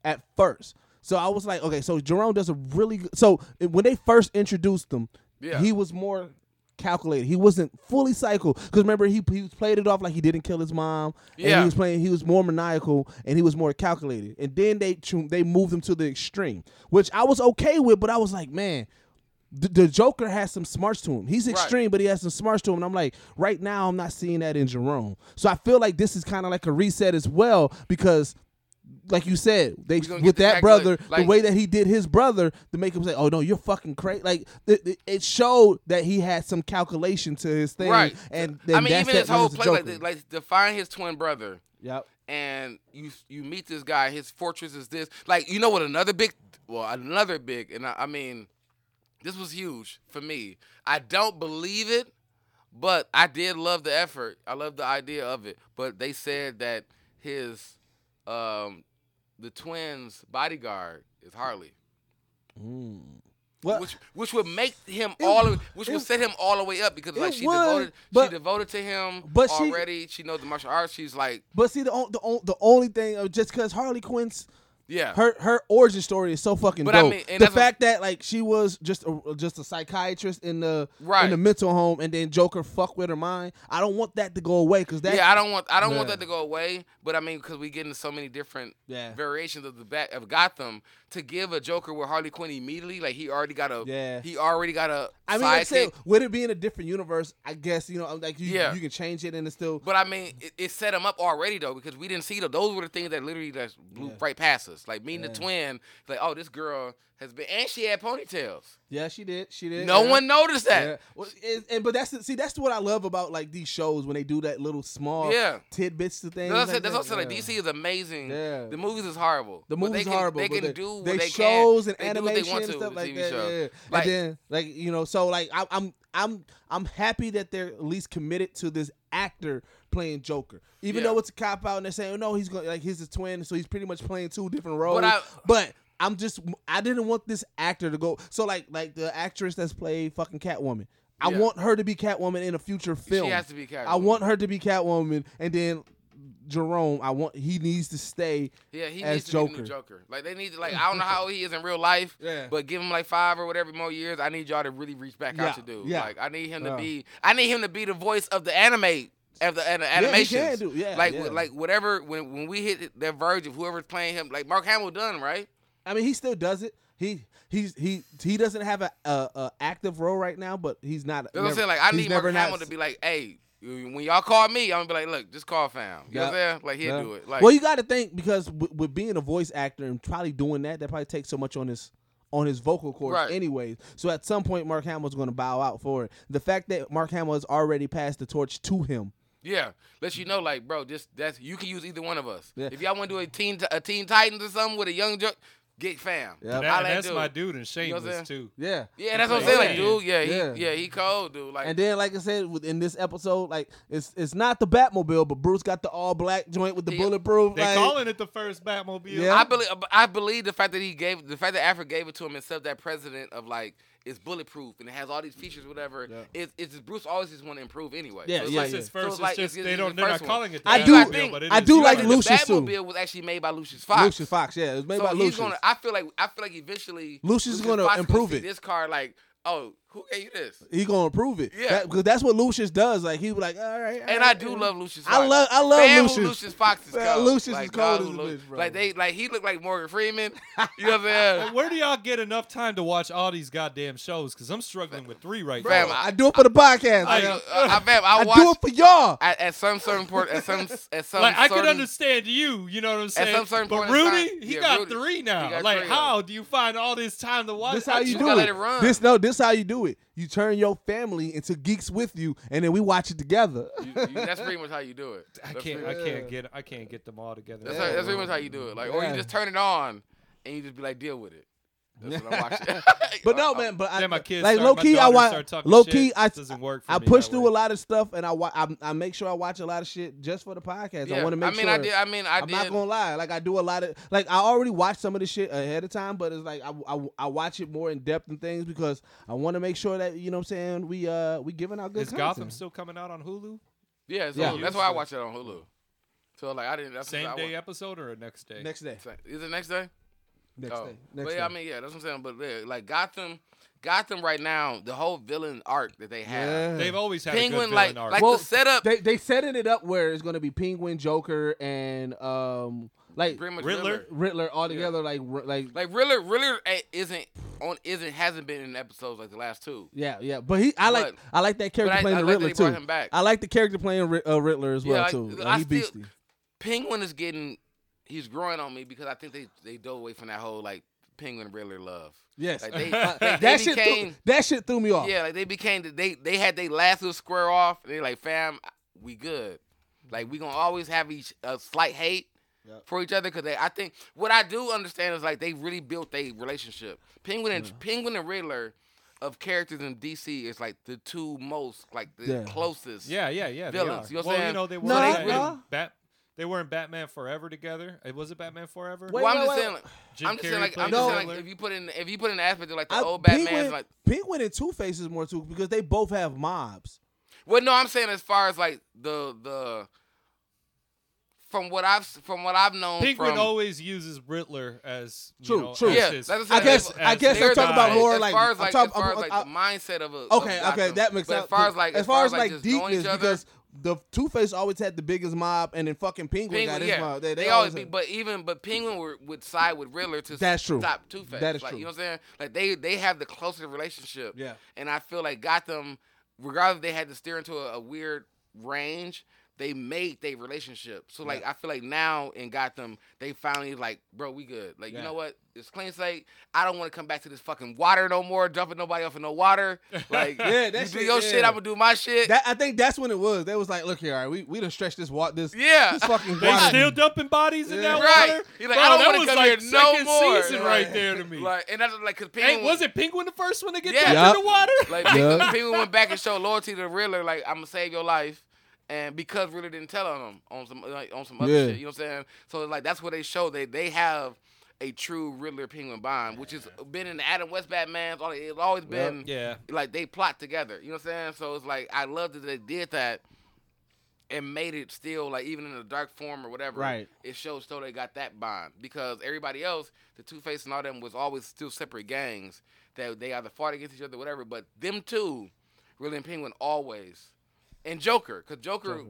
at first. So I was like, okay, so Jerome does a really good. So when they first introduced him,
Yeah.
he was more calculated. He wasn't fully psycho because remember he he was played it off like he didn't kill his mom. and
Yeah.
he was playing. He was more maniacal and he was more calculated. And then they tru- they moved him to the extreme, which I was okay with, but I was like, man, the, the Joker has some smarts to him. He's extreme, but he has some smarts to him. And I'm like, right now, I'm not seeing that in Jerome. So I feel like this is kind of like a reset as well because. Like you said, they
gonna
with
get the
that
calculate-
brother, the
like-
way that he did his brother to make him say, "Oh no, you're fucking crazy." Like it, it- it showed that he had some calculation to his thing,
right?
And
I
then
mean,
that's
even
that
his
when
whole
he was the
play, like,
Joker.
like define his twin brother.
yep.
and you you meet this guy. His fortress is this. Like you know what? Another big, well, another big, and I, I mean, this was huge for me. I don't believe it, but I did love the effort. I love the idea of it. But they said that his, um, the twins' bodyguard is Harley.
Well,
Which, which would make him all, the- which
it-
would set him all the way up because like
it
she
would,
devoted,
but-
she devoted to him
but she-
already. She, knows the martial arts. She's like,
but see, the on, the on, the only thing uh, just because Harley Quinn's
yeah,
her her origin story is so fucking
But I
dope.
mean- and
the
that's what-
fact that like she was just a, just a psychiatrist in the in
Right.
the mental home, and then Joker fuck with her mind. I don't want that to go away because that
yeah, I don't want I don't want
Yeah.
that to go away. But I mean, because we get into so many different
Yeah.
variations of the back of Gotham to give a Joker with Harley Quinn immediately, like he already got a
Yeah.
he already got a
I mean, like I said,
sidekick.
would it be in a different universe? I guess you know, like you,
Yeah.
you can change it and it's still.
But I mean, it, it set him up already though because we didn't see the, those were the things that literally that blew right past us. Like meeting the twin, like oh this girl has been and she had ponytails.
Yeah, she did. She did.
No
yeah.
one noticed that.
Yeah. Well, and, and- but that's the- see that's what I love about like these shows when they do that little small
Yeah.
tidbits to things.
That's what I
like
said- that's
that.
what I said, like
Yeah.
DC is amazing.
Yeah.
The movies is horrible.
The
But they
movie's
can,
horrible.
They can
but
do what
they,
they
shows
can.
and
They do what they
animation
want
and
to
stuff
with
like
TV
that.
shows.
Yeah.
Like-
and then, like you know, so like I, I'm I'm I'm happy that they're at least committed to this actor playing Joker, even
Yeah.
though it's a cop out and they're saying "Oh, no, he's going like he's his twin, so he's pretty much playing two different roles. But,
But I-
I'm just I didn't want this actor to go so like like the actress that's played fucking Catwoman. I
Yeah.
want her to be Catwoman in a future film.
has to be
I
Catwoman.
want her to be Catwoman, and then Jerome. I want he needs to stay.
Yeah, he
as
needs to
Joker.
be the new Joker. Like they need to like I don't know how old he is in real life,
Yeah.
but give him like five or whatever more years. I need y'all to really reach back
Yeah,
out to dude.
yeah.
Like I need him
Yeah.
to be I need him to be the voice of the anime of the, and the
he
animations.
can do- yeah,
like
yeah.
wh- like whatever when when we hit that verge of whoever's playing him, like Mark Hamill done, right?
I mean, he still does it. He he's he he doesn't have a, a, a active role right now, but he's not.
That's what I'm
never-
saying. Like I
he's
need Mark
never not-
Hamill to be like, hey, when y'all call me, I'm gonna be like, look, just call fam. You know what I'm
Yeah.
saying? Like he'll
Yeah.
do it. Like
well, you got to think because w- with being a voice actor and probably doing that, that probably takes so much on his on his vocal cords,
Right.
anyways. So at some point, Mark Hamill's going to bow out for it. The fact that Mark Hamill has already passed the torch to him.
Yeah, let you know, like, bro, just that's you can use either one of us.
Yeah.
If y'all want to do a teen, a Teen Titans or something with a young jerk, get fam.
Yeah.
That-
Holla at
that's my dude in
know what I'm
Shameless
saying?
too.
Yeah.
Yeah, that's what
Yeah.
I'm saying, like, dude. Yeah, he,
Yeah.
yeah, he cold, dude. Like,
And then, like I said, with- in this episode, like it's it's not the Batmobile, but Bruce got the all black joint with the
Yeah.
bulletproof.
They
like,
calling it the first Batmobile.
Yeah.
I believe, I believe the fact that he gave, the fact that Alfred gave it to him and set that president of like it's bulletproof and it has all these features, whatever. It's, it's Bruce always just want to improve anyway.
Yeah,
So it's
yeah,
like-
yeah.
It's
so it's
first.
like-
it's just
it's-
they
it's
don't.
the
They're not
first one.
calling it. the
I
Yeah,
do.
I
Batmobile,
think-
but it
I
is
do
used
like
as
the
that.
Lucius too.
Batmobile was actually made by Lucius Fox.
Lucius Fox, yeah, it was made
so
by
he's
Lucius.
gonna. I feel like. I feel like eventually.
Lucius is gonna
Fox gonna
improve
see
it.
This car, like, oh, who gave you this?
he gonna prove it.
Yeah.
because that's what Lucius does. Like he was like, all right. all
And I
right."
do love Lucius.
I
Fox.
love- I love
Fam, who
Lucius.
Lucius Fox is
Fam,
cold.
Lucius is
like,
cold
God,
as a
who Lu-
bitch, bro.
Like they, like he looked like Morgan Freeman. You know what I'm saying?
Where do y'all get enough time to watch all these goddamn shows? Because I'm struggling with three right
Fam,
now.
I do it for the podcast.
Like,
man.
uh, I, fam, I,
I
watched
do it for y'all.
at, at some certain port, at some, at some.
Like I
certain,
could understand you, you know what I'm saying.
some certain
but
point in
Rudy,
time-
he
yeah,
got
Rudy,
three
he
now.
got
like
three of
how do you find all this time to watch?
This how
I
you
just-
do
gotta
it.
let it run.
This no, this how you do it. You turn your family into geeks with you, and then we watch it together.
You, you, that's pretty much how you do it.
I
That's
can't.
Pretty,
I can't get. I can't get them all together.
that's, how, that's pretty much how you do it. Like, or
Yeah.
you just turn it on and you just be like, deal with it. That's what I'm watching.
But no, man. But I,
Then my kids
like
start-
low
my
key, I
daughters
watch.
start talking
Low
shit.
key, I
Doesn't work for
I
me
push
that
through
way.
a lot of stuff, and I, wa- I I make sure I watch a lot of shit just for the podcast. I
Yeah,
want to make
I mean,
sure.
I did. I mean, I
am
did.
not gonna lie. Like I do a lot of like I already watch some of this shit ahead of time, but it's like I, I, I watch it more in depth and things because I want to make sure that you know what I'm saying we uh we giving out good
Is
content.
Gotham still coming out on Hulu?
yeah, it's
Yeah.
Hulu. that's why I watch it on Hulu. So like, I didn't. That's
Same
what I
day
wa-
episode or next day?
next day?
Sa- Is it next day?
Next
Oh.
day. Next
but
day.
yeah, I mean, yeah, that's what I'm saying. But yeah, like Gotham, Gotham right now, the whole villain arc that they have.
Yeah.
They've always had a
Penguin,
good
like,
villain arc.
like
Well,
the setup.
they they setting it up where it's gonna be Penguin, Joker, and um like
pretty much
Riddler.
Riddler all together. Like r- like
Like Riddler, Riddler eh, isn't on, isn't hasn't been in episodes like the last two.
Yeah, yeah, but he, I like,
But-
I like that character
but I-
playing
I
the
like that
Riddler
they brought
too.
him back.
I like the character playing Ri- uh, Riddler as well
like,
too.
I
Like, he
still-
beastie.
Penguin is getting, he's growing on me because I think they they dove away from that whole like Penguin Riddler love.
Yes,
like, they-
Uh,
they-
that
they
shit, threw,
became-
that shit threw me off.
Yeah, like they became the- they they had their last little square off. And they like, fam, we good. Like we gonna always have each a slight hate for each other because they. I think what I do understand is like they really built their relationship. Penguin and Penguin and Riddler of characters in DC is like the two most like the
Yeah.
closest.
Yeah, yeah, yeah. they
Villains,
are.
you know what I'm
well, you
saying?
know they
So
were.
they
in
really-
Bat- they were in Batman Forever together. It was it Batman Forever.
Wait,
well, I'm
wait,
just
wait.
saying. Like,
Jim
I'm just
Carrey
saying like
played
I'm just saying
Riddler.
like if you put in if you put in the aspect of like the
I-
old
Penguin,
Batman's like.
Penguin and Two Face is more too because they both have mobs.
Well, no, I'm saying as far as like the the. From what I've from what I've known
Penguin
from
always uses Riddler as you
True,
know,
true.
as
Yeah,
his-
that's what
I
As-
guess, I
as
guess
their
I'm talking about
guy.
more
as
like,
far as
I'm
like,
talking-
as far as
I'm-
like
I'm-
the mindset of a
Okay,
of
okay,
Gotham.
that makes
but
sense.
As far as like
as far as
like,
like
just knowing
deepness,
each other,
because the Two Face always had the biggest mob, and then fucking Penguin, got
Penguin,
his
yeah,
mob.
they, always be,
had-
but even but Penguin were, would side with Riddler to
That's true.
stop Two Face.
That is
like,
true.
You know what I'm saying? Like they they have the closer relationship.
Yeah.
and I feel like Gotham, regardless, if they had to steer into a, a weird range. They made their relationship. So like I feel like now in Gotham, they finally like, bro, we good. Like you know what? It's clean slate. I don't want to come back to this fucking water no more, jumping nobody off in no water. Like
Yeah, that
you do
shit,
your shit,
yeah.
I'm gonna do my shit.
that, I think that's when it was. They was like, look here, all right, we we done stretched this walk this
Yeah.
this fucking
They
water.
still dumping bodies in that
Right.
water.
He's like,
Bro,
I don't
that
wanna
was
come
like
here no
second
more.
season
Right.
right there to me.
like, and that's like, cause Penguin
Hey, was it Penguin the first one to get
Yeah.
Yup.
dumped in the water?
Like
Yeah.
people, people went back and showed loyalty to Riddler, like I'm gonna save your life, and because Riddler didn't tell on him on some like, on some other
Yeah.
shit, you know what I'm saying? So like that's what they show they they have a true Riddler Penguin bond, which has been in the Adam West Batman's. all- It's always been
Yeah.
like they plot together, you know what I'm saying? So it's like I love that they did that. And made it still like even in a dark form or whatever.
Right.
It shows still they got that bond because everybody else, the Two Face and all them, was always still separate gangs that they either fought against each other, whatever. But them two, really and Penguin, always, and Joker, because Joker.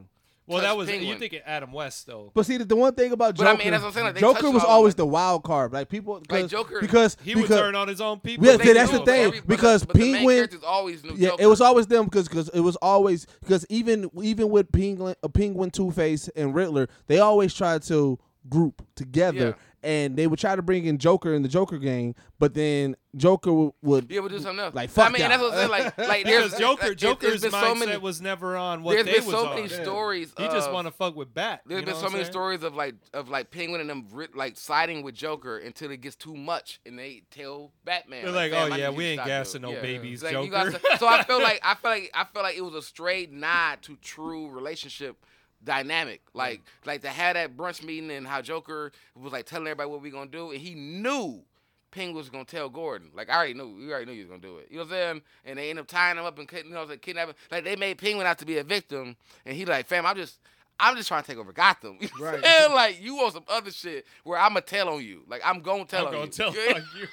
Well,
touched
that was
Penguin.
you think of Adam West though.
But see, the, the one thing about
But
Joker,
I mean, that's what I'm saying, like, they
Joker
touched
was
all of
always
it.
the wild card. Like people, because
Joker-
because
He
because,
would turn on his own people.
Yeah,
They
see, that's
knew
the
it.
thing,
Every- but the-
because
but the main
Penguin-
characters always knew
Yeah,
Joker.
it was always them because it was always because even even with Penguin, uh, Penguin, Two Face, and Riddler, they always tried to group together, and they would try to bring in Joker in the Joker gang, but then Joker w- would
Yeah, but do something else.
like fuck
I mean,
y'all.
that's what I'm saying. Like, like
Because
there's
Joker,
like, there's-
Joker's
there's been
mindset
so many,
was never on what
There's
they
been
was
so
on.
many stories.
He just
of-
want to fuck with Bat.
There's
you
been
know
so
what I'm
many
saying?
stories of like of like Penguin and them ri- like siding with Joker until it gets too much and they tell Batman.
They're like,
"Fam,
"Oh,
I
yeah,
need you
we
to
ain't
stop
gassing
doing-"
no babies,
Like, you
Joker.
gotta- so I feel like I feel like I feel like it was a straight nod to true relationship dynamic. Like like to have that brunch meeting and how Joker was like telling everybody what we gonna do and he knew Penguin was gonna tell Gordon. Like I already knew, we already knew you was gonna do it. You know what I'm saying? And they end up tying him up and kid- you know, like kidnapping. Like they made Penguin out to be a victim, and he like, fam, I'm just, I'm just trying to take over Gotham. You know what I'm
Right.
saying? Like you want some other shit where I'ma tell on you. Like I'm gonna tell
I'm
on
gonna
you.
tell
Yeah.
on you.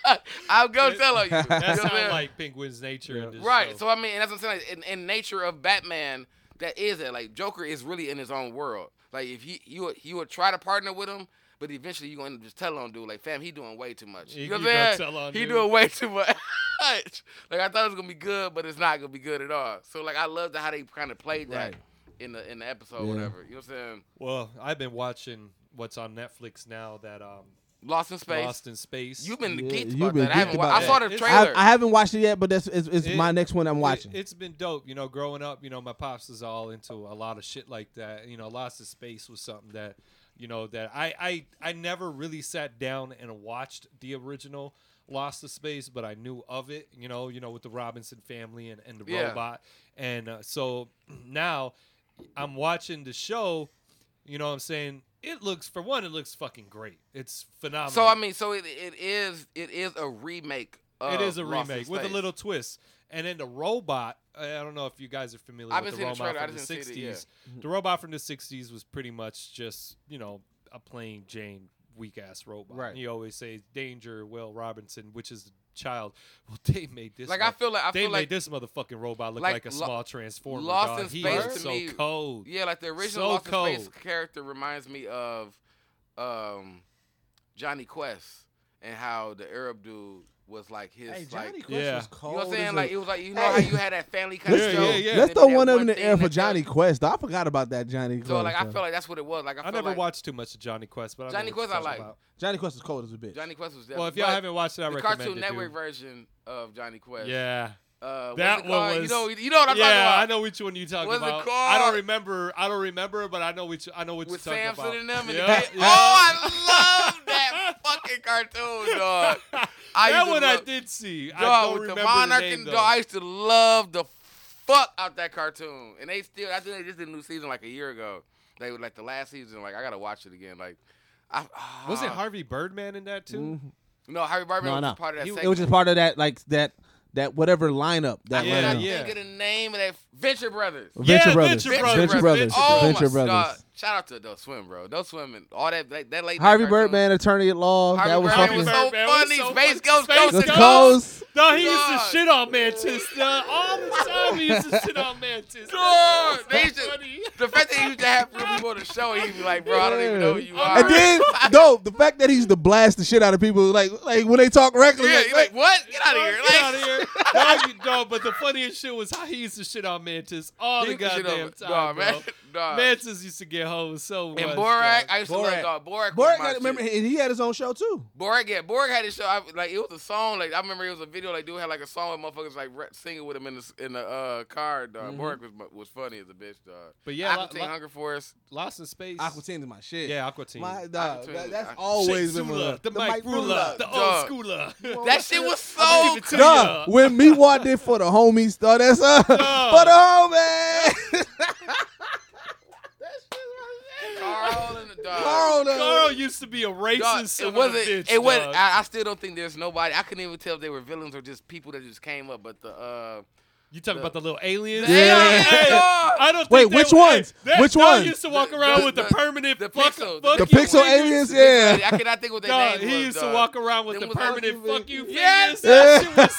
I'm gonna tell on you. You know what I'm
That's not
saying?
like Penguin's nature. In this
right.
show.
So I mean, and that's what I'm saying. Like, in, in nature of Batman, that is it. Like Joker is really in his own world. Like if he you would- you would try to partner with him. But eventually you gonna end up just telling on dude like fam he doing way too much.
You-
You know what
you gonna
I'm
tell on
saying? He
dude.
doing way too much. like I thought it was gonna be good, but it's not gonna be good at all. So like I love the how they kind of played that
Right.
in the in the episode, whatever. You know what I'm saying?
well, I've been watching what's on Netflix now. That um,
Lost in space.
Lost in Space.
You've been
Yeah,
geeked
you've
about
been
that. I, haven't
geeked
wa-
about
I saw
that.
the
It's-
trailer.
I, I haven't watched it yet, but that's it's, it's
It-
my next one I'm watching.
It, has been dope. You know, growing up, you know, my pops is all into a lot of shit like that. You know, Lost in Space was something that, you know, that I I, I never really sat down and watched the original. Lost to Space, but I knew of it. You know, you know, with the Robinson family and, and the
Yeah.
robot, and uh, so now I'm watching the show. You know, what I'm saying it looks for one, it looks fucking great. It's phenomenal.
So I mean, so it, it is it is a remake. Of
it is a
Lost in
remake with a
Space.
little twist. And then the robot, I I don't know if you guys are familiar
I
with
haven't
the
seen the
robot
trailer, I
from the
just didn't see it, Mm-hmm.
60s.
yeah.
The robot from the 60s was pretty much just, you know, a plain Jane weak ass robot.
Right.
You always say danger, Will Robinson, which is the child. Well, they made this
Like, I feel like- I
they
feel
made
like-
this motherfucking robot look like,
like
a
Lo-
small transformer.
Lost
dog.
in
he
Space
is
to
so
me-
cold.
Yeah, like the original
So
Lost in Space
cold.
character reminds me of um, Johnny Quest and how the Arab dude was like his
Hey,
like.
Johnny Quest
Yeah.
was
you
cold.
know what I'm
as
saying?
a-
Like it was like you know how you had that family kind
Yeah,
of show.
yeah, yeah.
and
Let's
they
throw
did that
one of them in
thing
the air for
that
Johnny
show.
Quest. I forgot about that Johnny Quest.
So like I
though.
feel like that's what it was. Like I,
I
feel
never
like
watched too much of Johnny Quest, but I know
Johnny
what you're
Quest I
talking
like.
about.
Johnny Quest is cold as a bitch.
Johnny Quest was definitely.
Well, if y'all
but
haven't watched it, I
the
recommend
Cartoon
it,
Network
dude.
version of Johnny Quest.
Yeah.
Uh, what's
That
it
one
called?
was-
You know, you know what I'm
yeah,
talking about.
I know which one you talking
What's it
about. I don't
called?
remember. I don't remember, but I know which. I know what
with
you're talking
Samson
about.
and them. And
Yeah,
the kid.
yeah.
Oh, I love that fucking cartoon, dog. Oh! I
that
used to
one I
love-
did see. I
Dog,
don't
with
remember
the Monarch
the name,
and
though.
dog, I used to love the fuck out that cartoon, and they still. I think they just did a new season like a year ago. They were like the last season. Like I gotta watch it again. Like, I,
was it
ah.
Harvey Birdman in that too?
No, Harvey
No,
Birdman was
no.
just part of that.
He- it
section.
was just part of that, like that, that whatever lineup. That
Yeah,
lineup.
yeah.
I can't get the name of that Venture Brothers.
Venture
Yeah,
Brothers.
Venture
Venture
Brothers.
Brothers.
Oh
Venture
my
Brothers.
god! Shout out to Adult Swim, bro. Adult Swim and all that that, that late. night
Harvey
cartoon.
Birdman, Attorney at Law.
Harvey
that was
Birdman
fucking
was
Harvey
so
Birdman
funny.
was so
Space
funny.
Ghost,
Space
Ghost,
the
and
Ghost.
Ghost.
Coast.
No, he used
Dog.
to shit on Mantis. dog. All the time he used to shit on Mantis.
Dog,
That's
they used to-
funny.
The fact that he used to have people on the show, he'd be like, bro, I don't even know who you are.
And then, no, the fact that he used to blast the shit out of people, like, like when they talk reckless,
yeah,
like,
you're like, what? Get out of here.
Get
Like,
outta here. Dog, you- dog, but the funniest shit was how he used to shit on Mantis all the
You can shit on-
goddamn time.
dog,
bro.
man. Dog.
Mantis used to get home so much.
And Borak,
dog.
I used to
Borat.
love dog. Borak,
Borat
was my
got remember,
shit.
and he had his own show too.
Borak, yeah, Borak had his show. I, like it was a song. Like I remember it was a video. Like dude had like a song with motherfuckers like re- singing with him in the in the uh, car. Dog. Borak was mu- was funny as a bitch. Dog.
Mm-hmm. But yeah,
Aqua
li-
Teen
li-
Hunger Force.
Lost in Space.
Aquatine is my shit.
Yeah, Aqua Teen.
my dog.
Aquatine.
That, that's
Shake
always
Shake
been my
Sula, the, Mike Rula, the old
dog.
schooler.
That shit was
I'll give
so.
Oh, it to
good.
Duh,
ya.
when me walked in for the homies, though, that's uh, for the homies.
Carl and the dog.
Carl, done-
Carl used to be a racist.
Dog,
son
it
of a
wasn't.
bitch,
it
dog.
wasn't. I, I still don't think there's nobody. I couldn't even tell if they were villains or just people that just came up. But the uh,
you talking about the little aliens?
The Yeah. aliens,
Hey,
dog.
I don't.
Wait,
think they
which
were-
ones?
Hey, that
Which
dog
ones?
used to walk around
the-
with the,
the-
permanent
the
fuck,
pixel-
fuck
the
the
you
Pixel
fingers.
aliens,
I,
yeah.
I cannot think what their
Dog,
name
he
was,
used to
dog.
walk around with
Them
the
was-
permanent fuck you fingers.
Yes.
That shit was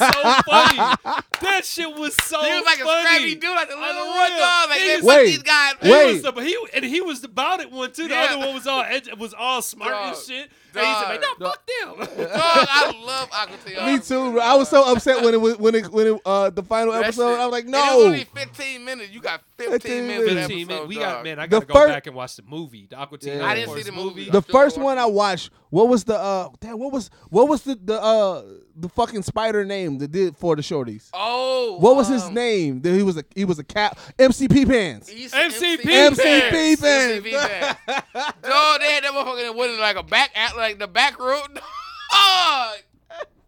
so funny. That shit was so
He was like
funny.
a scrappy dude, like the
I
little
know,
one
yeah.
dog. Like,
He was-
man, fuck
Wait,
these guys.
He
wait.
was the, he, and he was about it one too. The
Yeah.
other one was all ed- was all smart and
Dog.
shit. And he's like, no,
Dog.
fuck them.
Dog, I love Aquatine.
Me too, bro. I was so upset when it was when it when it uh the final episode. I was like,
It was
no.
only 15 minutes. You got 15,
15
minutes. of
15
episode,
minutes. We got
dog.
man. I
The
gotta go
fir-
back and watch the movie. The Aqua Teen
Yeah. I
Hunger
didn't
see
Force
the movie.
The
I'm still
first one
watching
I
it.
watched, what was the uh damn, what was what was the the uh the fucking spider name that did for the shorties?
Oh,
What was his
um,
name? That he was a he was a cap MCP pants.
East-
MCP
MCP fans.
MCP fans. Dog, they had that motherfucker that was like a back at like the back room.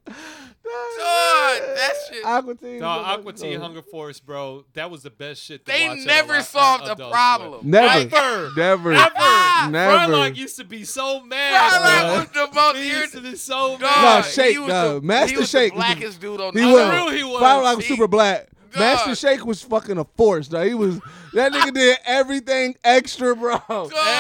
Dog, dog, that shit.
Aquatine.
No, Aqua Teen Hunger Force, bro. That was the best shit. To
They
watch at
never
a lot-
solved
at
the
Adult
problem.
Swim.
Never.
Never.
Never.
Never.
Ah,
Never.
Frylock used to be so mad.
Frylock
bro.
was the most
he used to
irritating.
be so
Nah,
Dog,
mad.
shit. Shake,
he was
dog.
the,
Master
he was
Shake
the
was the-
blackest dude on
He
the
was.
real he was.
Firelight was
He-
super black.
Dog.
Master Shake was fucking a force. Though he was that nigga did everything extra, bro.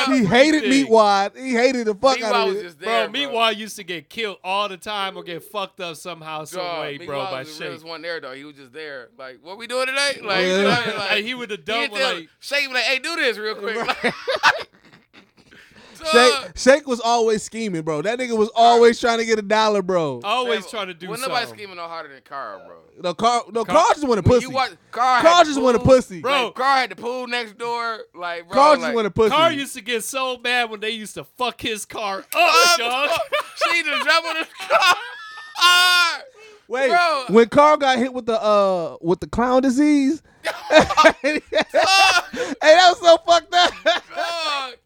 He hated
Everything.
Meatwad. He hated the fuck out
Meanwhile,
of
was
it.
just
Bro,
there,
meanwhile, used to get killed all the time or get fucked up somehow, some
Dog,
way, bro,
Meanwhile
by
was the
Shake.
realest one there though. He was just there. Like, what we doing today? Like,
Yeah.
you know what I mean?
Like, he would have done
didn't
with,
tell-
like,
Shake be like, hey, do this real quick. Like, dog.
Shake, Shake was always scheming, bro. That nigga was always trying to get a dollar, bro.
always
Man,
trying to do
When
something.
nobody scheming no harder than Carl, bro.
No, Carl, no, Carl just wanted
When
pussy.
You watch, Carl,
Carl
had
just
the
wanted
pool,
pussy.
Bro.
Like, Carl had the pool next door. Like, bro,
Carl just
like,
wanted pussy.
Car used to get so mad when they used to fuck his car up,
Up,
dog.
she just jumped on his car.
Wait,
bro.
when Carl got hit with the uh with the clown disease, hey, that was so fucked up.
Dog.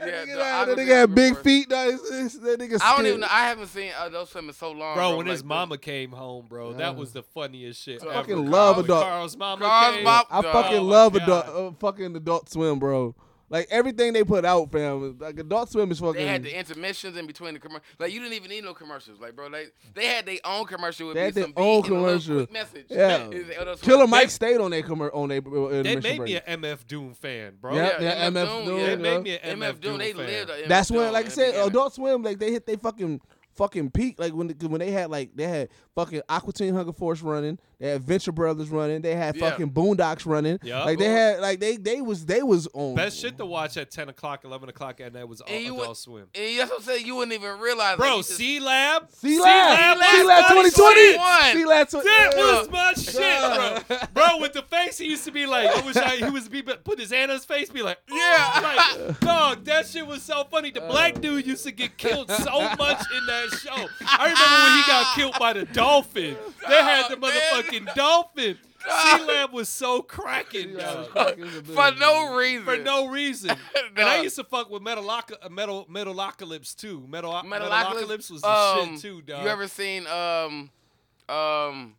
Yeah,
nigga,
the
that, that
Aquaman
nigga had big
refer-
feet. That, is- that nigga
I don't
skinny.
even know. I haven't seen uh, those films in so long.
Bro, when his
like,
mama came home, bro, that was the funniest shit. I
fucking love adult-
Carl's mama
Carl's
came.
mom-
I
Dog.
fucking
Oh my
love
God.
adult, uh, fucking Adult Swim, bro. Like everything they put out, fam. Like Adult Swim is fucking.
They had the intermissions in between the commercials. Like you didn't even need no commercials, like bro. Like they had their own commercial. With
They had
be
their
some
own
beat and a little
commercial.
quick Message.
Yeah.
Is- oh, that's
Killer
what-
Mike stayed on their commer- on their uh,
They
intermission
made
break.
me an MF Doom fan, bro.
Yeah,
Yeah,
yeah, MF Doom,
yeah.
They
yeah.
made me an
MF Doom. They
fan.
lived. on
That's
MF
when,
Doom
like I
in the
said,
beginning.
Adult Swim, like they hit they fucking fucking peak. Like when the, when they had like they had fucking Aqua Teen Hunger Force running, they had Venture Brothers running, they had
Yeah.
fucking Boondocks running.
Yeah.
Like they had like they they was they was on
Best shit to watch at 10 o'clock, 11 o'clock at night was
And you
Adult
would-
Swim.
And that's what I'm saying. You wouldn't even realize. like,
Bro,
you just-
C Lab.
C Lab, C Lab 2020,
2021.
C Lab 2021.
That was my shit, bro. Bro, with the face, he used to be like, I wish I, he was be put his hand on his face, be like, yeah, like, dog, that shit was so funny. The
Uh.
black dude used to get killed so much in that show. I remember when he got killed by the dolphin. They had the
Dog, man.
motherfucking dolphin. C Lab was so cracking, dog.
for no reason.
For no reason. And I
Dog.
used to fuck with Metaloca- Metal Metalocalypse too. Metal Metalocalypse
Metalocalypse
was the
um,
shit too, dog.
You ever seen um um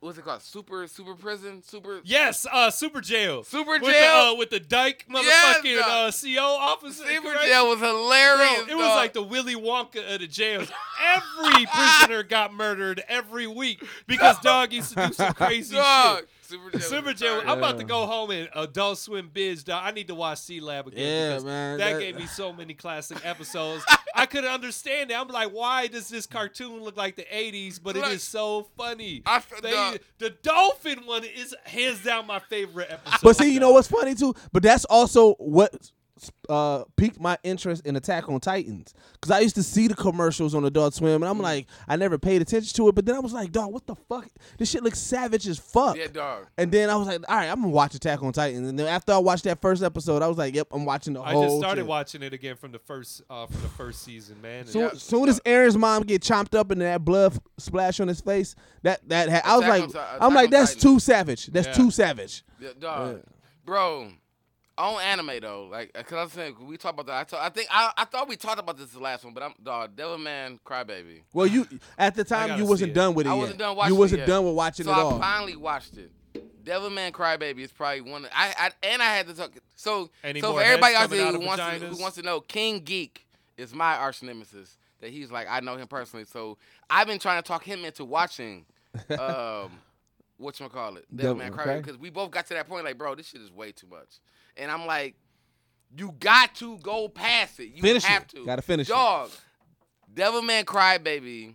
what's it called? Super super prison super
Yes, uh, Super Jail.
Super
with
Jail?
The, uh, with the dyke
Yes,
motherfucking
dog.
uh, CO officer.
super
correct?
jail was
Bro,
hilarious.
it was
dog.
like the Willy Wonka of the jails. Every prisoner got murdered every week because dog used to do some crazy
dog.
shit.
Super jail.
Super
was
Jail.
hilarious.
I'm about to go home and adult swim biz, dog. I need to watch C Lab again.
Yeah,
because
man,
That,
that-
gave me so many classic episodes. I couldn't understand it. I'm like, why does this cartoon look like the 80s? But it
Like-
is so funny.
I f-
They-
dog.
the dolphin one is hands down my favorite episode.
But see, you know
dog.
what's funny too? But that's also what uh, piqued my interest in Attack on Titans because I used to see the commercials on Adult Swim,
Mm.
and I'm like, I never paid attention to it. But then I was like, dog, what the fuck? This shit looks savage as fuck.
Yeah, dog.
And then I was like, all right, I'm gonna watch Attack on Titan. And then after I watched that first episode, I was like, yep, I'm watching the
I
whole.
just started
Oh, shit.
watching it again from the first uh, from the first season, man. And
Soon,
Yeah.
soon as Aaron's mom get chomped up and that blood f- splash on his face, that that ha- I was
Attack
like,
on Ti-
I'm
Attack
like,
on
that's
Titan.
too savage. That's
Yeah.
too savage.
Yeah, dog. Bro, on anime though, like, cause I'm saying we talked about that. I, talk, I think I, I thought we talked about this the last one, but I'm dog. Devilman Crybaby.
Well, you at the time
gotta
you
see
wasn't
it.
done with it.
I
yet.
wasn't done watching.
You wasn't
it yet.
done with watching
so
it
I
all.
finally watched it. Devilman Crybaby is probably one. Of, I, I and I had to talk. So
Any
so
more
for everybody
heads
out
coming
there
out
who
of
wants to,
vaginas?
who wants to know, King Geek is my arch nemesis. That he's like I know him personally. So I've been trying to talk him into watching. Um, what you call it,
Devilman
Devilman Crybaby?
Crybaby.
Because we both got to that point, like, bro, this shit is way too much. And I'm like, you got to go past it. You
Finish
have
it.
to.
Gotta finish it.
Dog, Devilman Crybaby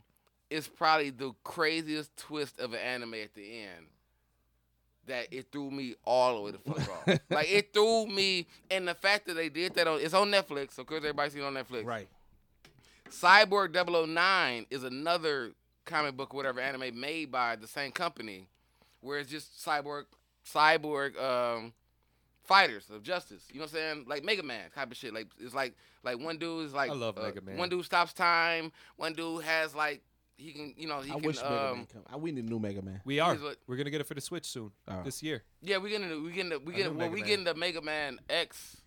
is probably the craziest twist of an anime at the end. That it threw me all the way the fuck off. like it threw me, and the fact that they did that on it's on Netflix. Of course, everybody's seen it on Netflix.
right,
Cyborg 009 is another comic book, whatever anime made by the same company, where it's just cyborg, cyborg um, fighters of justice. You know what I'm saying? Like Mega Man type of shit. Like it's like like one dude is like uh,
I love Mega Man.
One dude stops time. One dude has like he can you know he
I
can
wish Mega Man
um,
come. I, we need a new Mega Man.
we are.
Here's what-
We're gonna get it for the Switch soon
Alright.
this year.
yeah we getting the- we getting the- we
I
getting
love
well
Mega
we
Man.
getting the Mega Man X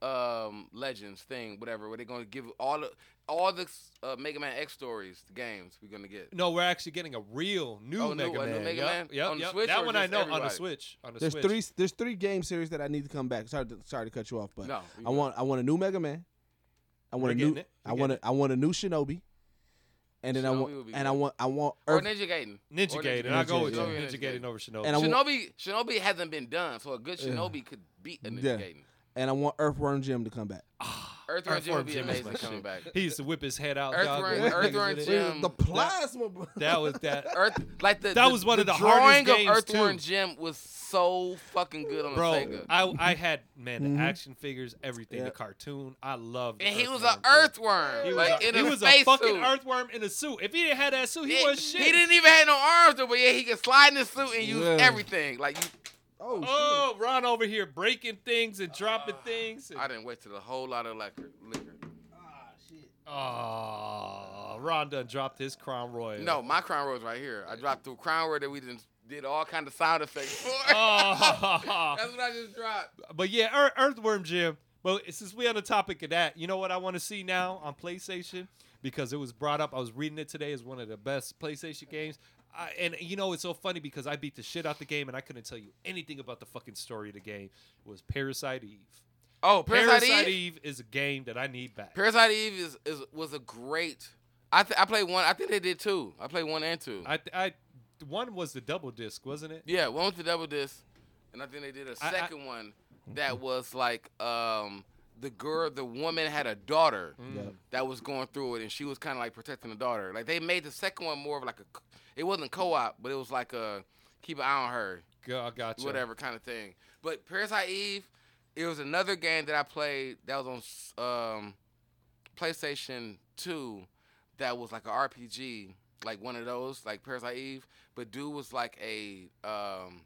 um legends thing whatever where they're gonna give all the all the uh, Mega Man X stories the games we're gonna get.
No, we're actually getting a real new
Oh, new-
Mega
a new
Man.
Mega
Yup,
Man?
yup,
On the
yup.
Switch
that
or
one I
just
know on the
everybody?
Switch. On the
There's
Switch.
three. There's three game series that I need to come back. Sorry, to, sorry to cut you off, but
No, you
I
good.
want I want a new Mega Man. I want
We're
a new.
getting it. We're
I want a,
getting
I want a new Shinobi. And then I
Shinobi
want
would be
and I
good.
want I want
Or
Earth.
Ninja Gaiden.
Ninja
Or
Gaiden. I go with you.
yeah.
Ninja Gaiden over Shinobi.
And I want-
Shinobi, Shinobi hasn't been done, so a good Shinobi could beat a Ninja
Yeah.
Gaiden.
and I want Earthworm Jim to come back.
Earthworm Jim would be amazing coming back.
uh,
He used to whip his head out. dog,
Earthworm,
with niggas
Earthworm
with it.
Jim.
the plasma. bro.
That was that.
Earth, like the
That
the-
was one of the
drawing
hardest games,
of Earthworm
too.
Jim was so fucking good on the
Bro,
Sega.
I I had man the action figures, everything,
Mm-hmm. Yeah.
the cartoon. I loved.
and he was an
Earthworm, dude.
earthworm.
He was,
like,
a,
in
he
a
was a
space
fucking
suit.
earthworm in a suit. If he didn't have that suit, he,
He-
was shit.
He didn't even have no arms, though, but yeah, he could slide in his suit and use
Yeah.
everything. Like, you,
Oh,
Oh, Ron over here breaking things and dropping things. And,
Uh, I didn't wait till a whole lot of liquor. liquor.
oh, Ron done dropped his crown royal.
No, my crown royal's right here. I dropped through crown royal that we didn't did all kind of sound effects for.
Oh,
That's what I just dropped.
but yeah, Ear- Earthworm Jim. But since we're on the topic of that, you know what I want to see now on PlayStation because it was brought up. I was reading it today as one of the best PlayStation games. I, and you know it's so funny because I beat the shit out the game and I couldn't tell you anything about the fucking story of the game. It was Parasite Eve.
Oh, Parasite, Eve.
Eve is a game that I need back.
Parasite Eve is, is was a great. I th- I played one. I think they did two. I played one and two.
I, th- I one was the double disc, wasn't it?
yeah, one was the double disc, and I think they did a
I-
second one that was like um the girl, the woman had a daughter
Mm.
that was going through it, and she was kind of like protecting the daughter. Like they made the second one more of like a, c- it wasn't co-op, but it was like a keep an eye on her.
Go- I got you.
whatever kind of thing. But Parasite Eve, it was another game that I played that was on s- um, PlayStation Two, that was like a RPG, like one of those, like Parasite Eve. But dude was like a um,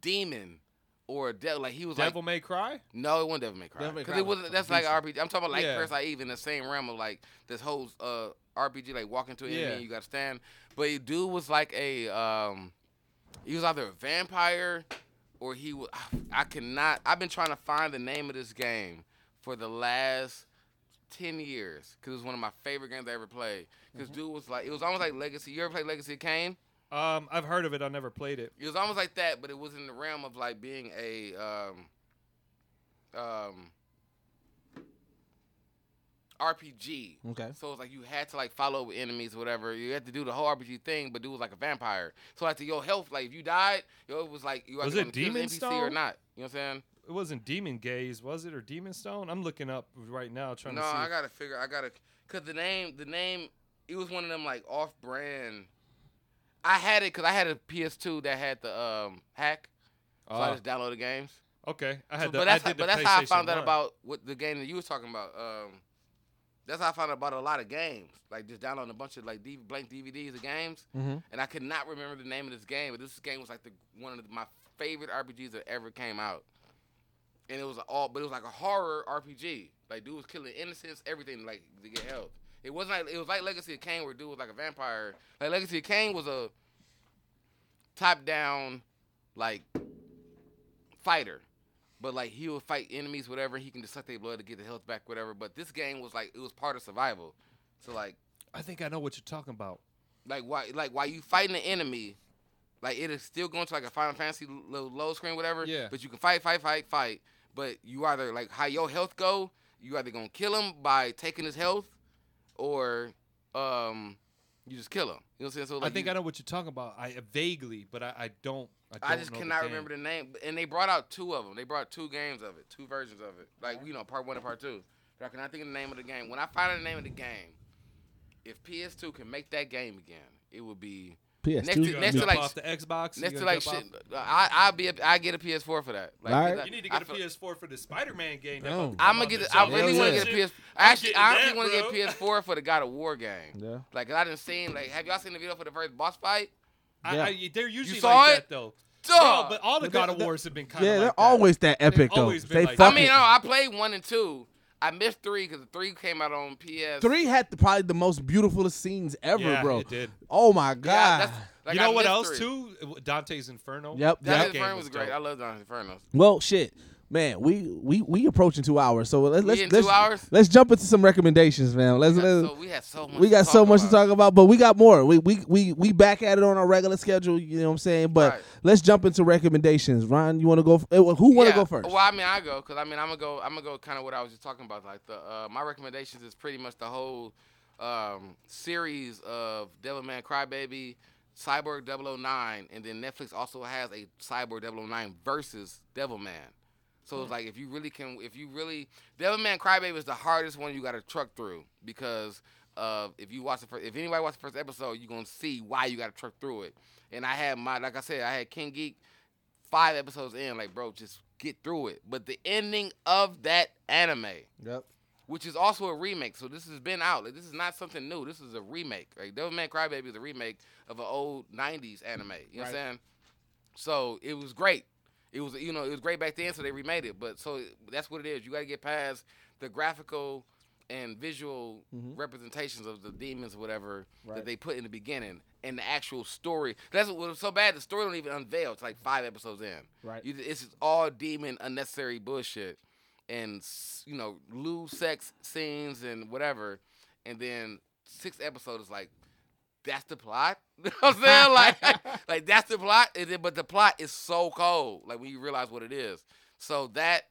demon or a devil. Like he was like
Devil May Cry.
no, it wasn't Devil May Cry.
Devil May
Because
Cry
it
was
wasn't. That's like
decent.
RPG. I'm talking about like
Yeah.
Parasite Eve in the same realm of like this whole uh, RPG, like walking to an
Yeah.
enemy, and you got to stand. But he- dude was like a. Um, he was either a vampire, or he was. I cannot. I've been trying to find the name of this game for the last ten years because it was one of my favorite games I ever played. Because
Mm-hmm.
dude was like, it was almost like Legacy. You ever played Legacy of Kain?
Um, I've heard of it. I never played it.
It was almost like that, but it was in the realm of like being a um, um, RPG.
Okay.
So it's like you had to like follow enemies, or whatever. You had to do the whole RPG thing, but dude was like a vampire. So after your health, like if you died, yo, it was like you
Was it
either gonna kill the
Demon
NPC or
Stone?
not. You know what I'm saying?
It wasn't Demon Gaze, was it, or Demon Stone? I'm looking up right now trying
no,
to see.
I gotta figure. I gotta, cause the name, the name, it was one of them like off-brand. I had it because I had a PS2 that had the um hack, so I
Ah.
just downloaded games.
okay, I
So-
had the.
but that's
I
how,
did the
but that's how I
PlayStation
found out
1.
about what the game that you was talking about. Um, that's how I found out about a lot of games. Like just downloading a bunch of like D- blank DVDs of games,
Mm-hmm.
Mhm.
and I could not remember the name of this game. But this game was like the one of my favorite RPGs that ever came out, and it was all, but it was like a horror RPG. Like dude was killing innocents, everything like to get help. It wasn't like it was like Legacy of Kain where dude was like a vampire. Like Legacy of Kain was a top down like fighter. But like he will fight enemies, whatever. He can just suck their blood to get the health back, whatever. But this game was like it was part of survival. So like
I think I know what you're talking about.
like why like while you fighting the enemy, like it is still going to like a Final Fantasy low, low screen, whatever.
Yeah.
But you can fight, fight, fight, fight. But you either like how your health go, you either gonna kill him by taking his health, or um you just kill him. You know what I'm saying? So like
I think
you-
I know what you're talking about. I uh, vaguely, but I, I don't. I, don't
I just
know
cannot
the
remember the name. but- And they brought out two of them. They brought two games of it, two versions of it. Like you know, part one and part two. But I cannot think of the name of the game. When I find out the name of the game, if PS2 can make that game again, it would be
PS2.
Next to-
Gonna
next to
jump
like
off the Xbox. You
next to
gonna
like
jump
shit. uh, I I be a, I get a PS4 for that. Like,
Alright.
off?
I-
You need to
I
get a
feel-
PS4 for the Spider-Man game.
No.
I'm gonna get. it- I really
Hell
want to
yeah.
get a PS. I actually, I
getting
actually
that,
want to
bro.
get PS4 for the God of War game.
Yeah.
Like, 'cause I didn't see. Like, have y'all seen the video for the first boss fight?
I,
Yeah.
I, they're usually
saw
like
it?
that though.
Duh.
No, but all the
But
God
they-
of
they-
Wars have been kind of.
Yeah,
like
they're
that.
always that epic though.
always been
They
like that.
I
fucking
mean, no, I played one and two. I missed three because three came out on PS.
three had the, probably the most beautiful scenes ever,
Yeah,
bro.
it did.
Oh my
Yeah,
god.
that's, like,
you
I
know what
missed
else
three.
too? Dante's Inferno.
Yep,
Dante's
yep.
game
Inferno was
was
great.
dope.
I love Dante's Inferno.
well, shit. Man, we we we approaching two hours, so let's let's
in two
let's,
hours?
let's jump into some recommendations, man. Let's, let's
So we had so much.
we
to
got
talk
so much to
about.
talk about, but we got more. We we we we back at it on our regular schedule. You know what I'm saying? But
Right.
let's jump into recommendations. Ron, you want to go? f- eh, Who want to
Yeah,
go first?
Well, I mean, I go because I mean, I'm gonna go. I'm gonna go kind of what I was just talking about. Like the uh, my recommendations is pretty much the whole um, series of Devilman Crybaby, Cyborg 009, and then Netflix also has a Cyborg 009 versus Devilman. So it's like if you really can, if you really Devilman Crybaby is the hardest one you got to truck through because of if you watch the first, if anybody watched the first episode, you're gonna see why you got to truck through it. And I had my, like I said, I had King Geek five episodes in, like, bro, just get through it. But the ending of that anime,
Yep.
which is also a remake, so this has been out. Like, this is not something new. This is a remake. Like, Devilman Crybaby is a remake of an old '90s anime. You know what I'm saying? So it was great. It was, you know, it was great back then, so they remade it. But so that's what it is. You got to get past the graphical and visual representations of the demons, or whatever that they put in the beginning, and the actual story. That's what was so bad. The story don't even unveil. It's like five episodes in.
Right.
You, it's just all demon, unnecessary bullshit. and s- you know lewd sex scenes and whatever, and then sixth episode is like that's the plot. You know what I'm saying? Like, like that's the plot. And then, but the plot is so cold. Like when you realize what it is. So that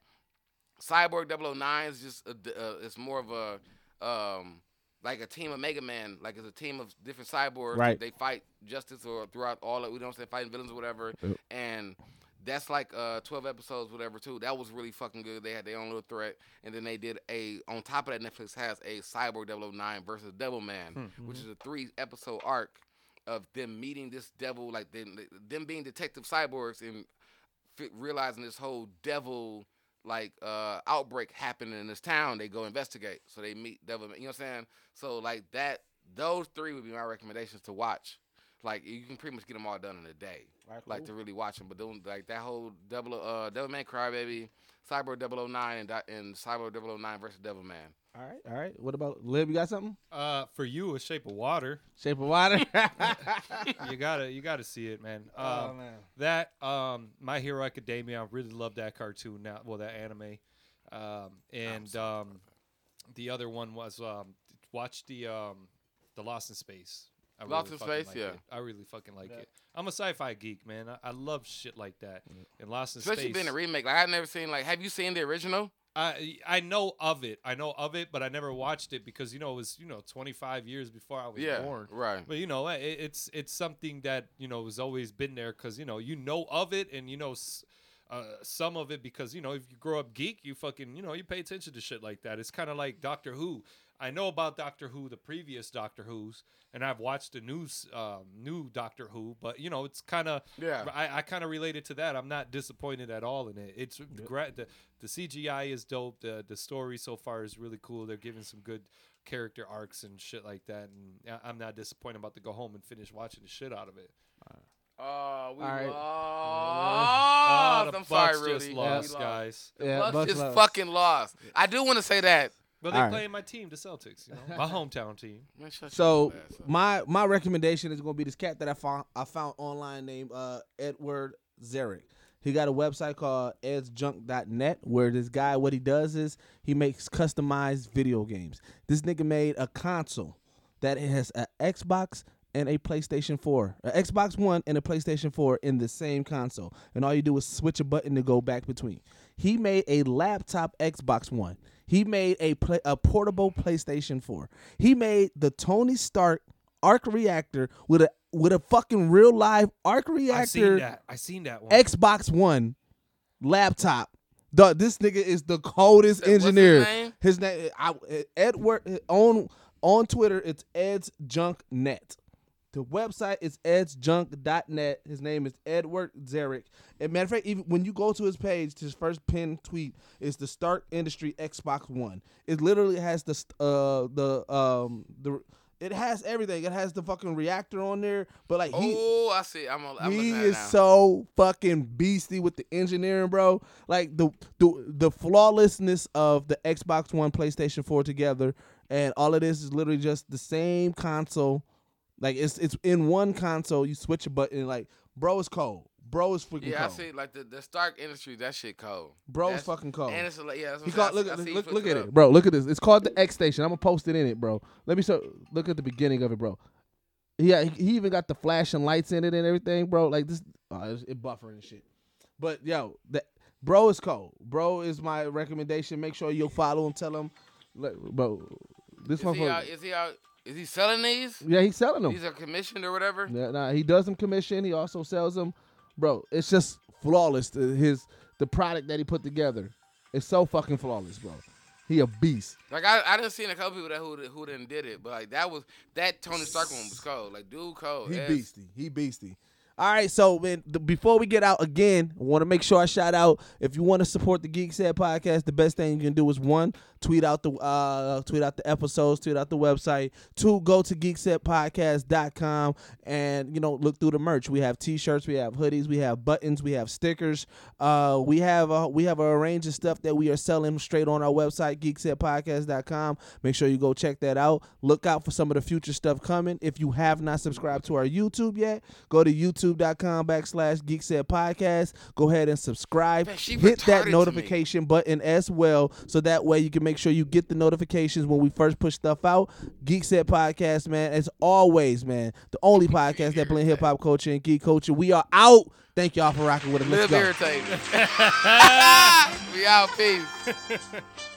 Cyborg 009 is just a, d- uh, it's more of a um like a team of Mega Man. Like it's a team of different cyborgs.
Right.
They fight justice or throughout all of you know what I'm saying, fighting villains or whatever. And that's like uh 12 episodes whatever too. That was really fucking good. They had their own little threat and then they did a on top of that Netflix has a Cyborg 009 versus Devil Man, which is a 3 episode arc of them meeting this devil like them, them being detective cyborgs and fi- realizing this whole devil like uh outbreak happening in this town they go investigate so they meet devil you know what i'm saying so like that those three would be my recommendations to watch like you can pretty much get them all done in a day like to really watch them but doing like that whole double uh devil man crybaby cyber 009 and, Di- and cyber 009 versus devil man
All right, all right. What about Lib? You got something?
Uh, for you, a Shape of Water.
Shape of Water.
you gotta, you gotta see it, man. Um, That, um, My Hero Academia. I really love that cartoon now. Well, that anime. Um, and um, the other one was um, watch the um, the Lost in Space. I
Lost in
fucking
Space,
like
yeah.
it. I really fucking like it. I'm a sci-fi geek, man. I, I love shit like that. And Lost in
Mm. especially
Space.
being a remake like i've never seen like have you seen the original
I I know of it. I know of it, but I never watched it because you know it was you know 25 years before I was
yeah
born.
right
But you know, it, it's it's something that you know has always been there because you know you know of it and you know s- uh, some of it because you know if you grow up geek, you fucking you know you pay attention to shit like that. It's kind of like Doctor Who. I know about Doctor Who, the previous Doctor Who's, and I've watched the news um, new Doctor Who, but you know it's kind of
Yeah.
I, I kind of related to that. I'm not disappointed at all in it. It's gra- the, the CGI is dope. The the story so far is really cool. They're giving some good character arcs and shit like that. And I, I'm not disappointed about to go home and finish watching the shit out of it.
oh we
All right.
Ah,
lost
Oh, the
i'm sorry
Bucks
really
just
We
lost, guys.
The
Yeah,
Bucks
Bucks
just
lost.
fucking lost. I do want to say that.
But they
All right.
playing my team, the Celtics, you know, my hometown team.
so my my recommendation is gonna be this cat that I found I found online named uh, Edward Zarek. He got a website called edsjunk.net where this guy what he does is he makes customized video games. This nigga made a console that has an Xbox and a PlayStation 4, an Xbox One and a PlayStation 4 in the same console. And all you do is switch a button to go back between. He made a laptop Xbox One. He made a play, a portable PlayStation 4. He made the Tony Stark arc reactor with a with a fucking real live arc
I seen
reactor
that. I seen that one.
Xbox One laptop. Dog, this nigga is the coldest
What's his
engineer.
name?
His name, I, Edward on on Twitter. It's Ed's Junk Net. The website is edsjunk.net. His name is Edward Zarek. And matter of fact, even when you go to his page, his first pinned tweet is the Stark Industry Xbox One. It literally has the st- uh the um the it has everything. It has the fucking reactor on there, but like he
oh, I see. I'm. A, I'm
he
looking at it
is
now.
so fucking beastie with the engineering, bro. Like the, the the flawlessness of the Xbox One, PlayStation Four together, and all of this is literally just the same console. Like it's it's in one console. You switch a button, like bro is cold. Bro is freaking
Yeah, I
cold.
see. Like the, the Stark Industry, that shit cold.
Bro is
That's-
fucking cold.
And it's like yeah. That's
He
what
called,
I'm saying.
look,
I
look,
see you
look,
flipped
look
it
at
up.
it, bro. Look at this. It's called the X Station. I'm gonna post it in it, bro. Let me show. Look at the beginning of it, bro. Yeah, he, he even got the flashing lights in it and everything, bro. Like this, oh, it's it buffering and shit. But yo, that bro is cold. Bro is my recommendation. Make sure you follow him. Tell him, look, bro. This
Is he,
motherfucker.
out, is he out? Is he selling these?
yeah, he's selling them.
These are commissioned or whatever.
Yeah, nah, he does them commission. He also sells them, bro. It's just flawless. The, his the product that he put together, it's so fucking flawless, bro. He a beast.
Like I, I done seen a couple people that who who done did it, but like that was that Tony Stark one was cold. Like dude, cold.
He
Oh, That's-
beastie. He beastie. All right, so man, the, before we get out again, I want to make sure I shout out. If you want to support the Geek Said podcast, the best thing you can do is one Tweet out the uh, tweet out the episodes, tweet out the website. Two, go to geeksetpodcast.com and you know look through the merch. We have t-shirts, we have hoodies, we have buttons, we have stickers. Uh, we have a, we have a range of stuff that we are selling straight on our website geeksetpodcast.com. Make sure you go check that out. Look out for some of the future stuff coming. If you have not subscribed to our YouTube yet, go to youtube.com backslash geeksetpodcast. Go ahead and subscribe.
Man, she
Hit
retarded
that
to me.
notification notification button as well. So that way you can make sure you get the notifications when we first push stuff out. Geek Set Podcast, man. As always, man, the only podcast that blend hip hop culture and geek culture. We are out. Thank y'all for rocking with us. Let's
Live
go.
irritated. we out. Peace.